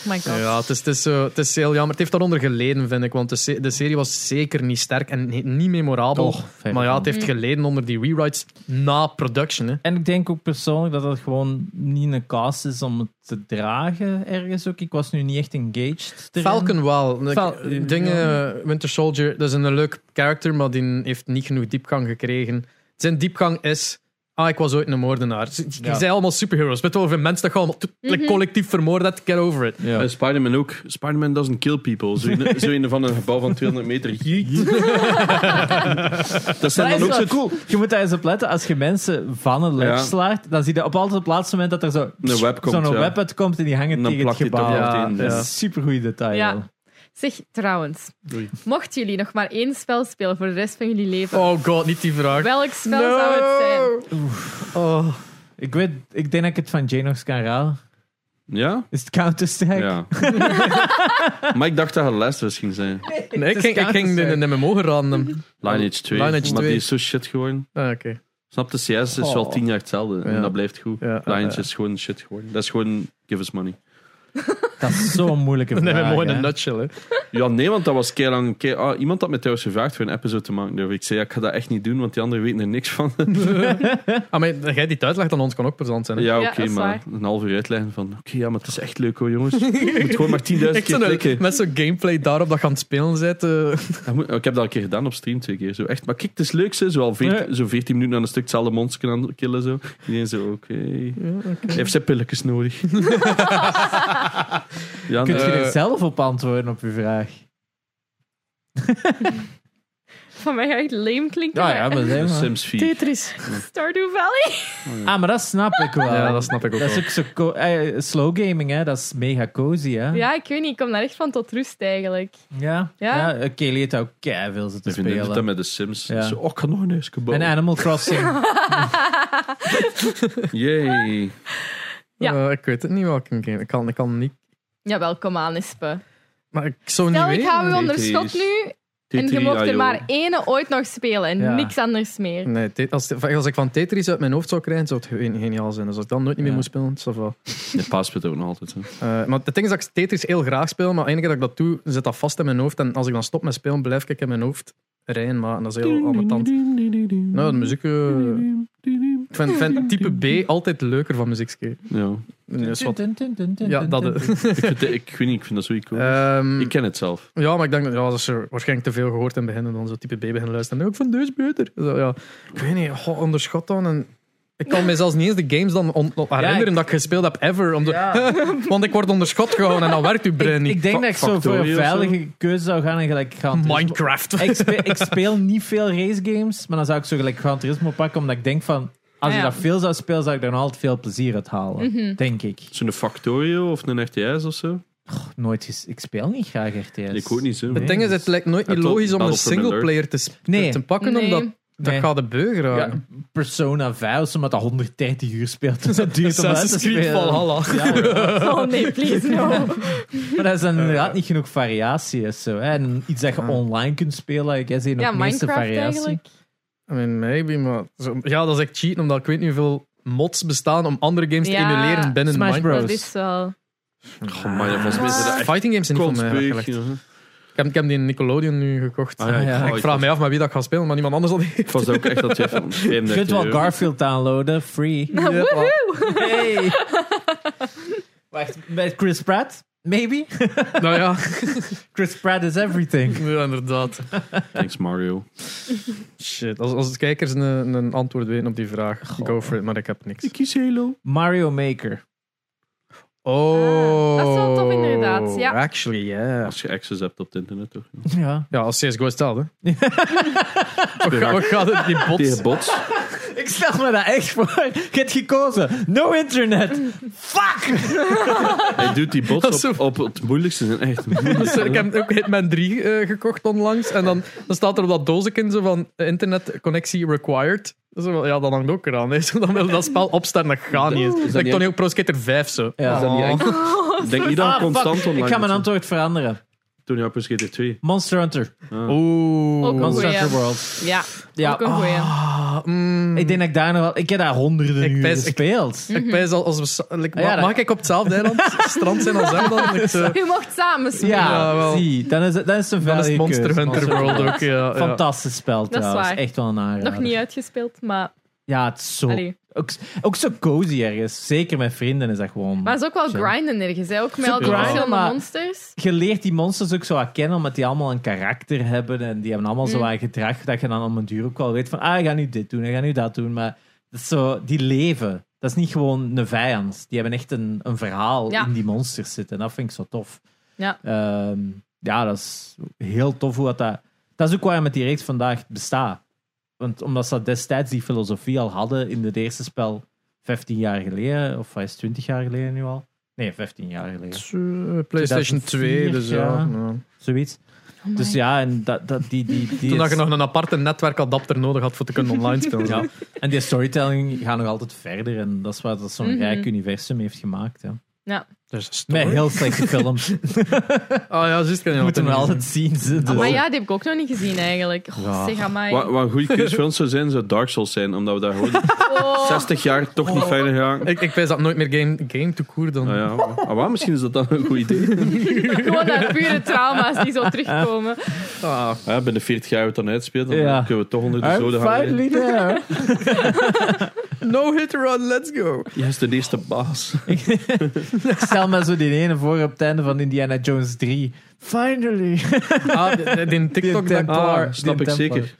my god. ja, het is, het, is zo, het is heel jammer. Het heeft daaronder geleden, vind ik. Want de, se- de serie was zeker niet sterk en niet memorabel. Toch, verre maar ja, van. het heeft Mm. geleden onder die rewrites na production. Hè. En ik denk ook persoonlijk dat het gewoon niet een cast is om het te dragen ergens ook. Ik was nu niet echt engaged. erin. Falcon wel. Ik- Fal- eh, dingen, eh, Winter Soldier, dat is een leuk character, maar die heeft niet genoeg diepgang gekregen. Zijn diepgang is... Ah, ik was ooit een moordenaar. Ze ze Ja. zijn allemaal superheroes. Weet je wel hoeveel mensen dat je allemaal to- like, Mhm. collectief vermoord hebt? Get over it. Ja. Eh, Spider-Man ook. Spider-Man doesn't kill people. Zo in, zo in van een gebouw van 200 meter. Jeet. dat zijn Maar dan ook dat zo is wel cool. Je moet daar eens op letten. Als je mensen van een ledge Ja. slaat, dan zie je op altijd op het laatste moment dat er zo Een web komt, zo'n ja. web uitkomt en die hangen En dan tegen het plakt hij gebouw. toch Ja, meteen. Dat is ja. een supergoeie detail. Ja. Zeg, trouwens. Oei. Mochten jullie nog maar één spel spelen voor de rest van jullie leven, Oh god, niet die vraag. welk spel zou het zijn? Oh. Ik, weet, ik denk dat ik het van Janox kan raden. Ja? Is het Counter-Strike? Ja. maar ik dacht dat het Last was ging zijn. Nee, ik is ging, ik ging de, Counter-Strike. de MMO geranden. Lineage 2. Lineage maar 2. die is zo shit geworden. Ah, Oké. Snap je? CS is wel Oh. tien jaar hetzelfde. Ja. En dat blijft goed. Ja, ja, Lineage ja. is gewoon shit geworden. Dat is gewoon give us money. Dat is zo'n moeilijke Een vraag. MMO in hè. een nutshell. Hè. Ja, nee, want dat was keilang... Kei, ah, iemand had mij trouwens gevraagd voor een episode te maken. durf Ik Ik zei, ja, ik ga dat echt niet doen, want die anderen weten er niks van. Ah, maar dat jij die uitlegt aan ons kan ook plezant zijn. hè. ja, Ja, oké, dat is maar een half uur uitleggen van... Oké, ja, maar het is echt leuk hoor, jongens. Je moet gewoon maar 10.000 keer Echt zo'n- klikken. met zo'n gameplay daarop dat je aan het spelen bent. eh. Dat moet- ik heb dat al een keer gedaan op stream, twee keer. Zo echt, maar kijk, het is leuk, ze. Zo, al veert- zo 14 minuten aan een stuk hetzelfde monster aan het killen. Zo. Iedereen zo, oké. Heeft zij pilletjes nodig? ja, Kun je nee. er Eh. zelf op antwoorden op je vraag? Van mij ga ik lame klinken. Ja, ja, maar zeg maar. Sims 4. Stardew Valley. Mm. Ah, maar dat snap ik wel. Ja, dat snap ik ook Dat is wel. ook zo co- eh, slow gaming, hè? Dat is mega cozy, hè? Ja, ik weet niet. Ik kom daar echt van tot rust eigenlijk. Ja. Ja. ja. eh, Kelly heeft daar ook veel te Ik vind dat doet dat spelen. met de Sims. Ja. Zo, oh, ik kan nog een huis En gebouwen. Animal Crossing. Yay. Ja. Eh, ik weet het niet welke game. Ik kan, ik kan niet. Jawel, kom aan, Espe. Maar ik zou niet Stel, ik weten. hou u Nee, onder het schot is- nu. En je Tetris, mocht er ah, maar joh. ene ooit nog spelen en Ja. niks anders meer. Nee, Tet- als, als ik van Tetris uit mijn hoofd zou krijgen, zou het geen- geniaal zijn. Dus als ik dan nooit niet meer Ja. moet spelen, ça va. Nee, Paaspit ook nog altijd. Hè. Eh, maar het ding is dat ik Tetris heel graag speel, maar enige keer dat ik dat doe, zit dat vast in mijn hoofd. En als ik dan stop met spelen, blijf ik in mijn hoofd rijden. Maar dat is heel ambetant. Nou, de muziek... eh, ik vind, vind type B altijd leuker van muziekske. Ja. Nee, dat is wat- Dun, dun, dun, dun, Ja, dun, dat... dun. eh. Ik, vind, dat- ik weet niet, ik vind dat zo cool. Ehm, ik ken het zelf. Ja, maar ik denk dat, ja, dat is er waarschijnlijk te veel gehoord in het begin. En dan zo type B beginnen luisteren. En ook van dus beter. Zo, ja. Ik weet niet, goh, onderschat dan. En ik kan me zelfs niet eens de games dan on- on- herinneren ik- dat ik gespeeld heb ever. Om de- Ja. want ik word onderschat gehouden en dan werkt uw brein Ik, niet. ik denk dat ik zo voor een Factorio of zo? veilige keuze zou gaan en gelijk gaan. Minecraft. Ik speel, ik speel niet veel race games, maar dan zou ik zo gelijk Gran Turismo pakken, omdat ik denk van, als Ah, je ja. Mhm. dat veel zou spelen, zou ik daar nog altijd veel plezier uit halen. Denk ik. Zo'n Factorio of een RTS of zo? Nooit ges- ik speel niet graag RTS. Ik ook niet zo. Het ding is, het lijkt nooit niet Het logisch om een Battle for Middle-earth. singleplayer te, sp- Nee. te pakken, Nee. omdat Nee. dat gaat de beuger Ja, raken. Persona 5, als iemand dat 130 uur speelt, dus dat duurt om uit te Assassin's Creed spelen. Valhalla. Oh nee, please no. Maar dat is dan inderdaad niet genoeg variatie. Is zo, hè? En iets dat je online kunt spelen, ik zie nog Ja, de meeste Minecraft variatie. eigenlijk. I mean, maybe, maar... zo- ja, dat is echt cheaten, omdat ik weet niet hoeveel mods bestaan om andere games Ja. te emuleren binnen Smash Minecraft. Dat is wel. Goh, Oh, maar ja, volgens mij is dat echt Fighting games zijn niet voor mij kotspeuk, weggelegd. ja. Ik heb, ik heb die Nickelodeon nu gekocht. Ah, ja, Ah, ja. ik- ik vraag mij af met wie dat ik ga spelen, maar niemand anders dan die. Ik was ook echt dat je van Je kunt wel Garfield downloaden, free. Hey. Wacht, met Chris Pratt? Maybe? nou ja. Chris Pratt is everything. ja, inderdaad. Thanks Mario. Shit, als, als de kijkers een, een antwoord weten op die vraag, go for it, maar ik heb niks. kies Halo. Mario Maker. Oh. dat is wel tof inderdaad, ja. Actually, yeah. Als je access hebt op het internet toch? Ja. Ja, als CSGO is hè. Wat ga- Wat gaat het die bots? Tegen bots. Ik Ik stel me dat echt voor. Je hebt gekozen. No internet. Fuck! Hij doet die Dat is bots zo- op, op het moeilijkste. Zijn echt Dus ik heb ook Hitman 3 eh, gekocht onlangs. En dan, dan staat er op dat doosje in zo van eh, internetconnectie required. Dus, ja, dat hangt ook eraan. Hè. Zo, Dan wil dat spel opstarten, dat gaat niet eens. niet Like Tony Hawk Pro Skater 5 zo. Ja. Is dat niet Oh. eng? Ik denk niet dat het Ah, fuck. constant online Ik ga mijn is. antwoord veranderen. Toen Hawk's Skater 2. Monster Hunter. Oeh. Ook een Monster goeie. Hunter World. Ja, Ja. ook een goeie. Ah, mm. Ik denk dat ik daar nog wel... Ik heb daar honderden Ik uur pes- ik- gespeeld. Mhm. Ik pijs al als we. sa- like, Ja, ma- dat- Mag ik op hetzelfde eiland strand zijn als hem dan? Ik, eh, Je mocht samen spelen. Ja, Ja, wel. zie. Dan is, het- dan is het een dan is veilige het Monster keuze, Hunter Monster World Hunter. ook. Ja, ja. Fantastisch spel is trouwens. waar. Echt wel een aanrader. Nog niet uitgespeeld, maar, Ja, het is zo... allee. Ook, ook zo cozy ergens. Zeker met vrienden is dat gewoon... maar het is ook wel Zo. grinden ergens. Hè? Ook met Zo al die grinden, verschillende maar- monsters. je leert die monsters ook zo wat kennen, omdat die allemaal een karakter hebben en die hebben allemaal zo Mm. wat gedrag, dat je dan om een duur ook wel weet van, ah, ik ga nu dit doen, ik ga nu dat doen, maar dat is zo, die leven. Dat is niet gewoon een vijand. Die hebben echt een, een verhaal Ja. in die monsters zitten. Dat vind ik zo tof. Ja. Ehm, ja, dat is heel tof hoe dat, dat... Dat is ook waarom het die reeks vandaag bestaat. Want omdat ze dat destijds die filosofie al hadden in het eerste spel 15 jaar geleden, of wat is het, 20 jaar geleden nu al? Nee, 15 jaar geleden. Eh, PlayStation 2, dus ja. ja. ja. Zoiets. Dus ja, en dat, dat, die, die, die Toen dat is- je nog een aparte netwerkadapter nodig had voor te kunnen online spelen. Ja. En die storytelling gaat nog altijd verder. En dat is wat dat zo'n Mhm. rijk universum heeft gemaakt. Ja. Dus Met heel slechte films. Oh ja, juist. kan je Dat dat moeten we niet altijd zien. zien. ze, dus- Maar ja, die heb ik ook nog niet gezien eigenlijk. Goh, Ja. Zeg amai. Wat, wat een goede keuze voor ons zou zijn, zou Dark Souls zijn. Omdat we daar gewoon Oh. 60 jaar toch niet verder gaan. Ik, ik wijs dat nooit meer game, game to koer dan. Nou ja, ah, waar, misschien is dat dan een goed idee. Gewoon naar pure trauma's die zo terugkomen. Ah, Ja, binnen 40 jaar we het dan uitspeelt, dan Ja. kunnen we toch onder de I'm zoden gaan. liggen. finally there. no hit run, let's go. Jij is de eerste baas. Stel maar zo die ene voor op het einde van Indiana Jones 3. Finally. Ah, die, die TikTok, dat ik Templar. daar, Ah, snap Die ik Templar. zeker.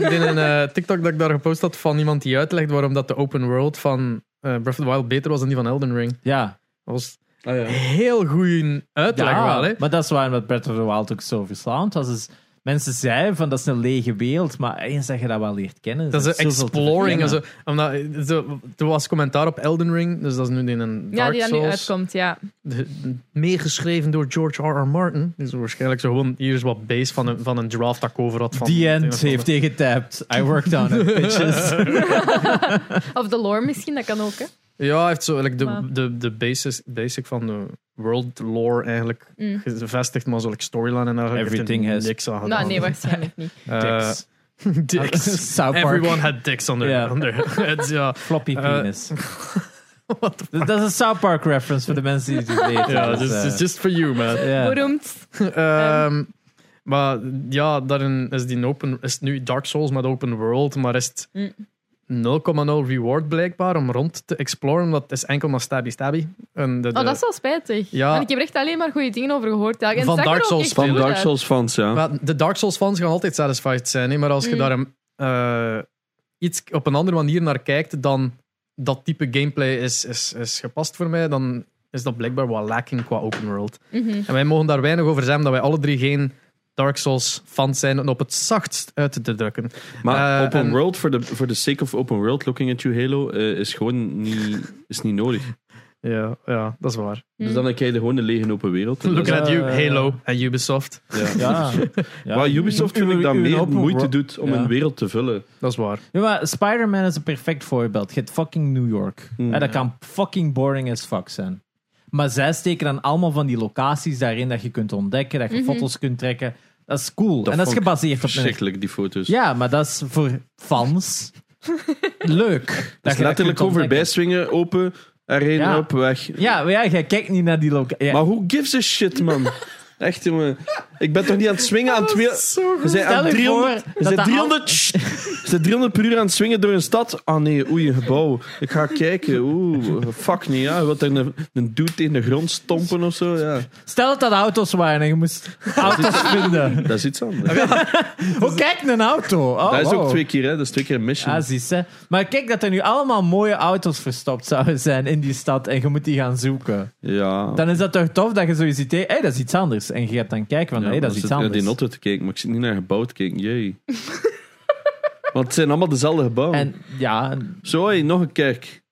die, die, eh, TikTok dat ik daar gepost had van iemand die uitlegt waarom dat de open world van eh, Breath of the Wild beter was dan die van Elden Ring. Ja, Dat was Ah, ja. heel goede uitleg ja wel, hè. maar dat is waarom dat Breath of the Wild ook zo verslaand was. Is, mensen zeiden van dat is een lege wereld, maar eens dat je dat wel leert kennen... Dat is er een zoveel te exploring. En verkennen. zo, omdat, zo, er was commentaar op Elden Ring, dus dat is nu in een Dark Ja, die dan nu Souls. uitkomt, ja. de- meegeschreven door George R.R. Martin. Dus waarschijnlijk zo gewoon hier is wat base van een, van een draft dat ik over had. Van The End heeft hij getapt. I worked on it, bitches. Of de lore misschien, dat kan ook. Hè. Ja, hij heeft zo like, de, Maar- de, de basis, basic van de world lore eigenlijk Mm. gevestigd, maar zo like, storyline en eigenlijk heeft Everything hij has niks aan gedaan. Nou, nee, waarschijnlijk niet. Eh, Dicks. dicks. South Park. Everyone had dicks on their, Ja. on their heads, ja. Floppy Eh, penis. Dat dat is een South Park reference voor de mensen die het weten. Ja, Dus, dus eh, it's just for you, man. ja. Beroemd. Ehm, maar ja, daarin is, die open, is het nu Dark Souls met open world, maar is het Mm. 0,0 reward blijkbaar om rond te exploren. Dat is enkel maar stabby stabby. En de, de- Oh, dat is wel spijtig. Ja. Want ik heb er echt alleen maar goede dingen over gehoord. Ja. En het Van zag er Dark ook Souls echt Van goed Dark uit. Souls fans, ja. Maar de Dark Souls fans gaan altijd satisfied zijn, hè, maar als je Mm. daar een, eh, iets op een andere manier naar kijkt dan dat type gameplay is, is, is gepast voor mij, dan is dat blijkbaar wat lacking qua open world. Mhm. En wij mogen daar weinig over zijn, omdat wij alle drie geen Dark Souls fans zijn, om op het zachtst uit te drukken. Maar Eh, open en- world, voor de voor de sake of open world, looking at you Halo, eh, is gewoon niet, is niet nodig. Ja, ja dat is waar. Dus dan krijg je gewoon een lege open wereld. En dat Look is- Ja. at you, Halo en Ubisoft. ja. Ja. Ja. Waar Ubisoft vind ik dat Uw- uw meer open moeite world- doet om Ja. een wereld te vullen. Dat is waar. Ja, maar Spider-Man is een perfect voorbeeld. Je hebt fucking New York. Hmm. Ja, dat kan fucking boring as fuck zijn. Maar zij steken dan allemaal van die locaties daarin dat je kunt ontdekken, dat je foto's kunt trekken. Dat is cool. Dat en dat is vond ik gebaseerd op een Verschrikkelijk, die foto's. Ja, maar dat is voor fans leuk. Dat je Dat dat is letterlijk kunt ontdekken. overbij swingen, open, erheen, Ja. op, weg. Ja, maar ja, jij kijkt niet naar die locatie. Maar who gives a shit, man? Echt, jongen. Ik ben toch niet aan het swingen aan twee... We zijn Stel aan je 300... voor dat We zijn dat 300... Sst. We zijn 300 per uur aan het swingen door een stad. Ah nee, oei, een gebouw. Ik ga kijken. Oeh, fuck niet, ja. Wat er een, een dude in de grond stompen of zo, ja. Stel dat dat auto's waren en je moest auto's vinden. Dat is iets anders. Oh, kijk, een auto. Oh, dat is ook wow. twee keer, hè. Dat is twee keer een mission. Ja, zie je. Maar kijk dat er nu allemaal mooie auto's verstopt zouden zijn in die stad en je moet die gaan zoeken. Ja. Dan is dat toch tof dat je zoiets ziet, hé, hey, dat is iets anders. En je gaat dan kijken van, hé, Ja, hey, dat maar is iets ik zit naar anders. die notte te kijken, maar ik zit niet naar een gebouw te kijken. Jee. Want het zijn allemaal dezelfde gebouwen. En ja, en- Zo, hé, nog een kerk.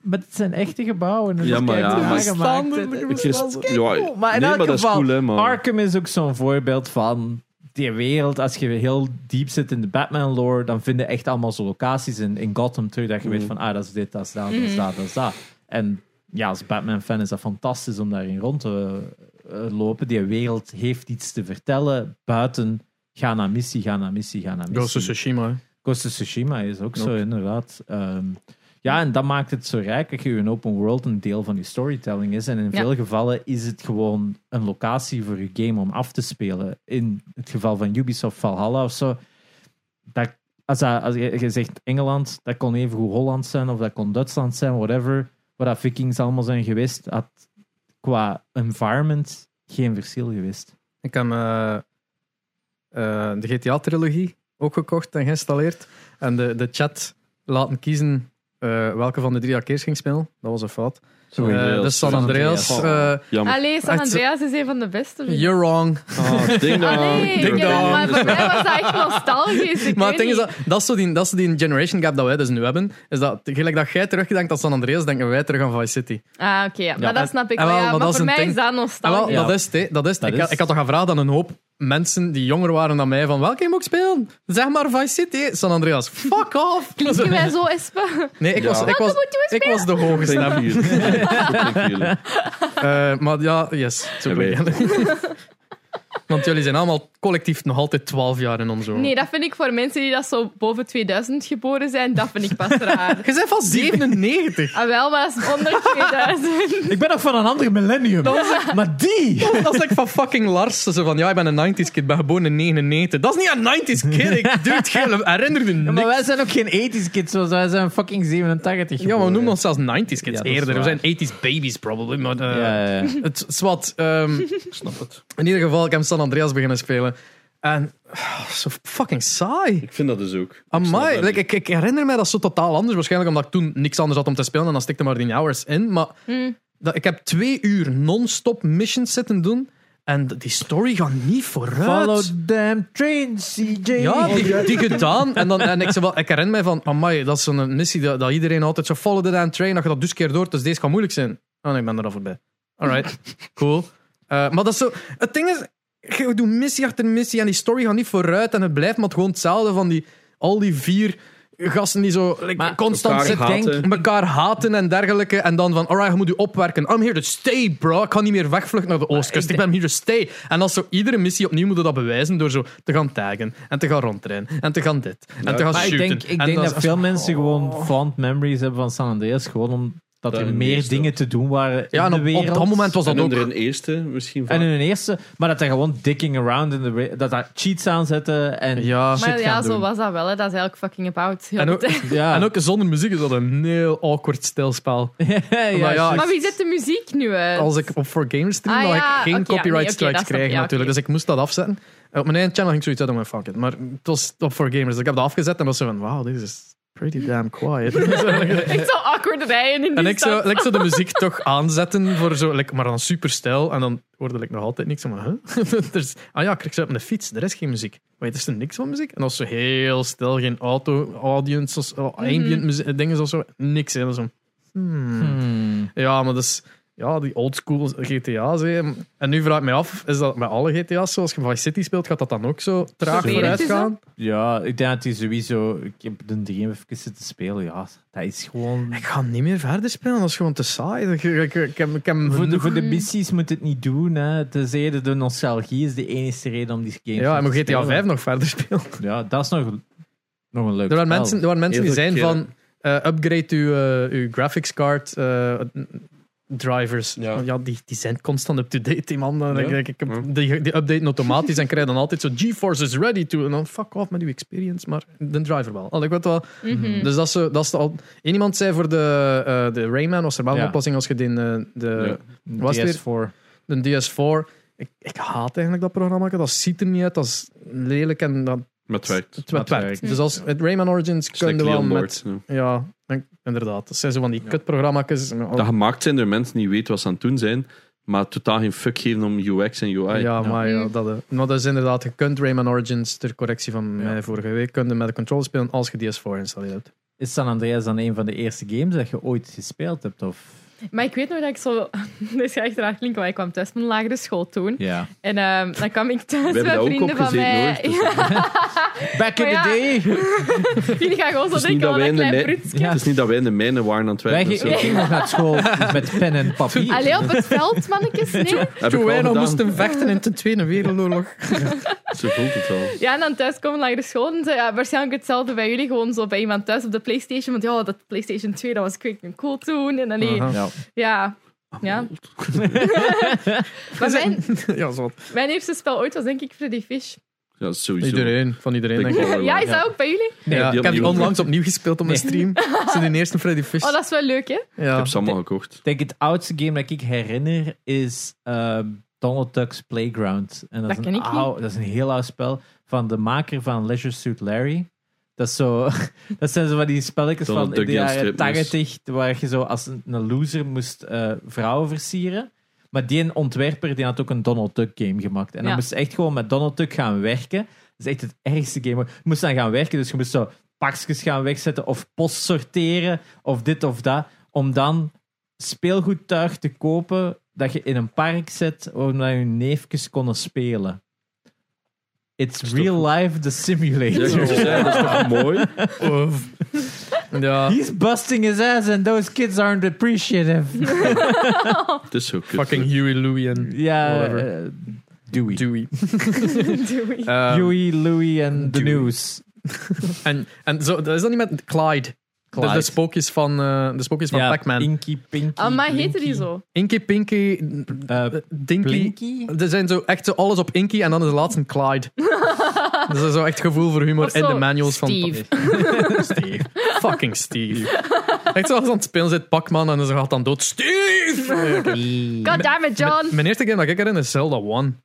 maar het zijn echte gebouwen. Dus Ja, maar kijk, ja, die maar- nagemaakt. Een christ- cool. Maar in nee, elk maar dat is geval, cool, hè, man. Arkham is ook zo'n voorbeeld van die wereld. Als je heel diep zit in de Batman lore, dan vinden echt allemaal zo locaties in, in Gotham terug. Dat je Mm. weet van, ah, dat is dit, dat is dat, dat is dat, dat is dat. En ja, als Batman-fan is dat fantastisch om daarin rond te eh, lopen. Die wereld heeft iets te vertellen buiten ga naar missie, ga naar missie, ga naar missie. Ghost of Tsushima. hè. Ghost of Tsushima is ook zo, inderdaad. Ehm, ja, en dat maakt het zo rijk dat je een open world een deel van je storytelling is. En in Ja. veel gevallen is het gewoon een locatie voor je game om af te spelen. In het geval van Ubisoft Valhalla of zo. Dat, als, dat- als je, je zegt Engeland, dat kon even goed Holland zijn of dat kon Duitsland zijn, whatever. Waar dat vikings allemaal zijn geweest, had qua environment geen verschil geweest. Ik heb eh, eh, de GTA-trilogie ook gekocht en geïnstalleerd. En de, de chat laten kiezen eh, welke van de drie dat ik eerst ging spelen. Dat was een fout. San Eh, Andreas. dus San Andreas. San eh, Jammer. Allee, San Echt zo- Andreas is een van de beste. vind ik. you're wrong. Ah, ding dong. Allee, ik Ding weet het, dong. maar voor mij was dat echt nostalgisch. Ik Maar het weet ding is niet. dat, dat is zo die, dat is zo die generation gap dat wij dus nu hebben. Is dat, gelijk dat jij terugdenkt aan San Andreas, denken wij terug aan Vice City. Ah, oké, ja. maar dat snap ik en wel. wel, ja. maar Maar dat is voor een mij ding. is dat Ah, wel, nostalgisch. Ja. dat is het. hè. Dat is het. Dat ik, had- is- ik had toch gevraagd aan een hoop mensen die jonger waren dan mij: van welke moet ik spelen? Zeg maar Vice City, hè. San Andreas. Fuck off! Klinken wij zo, Espen? Nee, ik Ja. was, ik was, ik was de hoogste. Dank jullie. Dank jullie. Eh, maar ja, yes. Zo Ja, wij- Want jullie zijn allemaal collectief nog altijd 12 jaar in onze Nee, dat vind ik voor mensen die dat zo boven 2000 geboren zijn, dat vind ik pas raar. Je bent van 97. Ah wel, maar dat is onder 2000. Ik ben nog van een ander millennium. Maar die... Dat is like van fucking Lars. Zo van, ja, ik ben een 90s kid, ben geboren in 99. Dat is niet een 90s kid. Ik dude, je herinnerde je Ja, maar niks. wij zijn ook geen 80s kids, zoals wij zijn fucking 87 Ja, maar we geboren. noemen ons zelfs 90s kids dat is eerder. We waar. zijn 80s babies, probably. Maar, eh, Ja, ja, ja. Het is wat. ehm, Snap het. in ieder geval, ik heb San Andreas beginnen spelen. En ah, zo fucking saai. Ik vind dat dus ook. Amai, snap dat like, ik, ik herinner me dat zo totaal anders. Waarschijnlijk omdat ik toen niks anders had om te spelen en dan stikte maar die hours in. Maar dat, ik heb twee uur non-stop missions zitten doen en d- die story gaat niet vooruit. Follow damn train, CJ. ja, die, die gedaan. En, dan, en ik, zei wel, ik herinner mij van, amai, dat is zo'n missie dat, dat iedereen altijd zo follow the damn train. Dat je dat dus keer door, dus deze gaat moeilijk zijn. Oh nee, ik ben er al voorbij. Alright, cool. Eh, maar dat is zo... Het ding is, je doet missie achter missie en die story gaat niet vooruit en het blijft maar gewoon hetzelfde van die, al die vier gasten die zo like, Maar constant elkaar zitten, haten. denk- elkaar haten en dergelijke en dan van, alright, je moet je opwerken. I'm here to stay, bro. Ik kan niet meer wegvluchten naar de oostkust. Ik, ik ben here to stay. En als zo iedere missie opnieuw moeten dat bewijzen door zo te gaan taggen en te gaan rondrijden en te gaan dit en te gaan Maar ik shooten. denk, ik En denk dan dat zo- veel mensen gewoon fond memories hebben van San Andreas, gewoon omdat Dat er hun meer eerste- dingen te doen waren Ja, in en de op, op wereld. dat moment was dat En ook... er een eerste misschien van. En in hun eerste, maar dat hij gewoon dicking around in de we- dat daar cheats aan zetten en Ja. shit Maar ja, gaan zo doen. was dat wel. Hè. Dat is eigenlijk fucking about. heel En de ook- tijd. Ja. En ook zonder muziek is dat een heel awkward stilspel. ja, Maar ja, shit. Maar wie zet de muziek nu uit? Als ik op voor Games stream, Ah, dan had ja, ik geen oké, ja, copyright nee, oké, strikes dat snap krijgen ik, ja, natuurlijk. oké. Dus ik moest dat afzetten. Op mijn eigen channel ging ik zoiets uit om mijn fuck it. Maar het was op voor Gamers. Ik heb dat afgezet en was zo van, wow, this is pretty damn quiet. Echt zo awkward rijden in die en ik zou, stad. ik zou de muziek toch aanzetten, voor zo, like, maar dan super stijl. En dan hoorde ik nog altijd niks. Maar, huh? Er is- ah ja, ik kreeg ze op mijn fiets. Er is geen muziek. Weet, is er niks van muziek? En dat was zo heel stil. Geen auto, audience, of, zo, Mhm. ambient muziek, dingen of zo. Niks. Hè. Dat is zo, hmm. Hmm. Ja, maar dat is ja, die oldschool GTA's. Hè. En nu vraag ik mij af, is dat met alle GTA's zo? Als je Vice City speelt, gaat dat dan ook zo traag Vervelend vooruit is dat? gaan? Ja, ik denk dat hij sowieso. Ik heb de drie even zitten spelen. Ja, dat is gewoon. Ik ga niet meer verder spelen, dat is gewoon te saai. Ik, ik, ik, heb- ik heb Voor de, genoeg- voor de missies moet het niet doen. Hè. Tenzij de, de nostalgie is de enige reden om die games Ja, te en moet GTA spelen. 5 nog verder spelen. Ja, dat is nog, nog een leuk Er waren spel. mensen, er waren mensen die Heel zijn veel van eh, upgrade uw, eh, uw graphics card eh, drivers. Ja. Ja. die, die zijn constant up-to-date, man. Dan Ja. denk ik, ik, Ja. die, die updaten automatisch en krijg je dan altijd zo GeForce is ready to. En dan fuck off met uw experience, maar de driver wel. Al, ik weet wel. Mhm. Dus dat is, zo- dat is de al. één Iemand zei voor de, eh, de Rayman was er wel een Ja. oplossing als je die, eh, de, Was het voor. de DS4. Ik, ik haat eigenlijk dat programma. Dat ziet er niet uit. Dat is lelijk en dat Met werkt. het, het werkt. werkt. Dus als het Rayman Origins kun je Snackly wel on met board, ja. ja, ik- inderdaad. Dat zijn zo van die kutprogramma's. Dat gemaakt zijn door mensen die weten wat ze aan het doen zijn. Maar totaal geen fuck geven om UX en UI. ja, ja. maar ja, Mm. dat, eh, maar dat is inderdaad, je kunt Rayman Origins, ter correctie van Ja. mijn vorige week, kun je met de controller spelen als je DS4 geïnstalleerd hebt. Is San Andreas dan een van de eerste games dat je ooit gespeeld hebt? Of? Maar ik weet nog dat ik zo... Dit gaat echt raar klinken, maar ik kwam thuis van de lagere school toen. Ja. En ehm, dan kwam ik thuis We hebben met daar ook vrienden op van gezeten, mij. hoor. Dus Back in Maar ja, the day! Jullie gaan gewoon zo Het is niet denken, dat oh, wij dat in de klein ne- prutske. Ja. Het is niet dat wij in de mijnen waren aan het Wij werken. gingen of zo. ook nog naar school met pen en papier. Allee, op het veld, mannetjes, nee. Heb ik Toen wel wij nog gedaan. moesten vechten in de Tweede Wereldoorlog. Zo voelt het wel. Ja, en dan thuis komen naar de school en zei, ja, waarschijnlijk hetzelfde bij jullie, gewoon zo bij iemand thuis op de Playstation. Want ja, dat Playstation 2, dat was quick en cool toen. En allee, Aha. Ja. ja... Ah, Ja. maar mijn, ja, zo. mijn eerste spel ooit was denk ik Freddy Fish. Ja, sowieso. Iedereen, van iedereen Ik denk ik. wel, wel. Ja, is dat ook bij jullie? Nee, ja, die ik heb die opnieuw. onlangs opnieuw gespeeld op mijn Nee. stream. Dat is de eerste Freddy Fish. Oh, dat is wel leuk, hè? Ik ja. heb ze allemaal gekocht. Ik denk het oudste game dat ik herinner is ehm, Donald Duck's Playground. En dat, Dat is ken een ik niet. oud- Dat is een heel oud spel van de maker van Leisure Suit Larry. Dat, is zo, dat zijn zo van die spelletjes Donald van in Duck de die aan jaren strippen is. 80, waar je zo als een, een loser moest eh, vrouwen versieren. Maar die ontwerper die had ook een Donald Duck game gemaakt. En dan Ja. moest je echt gewoon met Donald Duck gaan werken. Dat is echt het ergste game. Je moest dan gaan werken, dus je moest zo pakjes gaan wegzetten of post sorteren of dit of dat. Om dan speelgoedtuig te kopen dat je in een park zet omdat je neefjes konden spelen. It's toch real life the Ja, simulator. ik wou zeggen, dat is toch mooi? Oef. ja, He's busting his ass and those kids aren't appreciative. Het is zo kut. fucking Huey, Louie en ja, Whatever. eh, Dewey. Dewey. Doei. Eh, Huey, Louie en The Dewey. News. en en zo, dat is dat niet met Clyde? De, de Clyde. spookjes van, eh, de spookjes van Ja, Pac-Man. Inky, Pinky. Ah, maar Blinky. heette die zo? Inky, Pinky, Eh, eh, Dinky. Blinky? Er zijn zo echt zo alles op Inky en dan is de laatste een Clyde. Dus dat is zo echt gevoel voor humor Of in zo de manuals Steve. van Steve. Fucking Steve. Echt zoals aan het spelen zit Pac-Man en dan gaat dan dood. Steve! God damn it, John! Mijn eerste game dat ik herinner is Zelda 1.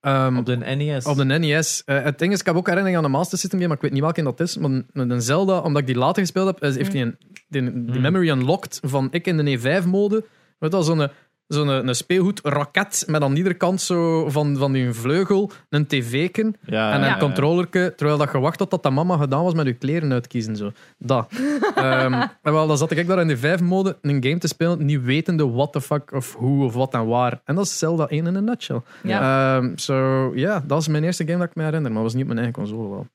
Ehm, Op de NES. op de NES. Eh, het ding is, ik heb ook herinnering aan de Master System game, maar ik weet niet welke dat is. Maar met een Zelda, omdat ik die later gespeeld heb, is- heeft hij een, die, die memory unlocked van ik in de E E5-mode. Met al zo'n zo'n een speelgoed raket met aan iedere kant zo van, van die vleugel een tv-ken Ja, en een ja, ja. controllerke, terwijl dat je wacht tot dat, dat mama gedaan was met je kleren uitkiezen. Zo. Dat. Ehm, en wel, dan zat ik daar in de vijf-mode een game te spelen, niet wetende what the fuck of hoe of wat en waar. En dat is Zelda 1 in een nutshell. Ja. Ehm, so, ja, dat is mijn eerste game dat ik me herinner, maar was niet op mijn eigen console wel.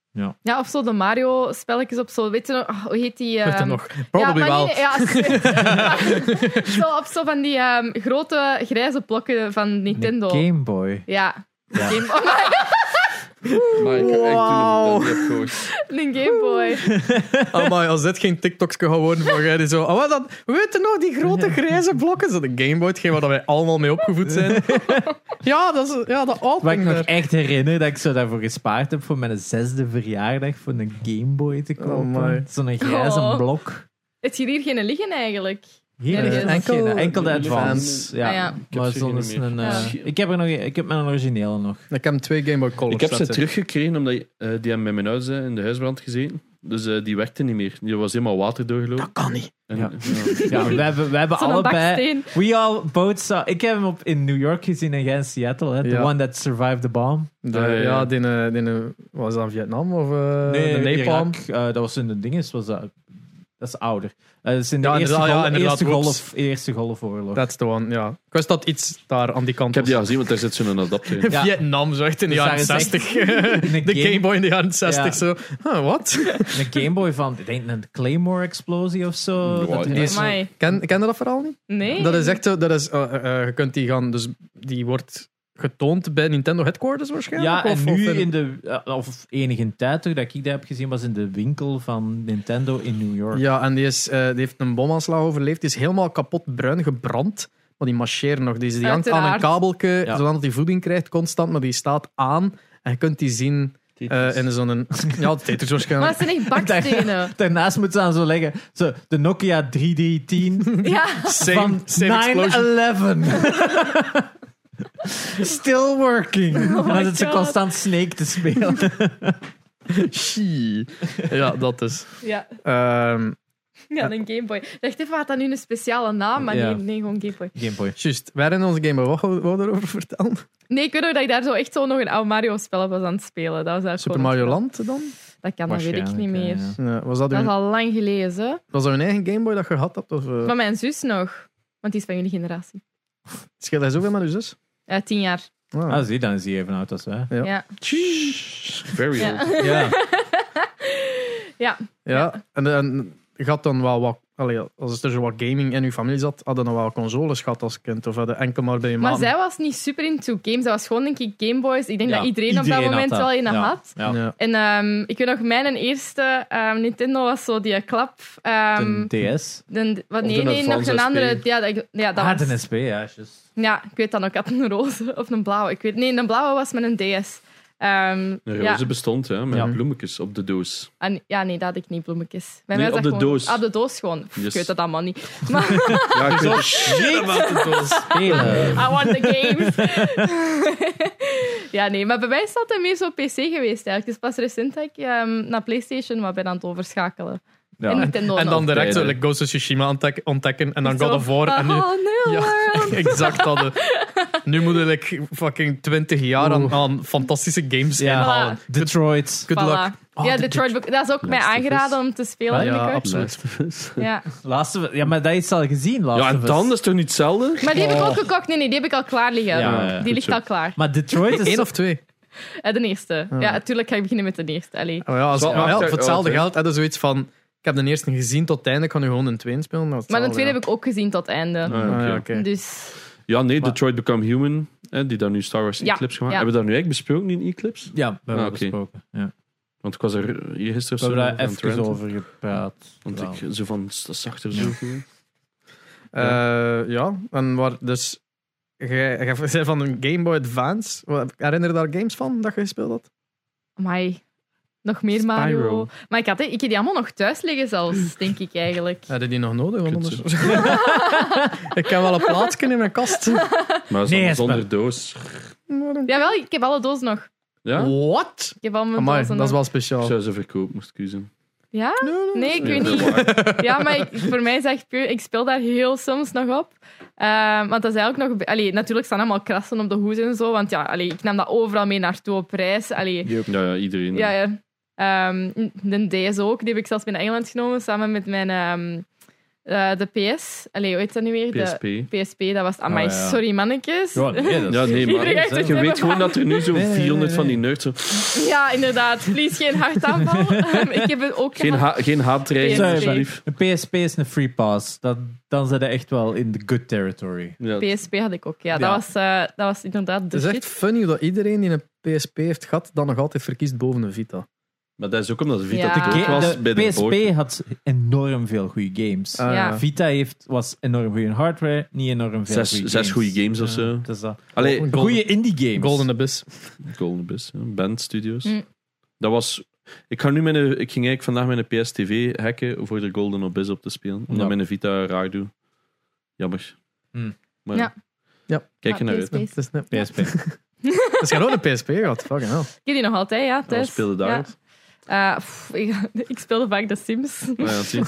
Ja, of zo de Mario-spelletjes op zo, weet je nog, oh, hoe heet die? Weet je ehm, nog? Probably ja, maar wel. nee, ja, s- zo op zo van die ehm, grote grijze blokken van Nintendo. Een Game Boy. Ja. Game Boy. Oh Maar ik heb echt Wauw. toen dat ik heb gehoord. my- een Game Boy. Amai, als dit geen TikToks kan worden van jij die zo... Oh, wat dat, weet je nog, die grote grijze blokken? Is dat een Gameboy? Hetgeen waar wij allemaal mee opgevoed zijn. ja, dat is... Ja, dat Wat ik opening nog Ehm. e- daar. echt herinner, dat ik zo daarvoor gespaard heb voor mijn zesde verjaardag voor een Game Boy te kopen. Oh, my. Zo'n grijze Oh. blok. Heb je hier geen liggen eigenlijk? Hier Eh, is het enkel- geen- enkel de Advance. Advance. Ja. Ah, ja. heb Maar ze zo'n hier is niet meer. een, eh, Ja. ik, heb er nog, ik heb mijn originele nog. Ik heb twee Gameboy Colors. Ik heb ze zitten. teruggekregen omdat eh, die hebben met mijn ouders eh, in de huisbrand gezeten. Dus eh, die werkte niet meer. Die was helemaal water doorgelopen. Kan niet. En, eh, Ja. ja. Ja, we hebben, we hebben Zo'n allebei... baksteen. We all both saw... Ik heb hem op, in New York gezien en jij in Seattle. Hè? The Ja. one that survived the bomb. De, Ah, ja, ja, ja. die, eh, die, eh, was dat in Vietnam of eh de Nepal? Irak, eh, dat was in de dinges. Was dat, dat is ouder. Eh, dat is in de Ja, eerste, inderdaad, ja, golf- inderdaad, eerste, whoops. golf, eerste golfoorlog. That's the one, ja. Ik wist dat iets daar aan die kant Ik heb die al was. gezien, want daar zit zo'n adapter in. ja. Vietnam, zo echt in de Dus jaren daar is 60. Een De game- Gameboy in de jaren 60, Ja. zo. Huh, wat? Een Gameboy van, ik denk een Claymore-explosie of zo. Ja, dat er ja. is- Amai. Ken, ken je dat verhaal niet? Nee. Dat is echt zo, dat is, eh, eh, eh, je kunt die gaan, dus die wordt getoond bij Nintendo Headquarters waarschijnlijk? ja, en of, nu of in de, eh, of enige tijd terug dat ik dat heb gezien, was in de winkel van Nintendo in New York. Ja, en die, is, eh, die heeft een bomaanslag overleefd. Die is helemaal kapot bruin gebrand. Maar die marcheert nog. Die, die hangt aan een Uiteraard. kabelke, Ja. zodat hij voeding krijgt constant. Maar die staat aan. En je kunt die zien eh, in zo'n... Ja, de Tetris Maar waarschijnlijk. dat zijn echt bakstenen. Daarnaast moet ze aan zo leggen, zo, de Nokia 3310 ja. van 911. Still working. Oh my en dan zit ze God. constant Snake te spelen. Ja, dat is... ja. Ehm, Ja, een Game Boy. Ik dacht even, had dat nu een speciale naam? Maar Ja. nee, nee, gewoon Game Boy. Game Boy. Juist, wij hebben onze Game Boy Watch erover verteld. Nee, ik weet ook dat ik daar zo echt zo nog een oud Mario-spel op was aan het spelen. Dat was daar Super gewoon- Mario Land dan? Dat kan, dat weet ik niet Waarschijnlijk, meer. ja, ja. Ja, was, dat Dat is uw, al lang geleden. hè. was dat uw eigen Game Boy dat je gehad hebt? Of, eh, Van mijn zus nog. Want die is van jullie generatie. scheelt hij zoveel met uw zus? Eh, tien jaar. Ah. Ah, zie, dan is hij even oud als wij. Ja. Ja. Very Ja. old. Ja. Ja, en, en je had dan wel wat. Allee, als er tussen wat gaming in uw familie zat, hadden dan wel consoles gehad als kind? Of hadden enkel maar bij je Maar maten? zij was niet super into games. Dat was gewoon, denk ik, Gameboys. Ik denk Ja, dat iedereen, op dat had moment wel in ja. had. Ja. Ja. En ehm, ik weet nog, mijn eerste ehm, Nintendo was zo die klap. ehm, Een DS. de- wat, Of nee, de nee, nog Advance een SP. andere. Ja, dat, ja, dat Ah, was- een SP, ja. juist. Ja, ik weet dan ook. Ik had een roze of een blauwe. Ik weet, nee, een blauwe was met een DS. Ehm, Een ja. roze bestond, ja, met Ja. bloemetjes op de doos. En- ja, nee, dat had ik niet bloemetjes. Bij Nee, mij was op dat de gewoon- doos. Ah, Op de doos gewoon. Pff, Yes. Ik weet dat allemaal niet. Maar Ja, ik weet het. Spelen. I want the games. ja, nee, maar bij mij is het altijd meer zo PC geweest eigenlijk. Het is pas recent dat ik ehm, naar PlayStation maar ben aan het overschakelen. Ja. En Nintendo En dan nog. direct zo Tijden. like, Ghost of Tsushima ontdek- ontdekken en dan Oh, Zo, God of War. En nu, Oh, no ja, world. exact hadden. Nu moet ik like, fucking 20 jaar aan, aan fantastische games Ja. inhalen. Detroit. Good luck. Ah, Voilà. ja, Detroit Book. Dat is ook mij Last of aangeraden Us. om te spelen. Ja, vind ik ook. absoluut. Ja. Laatste, ja, maar dat is al gezien. Last Ja, en of Us. dan is het toch niet hetzelfde? Ah, Maar die heb ik Oh. ook gekocht. Nee, nee, die heb ik al klaar liggen. Ja, ja, ja. die Goed ligt zo. al klaar. Maar Detroit Dus is Eén of twee? Eh, de eerste. Ah. Ja, natuurlijk ga ik beginnen met de eerste. Allee. Oh ja, als, Zo, maar ja, achter- voor hetzelfde oh, oké. geld hadden ze zoiets van... Ik heb de eerste gezien tot het einde, ik kan nu gewoon een tweede spelen. dat is Maar de hetzelfde, tweede heb ik ook gezien tot het einde. Ah, ja. oké. Ah, ja, oké. Dus Ja, nee, Maar- Detroit Become Human, hè, die daar nu Star Wars Ja, Eclipse gemaakt. ja. Hebben we dat nu eigenlijk besproken in Eclipse? Ja, we hebben Ah, oké. besproken. Ja. Want ik was er hier gisteren We zo hebben daar aan het even ranten. over gepraat. Want Wel. ik zo van dat is zachter zo. Eh, ja, en waar dus. Jij jij zei van een Game Boy Advance. Wat- Herinner je daar games van dat je gespeeld had? Amai. Nog meer Spyro. Mario. Maar ik, had, ik heb die allemaal nog thuis liggen zelfs, denk ik eigenlijk. Hadden die nog nodig? want Kut, anders- ik heb wel een plaatsje in mijn kast. Maar dat is Nee, allemaal Espen. zonder doos. Jawel, ik heb alle dozen nog. Ja? What? Ik heb al mijn Amai, dozen dat is nog. wel speciaal. Ik zou ze verkopen, moest ik kiezen. Ja? Nee, ik weet niet. Ja, maar ik- voor mij is dat echt puur... Ik speel daar heel soms nog op. Ehm, want dat is eigenlijk nog... Allee, natuurlijk staan allemaal krassen op de hoes en zo. Want ja, allee, ik nam dat overal mee naartoe op reis. Allee, Ja, ja, iedereen. Ja, ja. Ehm, de DS ook, die heb ik zelfs mee naar Engeland genomen samen met mijn ehm, eh, de PS. Allee, hoe heet dat nu weer? PSP. De PSP, dat was aan mij. Oh, ja. Sorry mannetjes. Ja, Ja, nee, Ja, dat is- nee, maar Iedereen heeft je het weet gewoon dat er nu zo'n Nee, nee, nee, 400 van nee. die nerds... zo- inderdaad. Please, geen hartaanval. Ehm, ik heb het ook Geen, gehad. ha geen haatdreiging, PSP. alsjeblieft. Een PSP is een free pass. Dat, dan zijn ze echt wel in the good territory. Ja, PSP had ik ook, ja. Ja. Dat, was, eh, dat was inderdaad het de is echt shit. funny dat iedereen die een PSP heeft gehad, dan nog altijd verkiest boven een Vita. Maar dat is ook omdat Vita Ja. te Ge- dood Ah. was de bij de PSP boot. had enorm veel goede games. Ah, Ja. Vita heeft, was enorm goede hardware, niet enorm veel Zes- goede zes games. goede games of Ja, zo. dat is dat. Allee, Golden- Goede indie games. Golden Abyss. Golden Abyss, ja. Band Studios. Mm. Dat was... Ik, ga nu mijn, ik ging eigenlijk vandaag mijn PSTV hacken voor de Golden Abyss op te spelen. Omdat Ja. mijn Vita raar doet. Jammer. Mm. Maar Ja. Ja. Kijk je Ja, naar uit. PSP. Het is net- PSP. Dus jij hebt ook een PSP gehad? Fucking hell. Ik heb die nog altijd, ja. Ja, Thuis. Wat speelde daar? Ja. Eh, pff, ik, ik speelde vaak de Sims. Eh, Ah, ja, zie.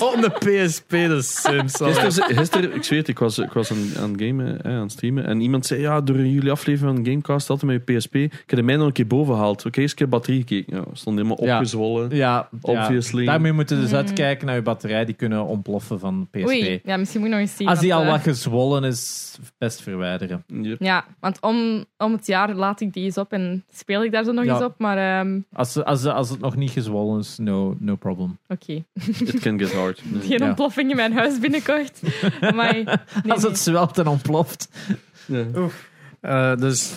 Op de PSP, de Sims. allee. Gisteren, gisteren, ik zweer het, ik was, ik was aan, aan het gamen, hè, aan het streamen. En iemand zei, ja, door jullie aflevering van Gamecast altijd met je PSP. Ik heb de mijne nog een keer boven gehaald. Oké, eens een keer batterie gekeken. Ja, stond helemaal Ja. opgezwollen. ja, Obviously. ja, daarmee moeten we dus Mm. uitkijken naar je batterij. Die kunnen ontploffen van PSP. Oei, ja, misschien moet ik nog eens zien. Als die al want, eh, wat gezwollen is, best verwijderen. Yep. Ja, want om, om het jaar laat ik die eens op en speel ik daar zo nog Ja. eens op. Maar ehm, Als, als, als het nog niet gezwollen is, no, no problem. oké, It can get hard. Nee. geen Ja. ontploffing in mijn huis binnenkort. maar nee, als het zwelt en ontploft. Ja. Eh, dus.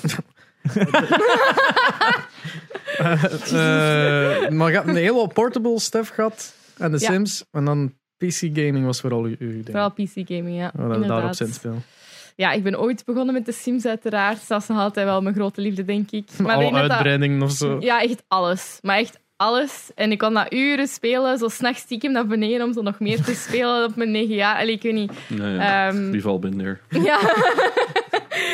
Eh, eh, maar je hebt een hele wat portable stuff gehad en de Ja. Sims. En dan PC gaming was vooral uw, uw ding. Vooral PC-gaming, ja. Waar we daarop inderdaad. zijn spelen. ja, ik ben ooit begonnen met de Sims, uiteraard. Dat is nog altijd wel mijn grote liefde, denk ik. ik Alle denk dat dat- uitbreidingen of zo. Ja, echt alles. Maar echt alles. En ik kon dat uren spelen, zo s'nachts stiekem naar beneden om zo nog meer te spelen op mijn negen jaar. Allee, ik weet niet. Nou ja, Ehm, we've all been there. Ja.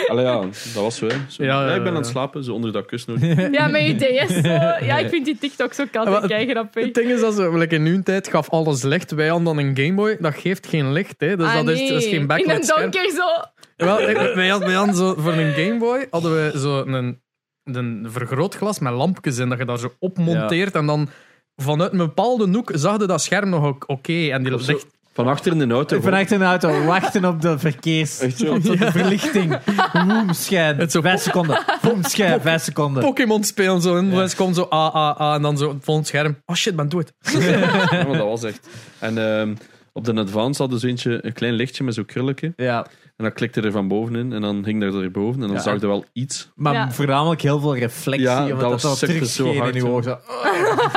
Allee, ja, dat was zo. hè. Zo. Ja, ja, Ja, ik ben ja. aan het slapen, zo onder dat kussen. Ja, met je DS. zo. Ja, ik vind die TikToks ook Ja, altijd maar- kei grappig. Het ding is dat ze, like in hun tijd gaf alles licht. Wij hadden dan een Game Boy, dat geeft geen licht. Hè. Dus Ah, dat, is, dat is nee. geen backlight In een scherm. donker zo. Wel, ik- wij hadden, wij hadden zo, voor een Game Boy hadden we zo een, een vergrootglas met lampjes in dat je daar zo op monteert en dan vanuit een bepaalde hoek zag je dat scherm nog ook- oké en die Of zo, licht. Van achter in de auto. Ik ben gewoon. echt in de auto, wachten op de verkeers. Echt zo. Op de verlichting. Woem, schijn. Het zo Vijf seconden. Woem, schijn. Vijf seconden. Pokémon spelen zo en dan komt zo a a a en dan zo het volgende scherm. Oh shit, ben dood. Ja, maar dat was echt. En ehm, op de Advance hadden ze eentje, een klein lichtje met zo'n krulletje. Ja, En dan klikte er van bovenin en dan ging dat er boven en dan Ja, zag en- je wel iets. maar Ja. voornamelijk heel veel reflectie. Ja, omdat dat dat, was dat zeker zo teruggeeft in hard, je hè. ogen. Zo,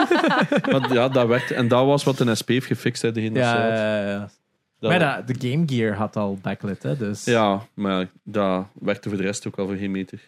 Maar ja, dat werkte. En dat was wat een SP heeft gefixt. Hè, degene dat Ja, ze had. ja, ja, ja. Dat- Maar dat- de Game Gear had al backlit, hè, dus... Ja, maar dat werkte voor de rest ook al voor geen meter.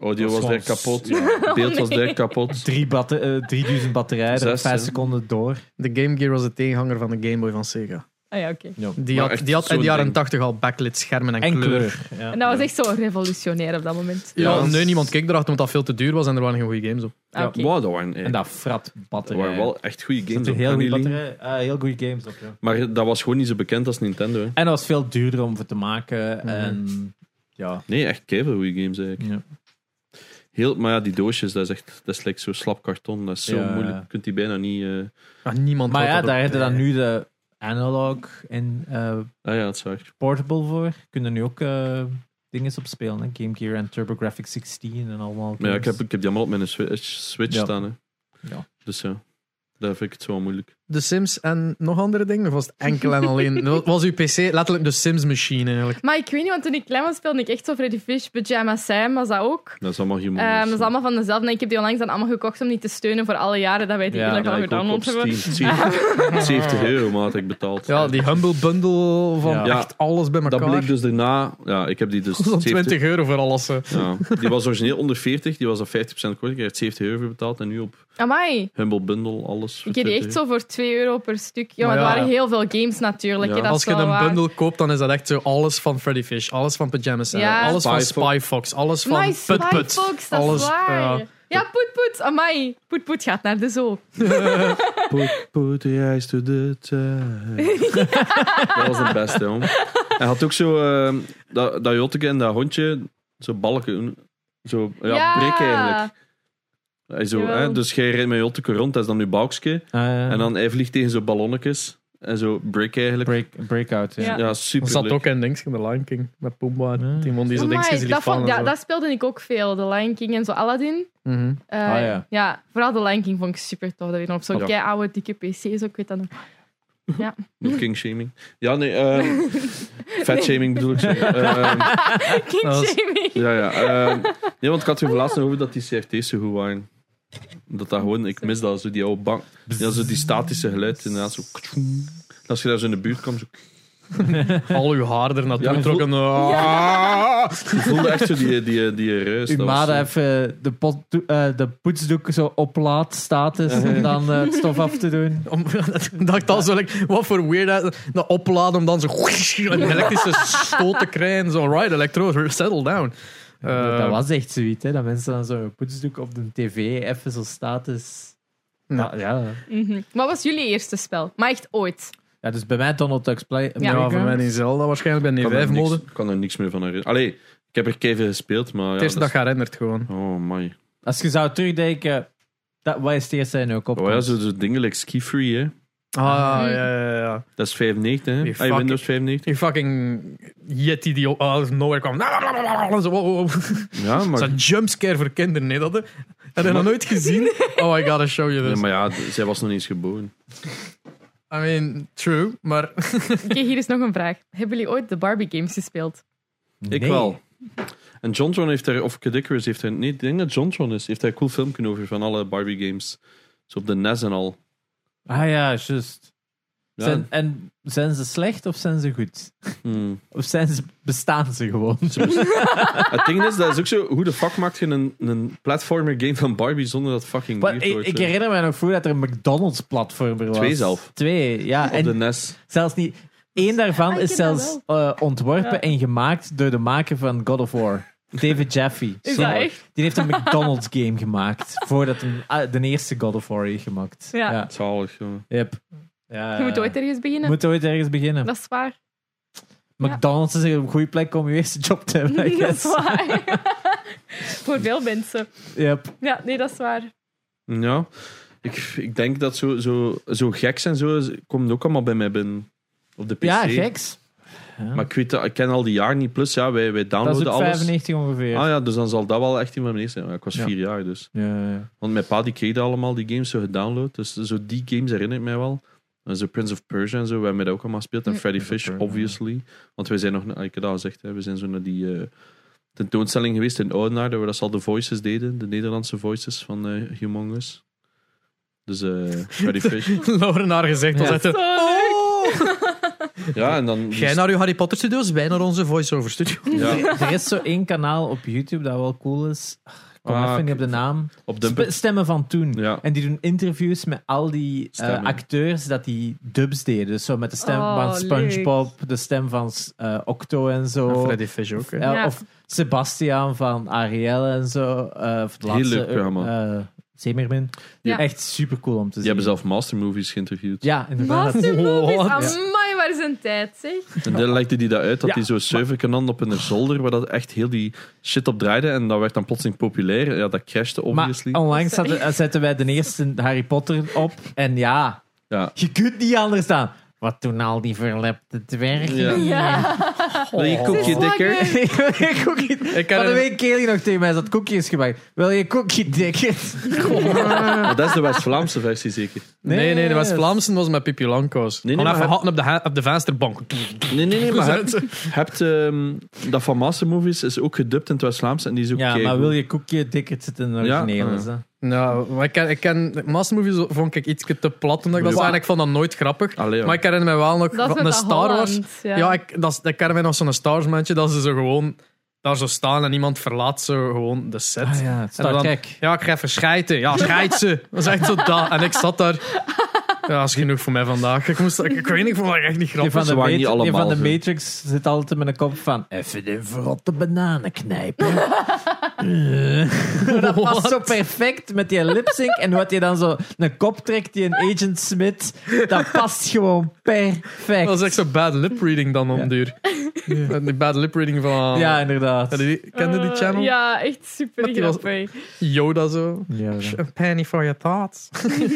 Audio Dat was, was direct gewoon- kapot, beeld was direct kapot. Drie batte- eh, 3000 batterijen, er Zes, vijf hè. seconden door. De Game Gear was de tegenhanger van de Game Boy van Sega. Ah ja, oké. Die Maar had, echt die had in zo'n de jaren ding. 80 al backlit schermen en, En kleur. kleur. Ja. En dat was echt zo revolutionair op dat moment. Ja, Ja. nee, niemand keek erachter omdat dat veel te duur was en er waren geen goede games op. Ah, oké. Wow, dat waren, eh, En dat eh, frat dat batterijen. waren wel echt goede Er games. zaten op, heel kan goede niet liegen. batterijen. eh, heel goede games op, ja. Maar dat was gewoon niet zo bekend als Nintendo. Hè. En dat was veel duurder om voor te maken. En ja, Nee, echt keihard goede games eigenlijk. ja. Heel, maar ja, die doosjes, dat is echt dat is like zo slap karton. Dat is zo Ja. moeilijk. Je kunt die bijna niet... eh, Maar Ah, niemand Maar had ja, dat daar op- heb je dan nu de analog en eh, Ah ja, dat is waar. portable voor. Kunnen nu ook eh dingen op spelen. Hè? Game Gear en TurboGrafx 16 en allemaal. Maar ja, ik, heb, games. ik heb die allemaal op mijn Switch, Switch Ja. staan. Hè. Ja. Dus ja, daar vind ik het zo wel moeilijk. De Sims en nog andere dingen? Of was het enkel en alleen... Was- Was uw PC letterlijk de Sims-machine eigenlijk? Maar ik weet niet, want toen ik klein was speelde ik echt zo Freddy Fish, Pyjama Sam, was dat ook. Dat is allemaal dus, eh. geen Ehm, dat is allemaal van dezelfde. En ik heb die onlangs dan allemaal gekocht om die te steunen voor alle jaren dat wij die Ja, eigenlijk Ja, al ik ook op gedownload hebben. Steam. 70 70 euro maat ik betaald. Ja, die Humble Bundle van Ja. echt alles bij dat elkaar. bleek dus daarna. Ja, ik heb die dus. Zo'n 70, 20 euro voor alles. eh. hè. ja, die was origineel onder 40, die was al 50% korting. Ik heb er 70 euro voor betaald en nu op Amai. Humble Bundle alles. voor Ik heb die 20 echt zo voor 2 euro per stuk. Ja, maar Maar er ja. waren heel veel games natuurlijk. Ja. hè, dat Als is je wel een waar. bundle koopt, dan is dat echt zo alles van Freddy Fish, alles van Pyjamas, eh, Ja. alles van Spy Fox. Spy Fox, alles van nice, Put Put. Firefox, dat alles, is waar. ja. Ja, Poet Poet, amai. Poet Poet gaat naar de zoo. Put, put your eyes to the time. Dat was het beste, jong. Hij had ook zo eh, dat, dat jotteke en dat hondje, zo balken, zo ja, brik eigenlijk. Hij zo, Jawel. hè, dus jij rijdt met jotteke rond, dat is dan je balkje. Eh, En dan hij vliegt tegen zo ballonnetjes en zo brik eigenlijk. break, Breakout. Ja. Ja. Ja, Dat super. zat ook in Dings, in The Lion King, met Pumbaa. Ja. en Die man die zo Amai, dingetjes liet dat, vond- vallen. en ja, zo. dat speelde ik ook veel. The Lion King en zo, Aladdin. Mhm. Eh, Ah, ja. vooral de Lion King vond ik super tof. Dat weer op zo'n Ja. kei oude, dikke PC's ook, weet dat nog. No king shaming. Ja, nee. ehm fat shaming bedoel ik zo. Ehm, King Dat was- Jamie. ja, ja. ehm, nee, want ik had er laatst nog over dat die CRT's zo goed waren. Dat dat gewoon, ik mis dat, zo die oude bank. Ja, zo die statische geluid. Inderdaad, zo. En Als je daar zo in de buurt kwam, zo, Al uw haar er Ja, naartoe dat getrokken. Ah. je voelde echt zo die, die, die ruis. Uw Dus dat was ma zo- dat even de, pot, eh, de poetsdoek zo oplaat, status, en dan eh, het stof af te doen. Om, dat ik dan zo, like, wat voor weird dat- dat opladen om dan zo een elektrische stoot te krijgen. Zo, right, electro, settle down. Eh, dat was echt zoiets, hè? Dat mensen dan zo'n poetsdoek op de tv even zo status. Ja. Ja, ja. Mhm. Wat was jullie eerste spel? Maar echt ooit. ja, dus bij mij Donald Duck's Play. Ja. Ja, Playground. voor mij niet zelf. Waarschijnlijk bij kan de er niks- V5-mode. kan er niks meer van herinneren. Allee, ik heb er keihard gespeeld, maar. Het Ja, eerste dat dag herinnert gewoon. is- Oh, my. Als je zou terugdenken, dat, wat is het eerste dat je ook op? Oh ja, zo- zo'n dingen like Ski Free, hè. Ah, ja, ja, ja, ja. Dat is 95, Die hè? Ah, fucking- Windows 95. Die fucking yeti die out of nowhere kwam. Zo, wow, wow. Ja, maar. Zo'n jumpscare voor kinderen, nee, dat hè. Heb je dat nooit gezien? Oh, I gotta show you Ja, this. maar ja, d- zij was nog niet eens geboren. I mean, true, maar... Oké, hier is nog een vraag. Hebben jullie ooit de Barbie games gespeeld? Nee. Ik wel. En Jontron heeft er, of Cadicurus heeft er, nee, ik denk dat Jontron is, heeft daar een cool filmpje over van alle Barbie games. Zo op de NES en al. Ah ja, juist. Ja. Zijn, en zijn ze slecht of zijn ze goed? Hmm. Of zijn ze, bestaan ze gewoon? Het ding is, dat is ook zo, hoe de fuck maakt je een, een platformer game van Barbie zonder dat fucking Maar weird ik, wordt, ik hè? herinner me nog vroeger dat er een McDonald's platformer was. Twee zelf. Twee, ja. Op En de E NES. zelfs niet... Eén daarvan Ah, ik is ken dat zelfs eh, ontworpen Ja. en gemaakt door de maker van God of War. David Jaffe. Is Zo. dat echt? Die heeft een McDonald's game gemaakt. Voordat hem ah, de eerste God of War heeft gemaakt. Ja. Zalig, jongen. Yep. Ja, Je Eh, moet ooit ergens beginnen. moet ooit ergens beginnen. Dat is waar. McDonald's is een goede plek om je eerste job te hebben. I dat is guess. waar. Voor veel mensen. Yep. Ja, nee, dat is waar. Ja. Ik, ik denk dat zo, zo, zo geks en zo is- komt ook allemaal bij mij binnen. Op de PC. Ja, geks. Ja. Maar ik, weet, dat- ik ken al die jaren niet. Plus, ja, wij, wij dat is downloaden ook alles. 95 ongeveer. Ah ja, dus dan zal dat wel echt in mijn eerste zijn. Ja, ik was Ja. vier jaar dus. Ja, ja. Want mijn pa die kreeg dat allemaal die games zo gedownload. Dus zo die games herinner ik mij wel. En zo Prince of Persia en zo, we hebben dat ook allemaal gespeeld. En Ja. Freddy Prince of Fish, Persia, obviously. Want wij zijn nog, ik heb dat al gezegd, hè, we zijn zo naar die eh, tentoonstelling geweest in Oudenaar, waar dat ze al de voices deden, de Nederlandse voices van eh Humongous. Dus eh, Freddy Fish. Lauren haar gezegd was Ja. uit de- Ja, en dan... Jij nou? naar uw Harry Potter studio's, wij naar onze voice-over studio. Ja, Er is zo één kanaal op YouTube dat wel cool is. Ah, Ik kom Ah, even niet op de naam. op Sp- de... Stemmen van toen. Ja. En die doen interviews met al die eh, Stemmen. acteurs dat die dubs deden. Dus zo met de stem Oh, van SpongeBob, de stem van eh, Octo en zo. En Freddy Fish ook. Hè. Eh, Ja. Of Sebastian van Ariel en zo. eh, of het Heel laatste, leuk programma. eh, eh, Zeemermin. Ja. Echt super cool om te Die zien. hebben zelf mastermovies geïnterviewd. Ja, inderdaad. Master Movies. Wat? Amai, waar is een tijd, zeg. En dan legde die dat uit, dat Ja, die zo'n server had op hun zolder, waar dat echt heel die shit op draaide. En dat werd dan plotseling populair. Ja, dat crashte, Maar obviously. onlangs zetten, eh, zetten wij de eerste Harry Potter op. En ja, ja. je kunt niet anders dan. Wat doen al die verlepte dwergen? Ja. Ja. Wil je Ze koekje is dikker? zwanger. Ik ook niet. Ik Van had de een- week keer nog tegen mij dat koekje is gemaakt. Wil je koekje dikker? Maar dat is de West-Vlaamse versie zeker. Nee, nee, de was West-Vlaamsen was met Pipi Lanko's. Nee, Nee, nee, even maar- hatten op de, ha- op de vensterbank. Nee, nee, nee. Maar hebt, hebt ehm, dat van mastermovies is ook gedubt in het West-Vlaams en die is ook Ja, maar keigoed. wil je koekje dikker zitten in de Ja, origineel? ja. is dat? Nou, maar ik ken, ik ken Mastermovies vond ik iets te plat, omdat ik dat Ja. zei. en Ik vond dat nooit grappig. Allee, ja. Maar ik herinner mij wel nog Dat is van met een dat Star Wars. Holland, ja. Ja, ik, dat, is- ik herinner mij nog zo'n Star Wars momentje dat ze zo gewoon daar zo staan en iemand verlaat zo gewoon de set. Ah ja, En Star dan- Trek. Ja, ik ga even schijten. Ja, schijt ze. Dat is echt zo dat. En ik zat daar. Ja, dat is genoeg voor mij vandaag. Ik, moest, ik, ik weet niet, ik vond dat echt niet Die grappig. van, de ze waren niet Matri- die van allemaal de zo. Matrix zit altijd met een kop van... Even de verrotte bananen knijpen. Eh. dat past zo perfect met die lipsync. En wat je dan zo een kop trekt, die een Agent Smith. Dat past gewoon perfect. Dat is echt zo bad lip reading dan om Ja. duur. Die bad lip reading van... Ja, inderdaad. Ja, die- Kende die Eh, channel? ja, echt super Met die was- grappig. Yoda zo. Ja, ja. A penny for your thoughts.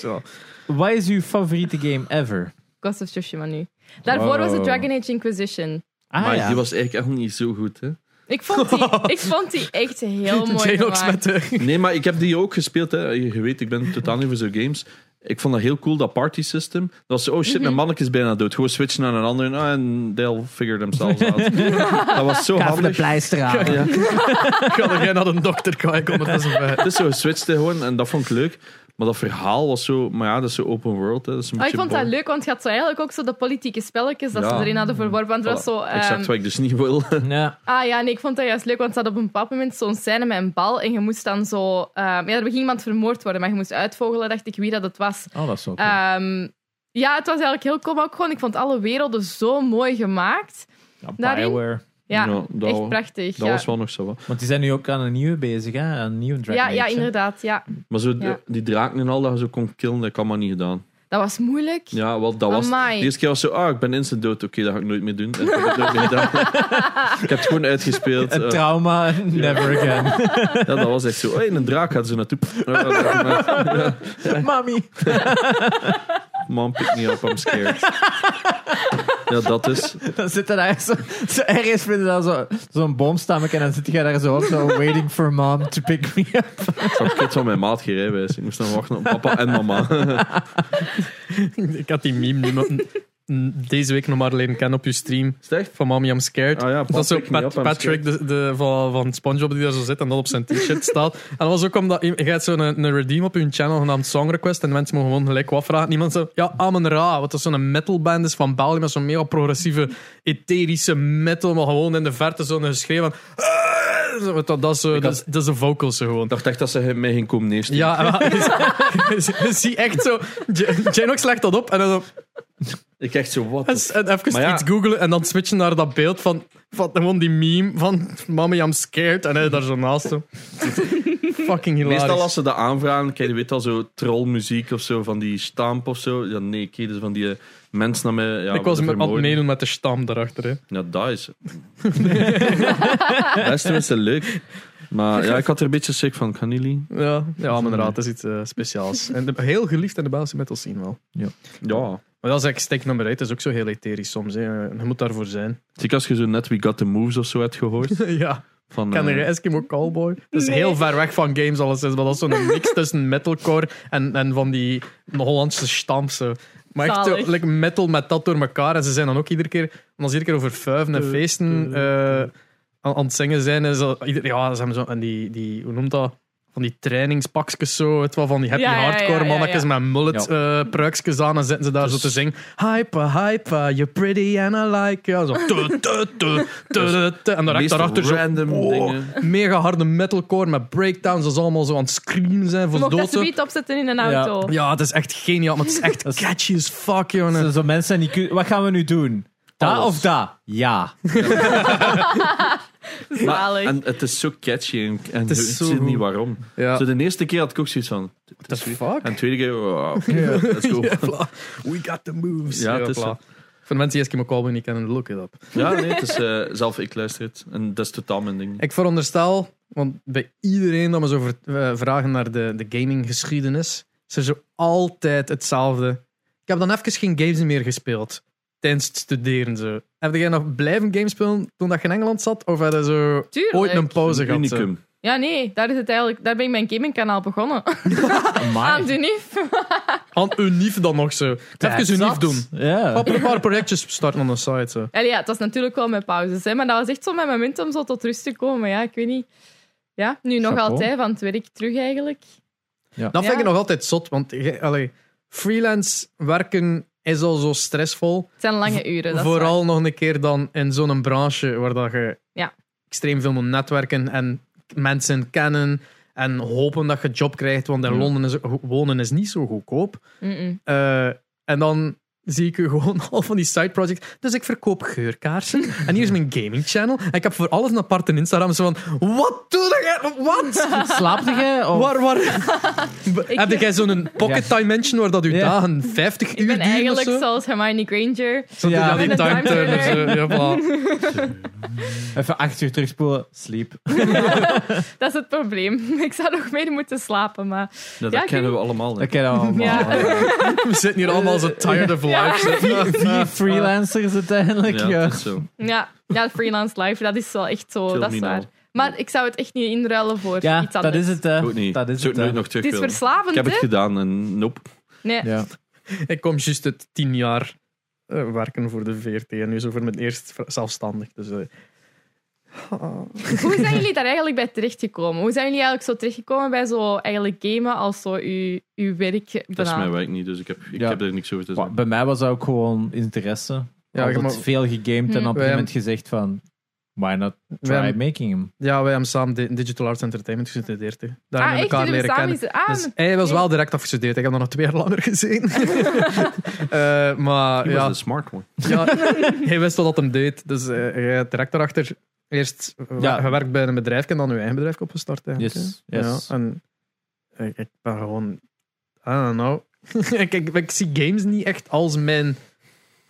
zo. Wat is uw favoriete game ever? Ghost of Tsushima nu. Daarvoor Wow. was het Dragon Age Inquisition. Ah, maar ja. die was eigenlijk echt niet zo goed, hè. Ik vond die, ik vond die echt heel mooi J-Nox gemaakt. met de... Nee, maar ik heb die ook gespeeld. Hè. Je weet, ik ben totaal niet voor zo'n games. Ik vond dat heel cool, dat party system. Dat was zo, oh shit, Mhm. mijn mannetje is bijna dood. Gewoon switchen naar een ander en ah, en they'll figure themselves out. dat was zo Ga even de handig. pleister halen. Ja. Ik had er geen naar een dokter kijken ondertussen bij. Het is zo geswitcht hè, gewoon en dat vond ik leuk. Maar dat verhaal was zo, maar ja, dat is zo open world. Hè. Dat is een Ah, ik beetje vond dat boring. leuk, want je had zo eigenlijk ook zo de politieke spelletjes dat Ja. ze erin hadden verworpen. Want er was Voilà. zo, ehm, Exact wat ik dus niet wil. Ja. Ah ja, nee, ik vond dat juist leuk, want ze hadden op een bepaald moment zo'n scène met een bal en je moest dan zo... ehm, ja, er ging iemand vermoord worden, maar je moest uitvogelen, dacht ik, wie dat het was. Oh, dat is ook. Ehm, ja, het was eigenlijk heel cool, maar ook gewoon, ik vond alle werelden zo mooi gemaakt. Nou, daarin- Bioware. Ja, Ja, Nou, dat- echt prachtig. Dat ja. was wel nog zo. wat. Want die zijn nu ook aan een nieuwe bezig, hè? Aan Een nieuwe Dragon ja, Age, ja, hè? inderdaad, ja. Maar zo, Ja. die draken en al dat je zo kon killen, dat heb ik allemaal niet gedaan. Dat was moeilijk. Ja, wel, dat was. Amai. De eerste keer was zo, ah, ik ben instant dood. Oké, dat ga ik nooit meer doen. En ik heb het nooit meer gedaan. ik heb het gewoon uitgespeeld. Een Eh, trauma, never again. ja, dat was echt zo. Hey, een draak gaat zo naartoe. Ja, dat- maar- Mami. Mom, pick me up, I'm scared. Ja, dat is. Dan zit er daar zo, zo ergens vinden daar zo- zo'n boomstammetje en dan zit jij daar zo op, zo waiting for mom to pick me up. Ik had kut van mijn maat geen rijbewijs. Ik moest dan wachten op papa en mama. Ik had die meme nu maar- n- deze week nog maar leren kennen op je stream. Is het echt? Van Mommy I'm Scared. Ah ja, dat is zo Patrick, Pat- niet op, I'm Patrick de, de, van, van Spongebob die daar zo zit en dan op zijn t-shirt staat. En dat was ook omdat je je hebt zo'n een redeem op hun channel genaamd Song Request en mensen mogen gewoon gelijk wat vragen. Niemand zo, ja, Amen Ra, wat dat zo'n metalband is van België met zo'n mega progressieve etherische metal, maar gewoon in de verte zo'n geschreeuw van... "Ah!" Zo, Dat, dat, is, zo- dat, is- dat is de vocals zo gewoon. Ik dacht echt dat ze mij ging komen neersteken. Ja, en dan- je ziet echt zo. Janox legt dat op en dan zo. Ik echt zo, wat? En s- en Dus, eh, even Maar ja. iets googelen en dan switchen naar dat beeld van, van gewoon die meme van Mommy, I'm scared. En hij daar zo naast hem. Fucking hilarisch. Meestal als ze dat aanvragen, kijk, je weet al zo trollmuziek of zo, van die stamp of zo. Ja, nee, kijk, dus van die eh, mens naar mij. Ja, ik was met me aan het meedoen met de stam daarachter. Hè. Ja, dat is. dat is tenminste leuk. Maar ja, ik had er een beetje schrik van, kan jullie? Ja, ja, maar inderdaad, dat is iets eh, speciaals. En de- heel geliefd in de Belgische metal scene wel. Ja. Maar dat is eigenlijk steek nummer 1, dat is ook zo heel etherisch soms. Hè. Je moet daarvoor zijn. Zie ik als je zo net We Got The Moves of zo hebt gehoord. ja. Van, Ken je eh, Eskimo Callboy? Dat is Nee. heel ver weg van games alleszins, maar dat is zo'n mix tussen metalcore en, en van die Hollandse stamse. Maar echt zo, Zalig. like metal met dat door elkaar. En ze zijn dan ook iedere keer, omdat ze iedere keer over fuiven en feesten eh, aan, aan het zingen zijn. En zo, ieder- ja, ze hebben zo, en die, die, hoe noemt dat? Van die trainingspakjes zo, het wel van die happy Ja, ja, ja, hardcore ja, ja, mannetjes ja. met mullet eh pruikjes aan en zitten ze daar zo Dus- te zingen. Hyper, hyper, you're pretty and I like you. Zo, tu, tu, tu, tu, tu, tu. En dan meest daarachter zo Oh. random wow, dingen. mega harde metalcore met breakdowns dat ze allemaal zo aan het screamen zijn Je voor mag dat dood. zoiets opzetten in een auto. Ja, het is echt geniaal, maar het is echt catchy as fuck, jongen. Zo, zo mensen die kun- Wat gaan we nu doen? Dat Alles. of dat? Ja. maar, Zalig. en het is zo catchy en, en is ik zo zie goed. niet waarom. Ja. Zo de eerste keer had ik ook zoiets van... What the fuck? En de tweede keer... wow, oké, let's go. Ja, voilà. We got the moves. Ja, het is voilà. zo. Voor de mensen die Eskimo Callboy niet kennen, look it up. Ja, nee, het is eh, zelf, ik luister het. En dat is totaal mijn ding. Ik veronderstel, want bij iedereen dat me zo ver- eh, vragen naar de, de gaminggeschiedenis, is er zo altijd hetzelfde. Ik heb dan even geen games meer gespeeld tijdens het studeren. Zo. Heb jij nog blijven games spelen toen dat je in Engeland zat? Of had je zo Tuurlijk. ooit een pauze Een gehad? zo? unicum. Ja, nee, daar, is het eigenlijk, daar ben ik mijn gamingkanaal begonnen. Ah, Amai. Aan Dunif. Aan unief dan nog zo. Even unief Zat. doen. Ja. Pap, Een paar projectjes starten op de site. Zo. Allee, ja, het was natuurlijk wel met pauzes, hè, maar dat was echt zo'n moment om zo tot rust te komen. Ja, ik weet niet. Ja, nu nog Chapeau. altijd, want weet ik terug eigenlijk. Dat vind Ja. ik nog altijd zot, want je- allee, freelance werken is al zo stressvol. Het zijn lange uren. Dat is Vooral nog een keer dan in zo'n branche waar dat je Ja. extreem veel moet netwerken en mensen kennen en hopen dat je job krijgt, want in Ja. Londen is, wonen is niet zo goedkoop. waar. Mm-mm. Eh, en dan zie ik u gewoon al van die side projects. Dus ik verkoop geurkaarsen. En hier is mijn gaming channel. En ik heb voor alles een aparte Instagram. Zo van, wat doe je? Wat? Slaapte jij? Of... Waar, waar... Heb jij zo'n pocket dimension waar dat uw Ja. dagen 50 uur Ik ben duren eigenlijk of zo? zoals Hermione Granger. Zo doe je Ja, aan die met een time turner. timer. zo. Ja, voilà. Even acht uur terugspoelen. Sleep. Dat is het probleem. Ik zou nog meer moeten slapen, maar... eh, Ja, dat Ja, ik kennen weet- we allemaal. hè. Ik ken dat allemaal. Ja. We zitten hier allemaal zo tired of life. Die freelancers uiteindelijk. Ja, ja. het is zo. Ja, ja freelance life, dat is wel echt zo. Kill Oh, dat is me now. waar. Maar ik zou het echt niet inruilen voor Ja, iets dat anders. is het. hè. Ook niet. Dat is Zou het. ik hè. nooit nog terug Het is willen. Ik verslavend, heb hè? het gedaan en nope. Nee. Ja. Ik kom juist het tien jaar eh, werken voor de VRT. En nu zo voor mijn eerst v- zelfstandig. Dus, eh, Hoe zijn jullie daar eigenlijk bij terechtgekomen? Hoe zijn jullie eigenlijk zo terechtgekomen bij zo eigenlijk gamen als zo uw, uw werk Dat is mijn benadert? werk niet, dus ik heb, ik Ja. heb er niks over te Maar zeggen. Bij mij was dat ook gewoon interesse. Ja, Ja, ik maar- heb veel gegamed en Hmm. op een Wij- moment gezegd van... Why not Wij try hebben- making him? ja, wij hebben samen di- Digital Arts Entertainment gestudeerd. hè. Daar Ah, hebben we echt? elkaar Jullie leren hebben kennen. samen iets- Ah, Dus hij was nee. wel direct afgestudeerd. Ik heb dan nog twee jaar langer gezien. Eh, maar He was ja, a smart one. ja, hij wist wel dat hem deed. Dus eh, hij had direct daarachter eerst wa- Ja. gewerkt bij een bedrijf en dan uw eigen bedrijf opgestart. eigenlijk, Yes, hè. yes. Ja, en ik, ik ben gewoon... I don't know. ik, ik, ik zie games niet echt als mijn...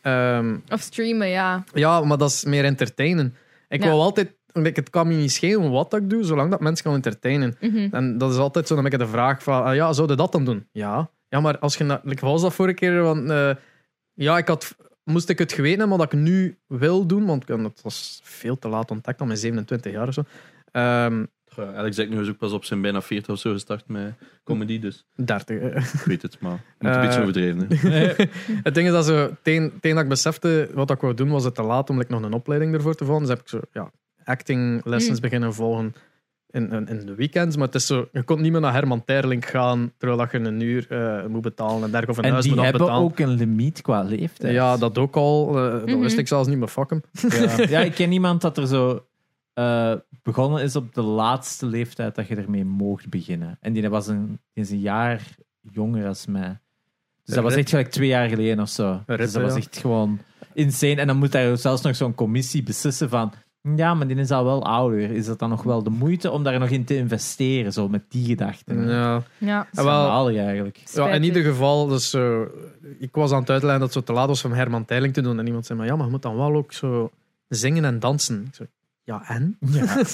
ehm, Of streamen, ja. ja, maar dat is meer entertainen. Ik Ja. wou altijd... Ik, het kan me niet schelen wat dat ik doe, zolang dat mensen kan entertainen. Mhm. En dat is altijd zo dan ben ik de vraag van, ah ja, zou je dat dan doen? Ja. Ja, maar als je... na- Like, wat was dat vorige keer? Want, eh, ja, ik had... Moest ik het geweten hebben wat ik nu wil doen, want ik- dat was veel te laat ontdekt, al mijn 27 jaar of zo. Ehm, Ja, Alex Ekner is ook pas op zijn bijna 40 of zo gestart met comedy, dus 30. eh. ik weet het, maar ik moet een Eh, beetje overdreven. hè. Het ding is dat ze, teen, teen dat ik besefte wat ik wou doen, was het te laat om like, nog een opleiding ervoor te volgen. Dus heb ik zo, ja, acting lessons Mm. beginnen volgen in, in, in de weekends. Maar het is zo, je kon niet meer naar Herman Terling gaan, terwijl dat je een uur eh, moet betalen en dergelijke, of een En huis die moet hebben afbetalen. ook een limiet qua leeftijd. Ja, dat ook al. eh, Dat Mhm. wist ik zelfs niet, maar fuck hem. Ja. Ja, ik ken iemand dat er zo eh, begonnen is op de laatste leeftijd dat je ermee mocht beginnen. En die was een, die is een jaar jonger als mij. Dus dat was echt gelijk twee jaar geleden of zo. Rip, dus dat ja. was echt gewoon insane. En dan moet daar zelfs nog zo'n commissie beslissen van... Ja, maar die is al wel ouder. Is dat dan nog wel de moeite om daar nog in te investeren? Zo met die gedachten. Dat Ja. Ja. is Ah, wel. schandalig eigenlijk. Ja, in Spijtig. ieder geval, dus, eh, ik was aan het uitleggen dat het zo te laat was om Herman Teiling te doen. En iemand zei, maar ja, maar je moet dan wel ook zo zingen en dansen. Ik zo, ja, en?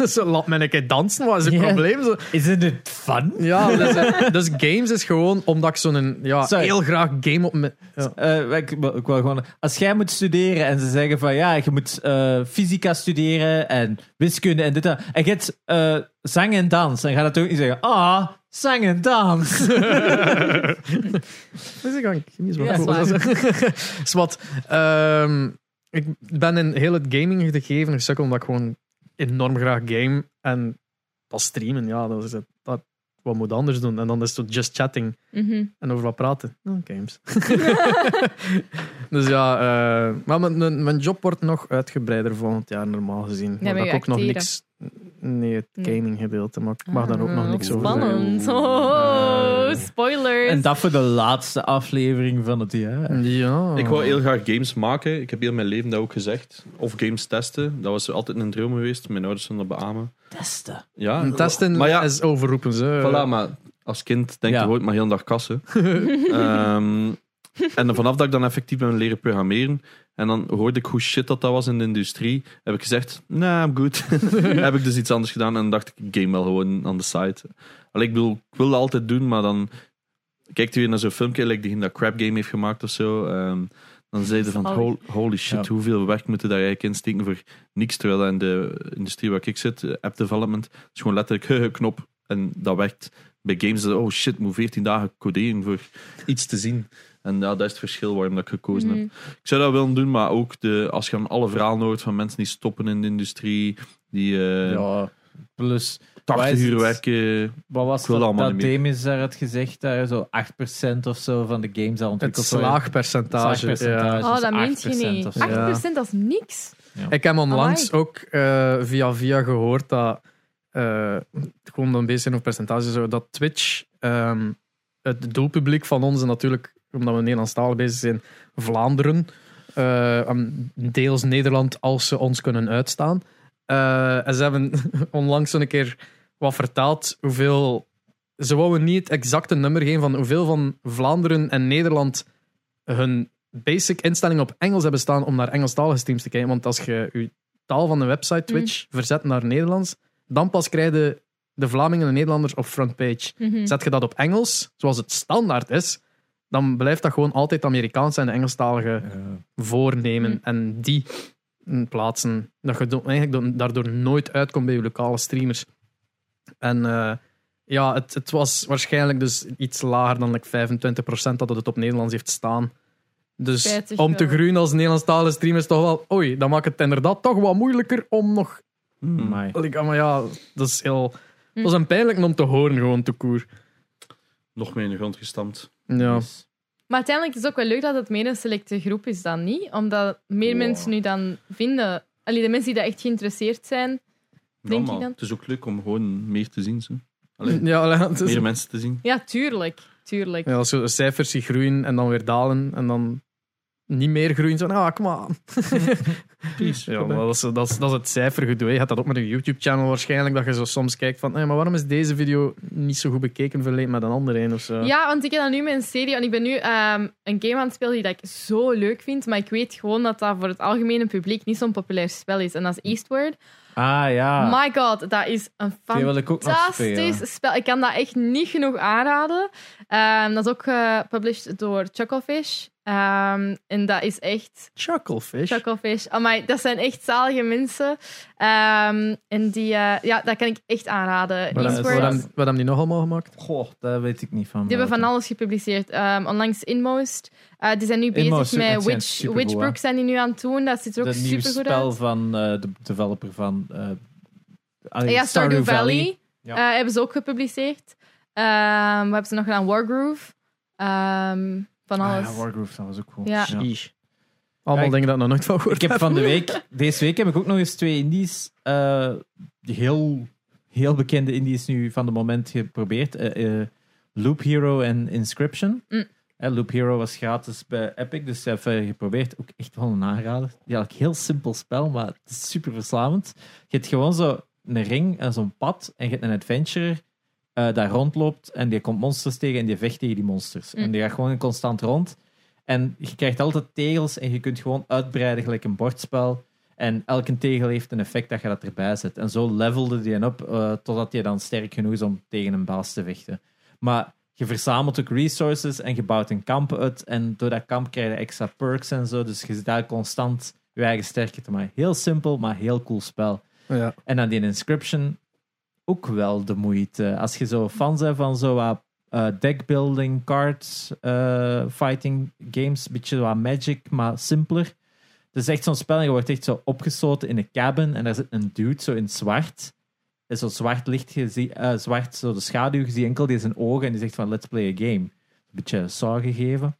zo, laat mij een keer dansen, wat is het Ja. probleem? Zo, Isn't it fun? ja, dus, eh, dus games is gewoon omdat ik zo'n ja, Sorry. heel graag game op me... Ja. Eh, ik, ik wil gewoon, als jij moet studeren en ze zeggen van ja, je moet eh, fysica studeren en wiskunde en dit en en je hebt eh, zang en dans, dan gaat dat toch niet zeggen, ah, zang en dans. Dus ik denk, chemie is wel Ja, cool. dat Is wat, ehm, ik ben in heel het gaming gegeven gesukkel omdat ik gewoon enorm graag game en dat streamen, ja, dat is het. Dat, wat moet anders doen? En dan is het zo just chatting. Mhm. En over wat praten? Nou, games. dus ja, eh, maar mijn, mijn, mijn job wordt nog uitgebreider volgend jaar normaal gezien. maar maar dat je ik ook nog acteren. niks... Nee, het Nee. gaminggedeelte, maar ik mag daar ook nog Ah, niks over zeggen. Eh, Spannend. Oh, spoilers. en dat voor de laatste aflevering van het Mm. jaar. Ja. Ik wou heel graag games maken. Ik heb heel mijn leven dat ook gezegd. Of games testen. Dat was altijd een droom geweest. Mijn ouders zullen dat beamen. Testen. Ja, Een testen Maar ja, is overroepen, ze. voilà, maar als kind denk eh, Ja. je ooit maar heel een dag kassen. Ehm, en dan vanaf dat ik dan effectief ben leren programmeren. En dan hoorde ik hoe shit dat, dat was in de industrie. Heb ik gezegd, nah, I'm good. heb ik dus iets anders gedaan. En dan dacht ik, ik game wel gewoon aan de site. Allee, ik, bedoel, ik wil dat altijd doen, maar dan kijkt u weer naar zo'n filmpje, like die dat crap game heeft gemaakt of zo. ehm, dan zei je van, Sorry. hol- holy shit, Ja. hoeveel werk moeten daar eigenlijk insteken voor niks. Terwijl dat in de industrie waar ik zit, eh, app development, is gewoon letterlijk "Huh, huh, knop. En dat werkt. Bij games is het, oh shit, moet 14 dagen coderen voor iets te zien. En ja, dat is het verschil waarom dat ik gekozen heb. Mm. Ik zou dat willen doen, maar ook de, als je aan alle verhalen hoort van mensen die stoppen in de industrie, die eh Ja, plus, waar 80 is uur het? werken. wat was Ik wil dat, allemaal dat niet meer. Demis daar had gezegd, daar zo 8% of zo van de games al Het ontwikkeld worden. slaagpercentage. Slaagpercentage. ja. Oh, dat Dus meent je 8% niet. of 8% zo. dat is niks. Ik heb onlangs ook eh, via via gehoord dat, eh, gewoon dan bezig zijn over percentage, zo, dat Twitch ehm, het doelpubliek van ons, en natuurlijk omdat we Nederlandstalig bezig zijn, Vlaanderen, eh, en deels Nederland, als ze ons kunnen uitstaan. Eh, en ze hebben onlangs zo'n keer wat vertaald hoeveel. Ze wouden niet het exacte nummer geven van hoeveel van Vlaanderen en Nederland hun basic instelling op Engels hebben staan om naar Engelstalige streams te kijken. Want als je je taal van de website Twitch verzet naar Nederlands, dan pas krijg je de Vlamingen en Nederlanders op frontpage. Mhm. Zet je dat op Engels, zoals het standaard is, dan blijft dat gewoon altijd Amerikaans en de Engelstalige Ja. voornemen Hm. en die plaatsen. Dat je do- eigenlijk do- daardoor nooit uitkomt bij je lokale streamers. En eh, ja, het, het was waarschijnlijk dus iets lager dan like 25% dat het op Nederlands heeft staan. Dus Spijtig om te wel. groeien als Nederlandstalige streamer is toch wel... Oei, dan maakt het inderdaad toch wat moeilijker om nog... mm, Amai. Like, ah, maar ja, dat is heel... Mm. Dat is een pijnlijk om te horen, gewoon te koer. Nog meer in de grond gestampt. Ja. Dus- Maar uiteindelijk is het ook wel leuk dat het meer een selecte groep is dan niet. Omdat meer Wow. mensen nu dan vinden... Allee, de mensen die daar echt geïnteresseerd zijn. Ja, Denk je maar dan? Het is ook leuk om gewoon meer te zien. Zo. Allee, Ja, het is- meer mensen te zien. Ja, tuurlijk. Tuurlijk. Ja, als je cijfers ziet groeien en dan weer dalen en dan niet meer groeien, zo, nou, kom aan. Please, Ja, kom maar bij. dat, is, dat, is, dat is het cijfergedoe. hè. Je hebt dat ook met een YouTube-channel waarschijnlijk, dat je zo soms kijkt van, hey, maar waarom is deze video niet zo goed bekeken vergeleken met een andere Dus, eh, een of zo? Ja, want ik heb dan nu mijn serie. En ik ben nu ehm, een game aan het spelen die dat ik zo leuk vind. Maar ik weet gewoon dat dat voor het algemene publiek niet zo'n populair spel is. En dat is Eastward. Ah ja, My god, dat is een die fantastisch wil ik ook nog spelen. fantastisch spel. Ik kan dat echt niet genoeg aanraden. Ehm, dat is ook gepublished door Chucklefish. Ehm, en dat is echt Chucklefish. Chucklefish. Amai, dat zijn echt zalige mensen. Ehm, en die, eh, ja, dat kan ik echt aanraden. Wat dat is- hebben- Eastward, wat hebben- wat hebben die nog allemaal gemaakt? Goh, daar weet ik niet van. die hebben van alles gepubliceerd. Ehm, onlangs Inmost. Eh, die zijn nu bezig Inmost, dat met zijn Witch, supergoed, hè? Witchbrook. Zijn die nu aan het doen. Dat ziet er ook Dat nieuwe super goed spel uit. van eh, de developer van eh, ah, Ja, Stardew Valley, Ja. eh, hebben ze ook gepubliceerd. Ehm, wat hebben ze nog gedaan? Wargroove. Ehm, van Ah, alles. ja, Wargroove, dat was ook cool. Ja. Ja. Sheesh. Allemaal Ja, ik- dingen dat ik nog nooit van gehoord Ik heb van de week, deze week heb ik ook nog eens twee indies, eh, heel, heel bekende indies nu van de moment geprobeerd. Eh, eh, Loop Hero en Inscription. Mm. Hè, Loop Hero was gratis bij Epic, dus ik heb eh, geprobeerd. Ook echt wel een aanrader. Ja, een heel simpel spel, maar het is super verslavend. Je hebt gewoon zo een ring en zo'n pad en je hebt een adventurer eh daar rondloopt en die komt monsters tegen en die vecht tegen die monsters. Mm. En die gaat gewoon constant rond. En je krijgt altijd tegels en je kunt gewoon uitbreiden gelijk een bordspel. En elke tegel heeft een effect dat je dat erbij zet. En zo levelde die een op eh, totdat je dan sterk genoeg is om tegen een baas te vechten. Maar je verzamelt ook resources en je bouwt een kamp uit. En door dat kamp krijg je extra perks en zo. Dus je zit daar constant je eigen sterkte te maken. Heel simpel, maar heel cool spel. Ja. En dan die inscription ook wel de moeite. Als je zo fan bent van zo wat eh, deckbuilding, cards, eh, fighting games, een beetje wat magic, maar simpeler. Het is echt zo'n spel en je wordt echt zo opgesloten in een cabin en daar zit een dude zo in zwart. En zo'n zwart licht, je ziet, eh, zwart, zo de schaduw, je ziet enkel die zijn ogen en die zegt van let's play a game. Een beetje saw gegeven.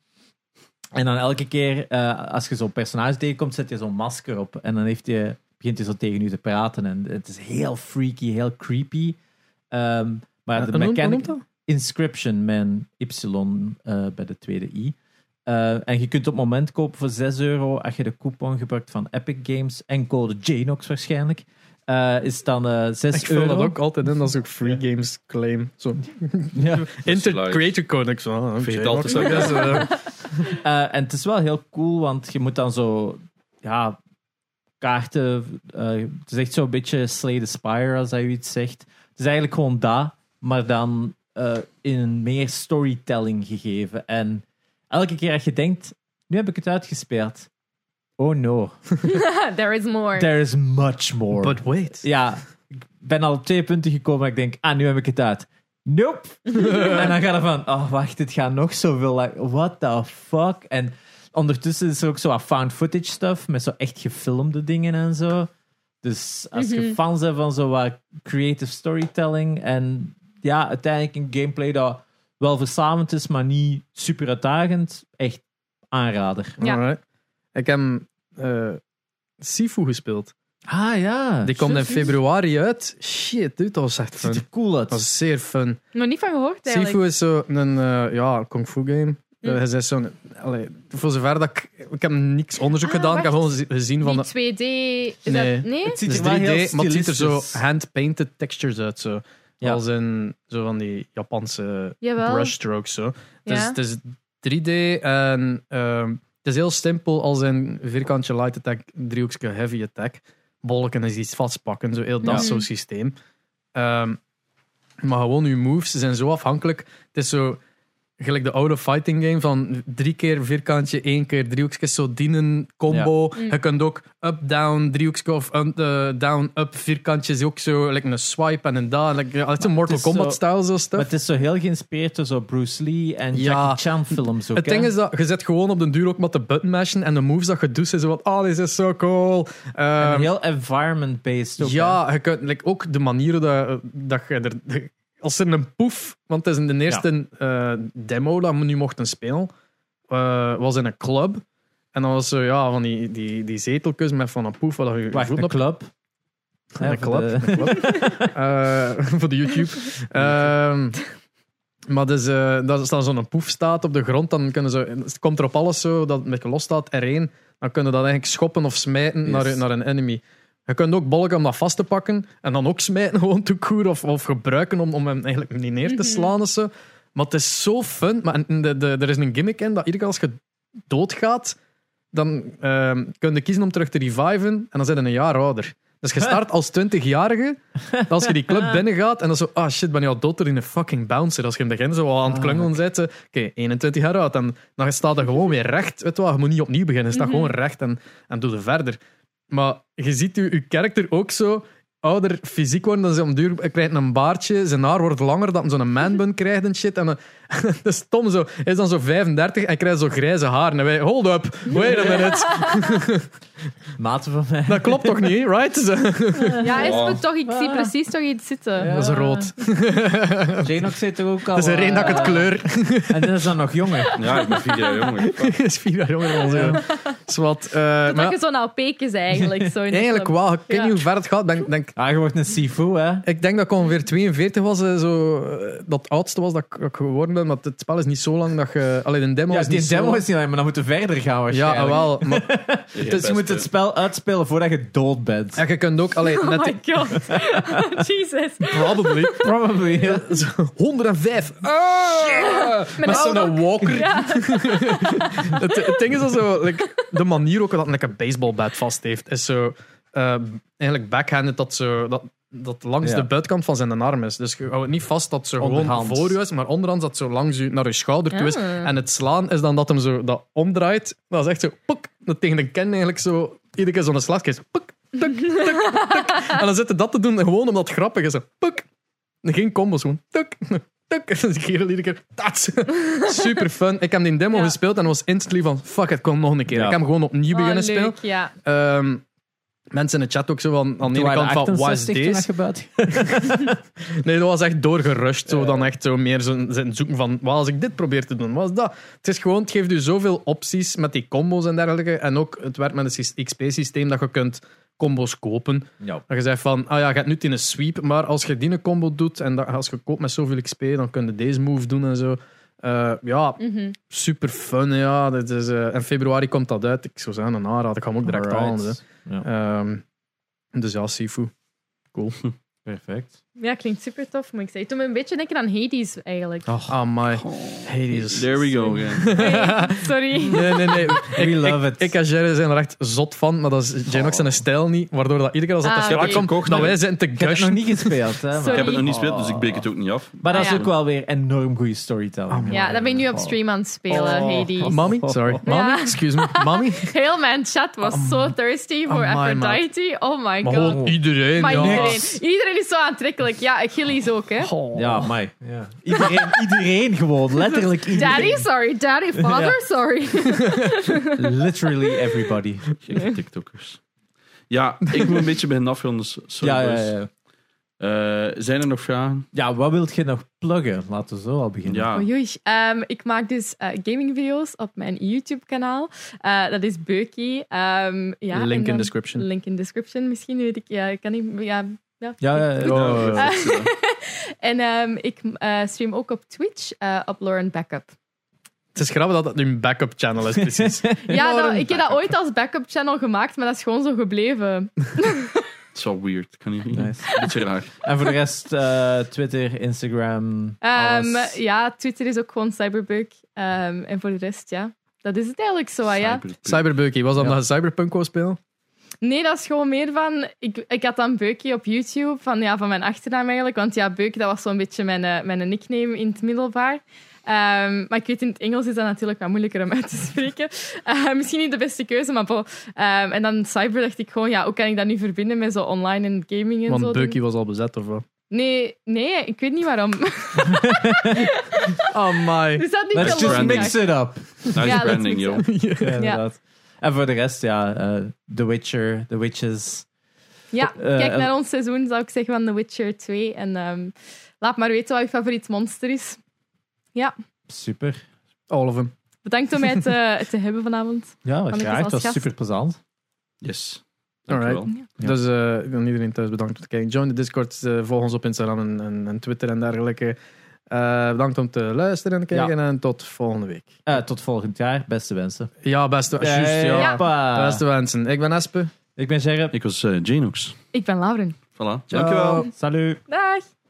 En dan elke keer, eh, als je zo'n personage tegenkomt, zet je zo'n masker op. En dan heeft je, begint hij zo tegen je te praten. En het is heel freaky, heel creepy. Ehm, maar En de hoe noemt- hoe mechanic... noemt dat? Inscription Man Y eh, bij de tweede I. Eh, en je kunt op moment kopen voor 6 euro als je de coupon gebruikt van Epic Games en code JNOX waarschijnlijk. Eh, is dan eh 6 Ik vul euro. dat ook altijd in, dat is ook free games claim. Zo. Ja. Inter Sluit. Creator Codex. Oh, Vind je oké, het altijd makkelijk. zo? Dat is, eh, Eh, en het is wel heel cool, want je moet dan zo ja, kaarten. eh, het is echt zo'n beetje Slay the Spire als hij iets zegt. Het is eigenlijk gewoon dat, maar dan eh, in meer storytelling gegeven. En elke keer als je denkt: nu heb ik het uitgespeeld. Oh no, There is more. there is much more. But wait. Ja, ik ben al op twee punten gekomen. maar Ik denk, ah, nu heb ik het uit. Nope. en dan gaat er van, oh wacht, dit gaat nog zoveel. Like, what the fuck? En ondertussen is er ook zo wat found footage stuff met zo echt gefilmde dingen en zo. Dus als Mhm. je fan bent van zo wat creative storytelling en ja, uiteindelijk een gameplay dat wel verslavend is, maar niet super uitdagend, echt aanrader. Ja. Alright. Ik heb eh, Sifu gespeeld. Ah ja. Die komt in Juist. februari uit. Shit, dude, dat was echt Ziet fun. er cool Dat uit. was zeer fun. Nog niet van gehoord eigenlijk. Sifu is zo een eh, ja, kung fu game. Mm. Hij is zo'n. allee, voor zover dat ik. Ik heb niks onderzoek Ah, gedaan. Ik heb wacht. gewoon zi- gezien van. Die Dat, 2D. Is Nee. dat, nee? Het ziet het is er wel 3D, heel Dus maar het ziet er zo stilistisch- hand-painted textures uit. Zo. Ja. Als in zo van die Japanse Jawel. brushstrokes. Zo. Het, is, Ja. het is 3D en ehm, het is heel simpel als een vierkantje light attack, driehoekje heavy attack. Bolken is iets vastpakken, zo heel dat Mhm. Ja. soort systeem. Ehm, maar gewoon uw moves zijn zo afhankelijk. Het is zo gelijk de oude fighting game van drie keer vierkantje, één keer driehoekje, zo dienen combo. Ja. Mm. Je kunt ook up, down, driehoekje of un- eh, down, up, vierkantje is ook zo, like een swipe en een da. Like, ja, het is een Mortal het is Kombat style zo stuff. Maar het is zo heel geïnspireerd door zo Bruce Lee en Ja. Jackie Chan films ook. Het ding hè? is dat je zet gewoon op den duur ook met de button mashen en de moves dat je doet zijn zo wat, ah, dit is zo cool. En Ehm, heel environment-based ook. ja, je kunt like, ook de manieren dat, dat je er... Als er een poef, want het is in de eerste eh, demo dat we nu mochten spelen, eh, was in een club. En dan was zo, ja, van die, die, die zeteltjes met van een poef, waar je je Wacht, voeten een op club. Een Hè, voor klap. de- een klap. Eh, voor de YouTube. Ehm, maar dus, eh dat, als dan zo'n poef staat op de grond, dan kunnen ze, het komt er op alles zo dat het een beetje los staat, R1. Dan kunnen dat eigenlijk schoppen of smijten naar, Yes. naar een enemy. Je kunt ook bolken om dat vast te pakken en dan ook smijten gewoon te koer of, of gebruiken om, om hem eigenlijk niet neer te slaan. of zo. Maar het is zo fun. Maar en- en de, de, er is een gimmick in dat iedere keer als je doodgaat, dan ehm kun je kiezen om terug te reviven en dan zijn je een jaar ouder. Dus je start als 20-jarige. en Als je die club binnengaat en dan zo, ah shit, ben je al dood door in een fucking bouncer. Als je in het begin zo al aan het klungelen bent, zo, oké, 21 jaar oud. En dan staat er gewoon weer recht. Weet je wel, je moet niet opnieuw beginnen. Je staat gewoon recht en, en doe er verder. Maar je ziet je, je karakter ook zo ouder fysiek worden. Dan ze om duur hij krijgt een baardje, zijn haar wordt langer, dat hij zo'n manbun krijgt en shit. En dan, dat is Tom zo, hij is dan zo 35 en krijgt zo grijze haar. En wij, hold up, wait a minute. Maten van mij. Dat klopt toch niet, right? Ja, is Oh. het toch? Ik zie precies toch iets zitten. Ah. Ja. Dat is rood. Janox zit er ook al. Dat is een reden dat ik het eh, kleur. En dat is dan nog jonger. Ja, ik ben vier jaar jonger. is vier jaar jonger dan ons. ja. Zwat, eh, maar Dat dus ja, je zo'n alpeek is eigenlijk. Zo in de eigenlijk film. wel. Ik weet Ja. niet hoe ver het gaat. Ben, denk, Ah, je wordt een Sifu, hè? ik denk dat ik ongeveer 42 was. eh, Zo, eh, dat het oudste was dat ik, dat ik geworden ben. Maar het spel is niet zo lang dat je... Alleen een demo Ja, is niet die zo demo lang. is niet alleen, maar dan moeten we verder gaan Ja, waarschijnlijk. ah, wel. Maar, Dus je moet het spel uitspelen voordat je dood bent. en je kunt ook... Allee, Oh net, my god. Jesus. probably. Probably. ja. Zo, 105. Ah! Met Met een zo'n walker. Ja. het, het ding is dat zo, like, de manier ook dat like, een baseballbat vast heeft, is zo eh, eigenlijk backhanded dat zo. Dat, dat langs Ja. de buitenkant van zijn arm is. Dus je houdt het niet vast dat ze gewoon Onderhand. voor u is, maar onderhand dat zo langs u naar uw schouder toe is. Ah. En het slaan is dan dat hem zo dat omdraait. Dat is echt zo, pok, dat tegen de ken eigenlijk zo, iedere keer zo'n slag is, pok, tuk, tuk, tuk. En dan zitten dat te doen gewoon omdat het grappig is. Zo, pok, geen combos, gewoon tuk, tuk. En dan kerel iedere keer, tats. Super fun. Ik heb die demo Ja. gespeeld en was instantly van, fuck it, kom nog een keer. Ja. Ik heb hem gewoon opnieuw Oh, beginnen spelen. leuk, ja. Ehm, mensen in de chat ook zo van, aan de Toen ene waren kant van, wat is 68 toen deze? afgebouwd. Nee, dat was echt doorgerusht. Zo, dan echt zo meer zo, zijn zoeken van, wat als ik dit probeer te doen, wat is dat? Het is gewoon, het geeft u zoveel opties met die combos en dergelijke. En ook, het werkt met het XP-systeem dat je kunt combos kopen. Ja. Dat je zegt van, ah ja, je hebt nu in een sweep, maar als je die een combo doet en dat, als je koopt met zoveel XP, dan kun je deze move doen en zo. Eh, ja, Mhm. super fun. Ja. Dat is, eh, in februari komt dat uit. Ik zou zeggen, een aanraad. Ik ga hem ook direct aan. Alright. Ja, dus ja, Sifu. perfect. ja, klinkt super tof, moet ik zeggen. Het doet me een beetje denken aan Hades eigenlijk. Ah, my. Oh. Hades. There we go. yeah. Nee, sorry. Nee, nee, nee. We love ik, it. Oh. ik en Jerry zijn er echt zot van, maar dat is Jenox zijn stijl niet, waardoor dat iedere keer als dat Ah, er oké. sprake komt, Gekocht, dat nee. wij zijn te Ik heb het nog gushen. niet gespeeld, hè. Sorry. Ik heb Maar, het nog niet gespeeld, dus ik breek het ook niet af. maar dat is Ah, ja. ook wel weer enorm goede storytelling. Ah, Ja, dat ben ik nu op stream aan het spelen, Oh. Hades. Mommy? Sorry. Mommy? Ja. Excuse me. Mommy? Heel mijn chat was zo thirsty voor amai, maat. Aphrodite. Oh my Maar god. gewoon iedereen, Maar ja. iedereen, iedereen is zo aantrekkelijk. Ja, Achilles ook, hè. Oh. Ja, mij. Ja. Iedereen, iedereen gewoon. Letterlijk Daddy, iedereen. sorry. Daddy, father, sorry. Literally everybody. Gekke TikTokkers. Ja, ik moet een beetje beginnen afronden. so- Sorry, Ja, ja, boys. ja. Eh, zijn er nog vragen? Ja, wat wilt je nog pluggen? Laten we zo al beginnen. Ja. Oei, oei. Ehm, ik maak dus eh, gamingvideo's op mijn YouTube-kanaal. Eh, dat is Beukie. Ehm, ja, en Link in dan- description. Link in description, misschien weet ik. Ja, ik kan niet. Ja, ja. Ja, ja, ja. Oh, Ja, eh, En ehm, ik eh, stream ook op Twitch eh, op Lauren Backup. Het is grappig dat dat nu een backup channel is, precies. Ja, dat- Lauren ik heb dat ooit als backup channel gemaakt, maar dat is gewoon zo gebleven. Het is wel weird. Kan je niet? Nice. Beetje raar. En voor de rest, eh, Twitter, Instagram, Ehm, alles. ja, Twitter is ook gewoon Cyberbug. Ehm, en voor de rest, ja. Dat is het eigenlijk zo, ah, ja. Cyberpunk. Cyberbunkie, was dat Ja. omdat je Cyberpunk wou spelen? Nee, dat is gewoon meer van... Ik, ik had dan Beukie op YouTube, van, ja, van mijn achternaam eigenlijk. Want ja, Beuk, dat was zo'n beetje mijn, eh, mijn nickname in het middelbaar. Ehm, maar ik weet, in het Engels is dat natuurlijk wat moeilijker om uit te spreken. Eh, misschien niet de beste keuze, maar bon. Ehm, en dan cyber dacht ik gewoon, ja, hoe kan ik dat nu verbinden met zo online en gaming en zo? Want doen? Bunkie was al bezet, of wat? Nee, nee, ik weet niet waarom. Oh my. Dus dat niet Let's te just lang. mix it up. Nice Ja, dat branding, is joh. ook Ja, inderdaad. En voor de rest, ja, eh, The Witcher, The Witches. Ja, Eh, kijk en- naar ons seizoen, zou ik zeggen, van The Witcher 2. En ehm, laat maar weten wat je favoriet monster is. Super. All of them. Bedankt om mij te, te hebben vanavond. Ja, graag. ik Oh, was Het als was gast. super plezant. Yes. Alright. Dankjewel. Ja. Dus eh, ik wil iedereen thuis bedankt voor het kijken. Join de Discord, eh, volg ons op Instagram en, en, en Twitter en dergelijke. Eh, bedankt om te luisteren en kijken en tot volgende week. Eh, tot volgend jaar. Beste wensen. Ja, beste, juist, ja. Hoppa. beste wensen. Ik ben Espe. Ik ben Gerrit. Ik was eh Genox. Ik ben Lauren. Voilà. Dankjewel. Salut. Dag!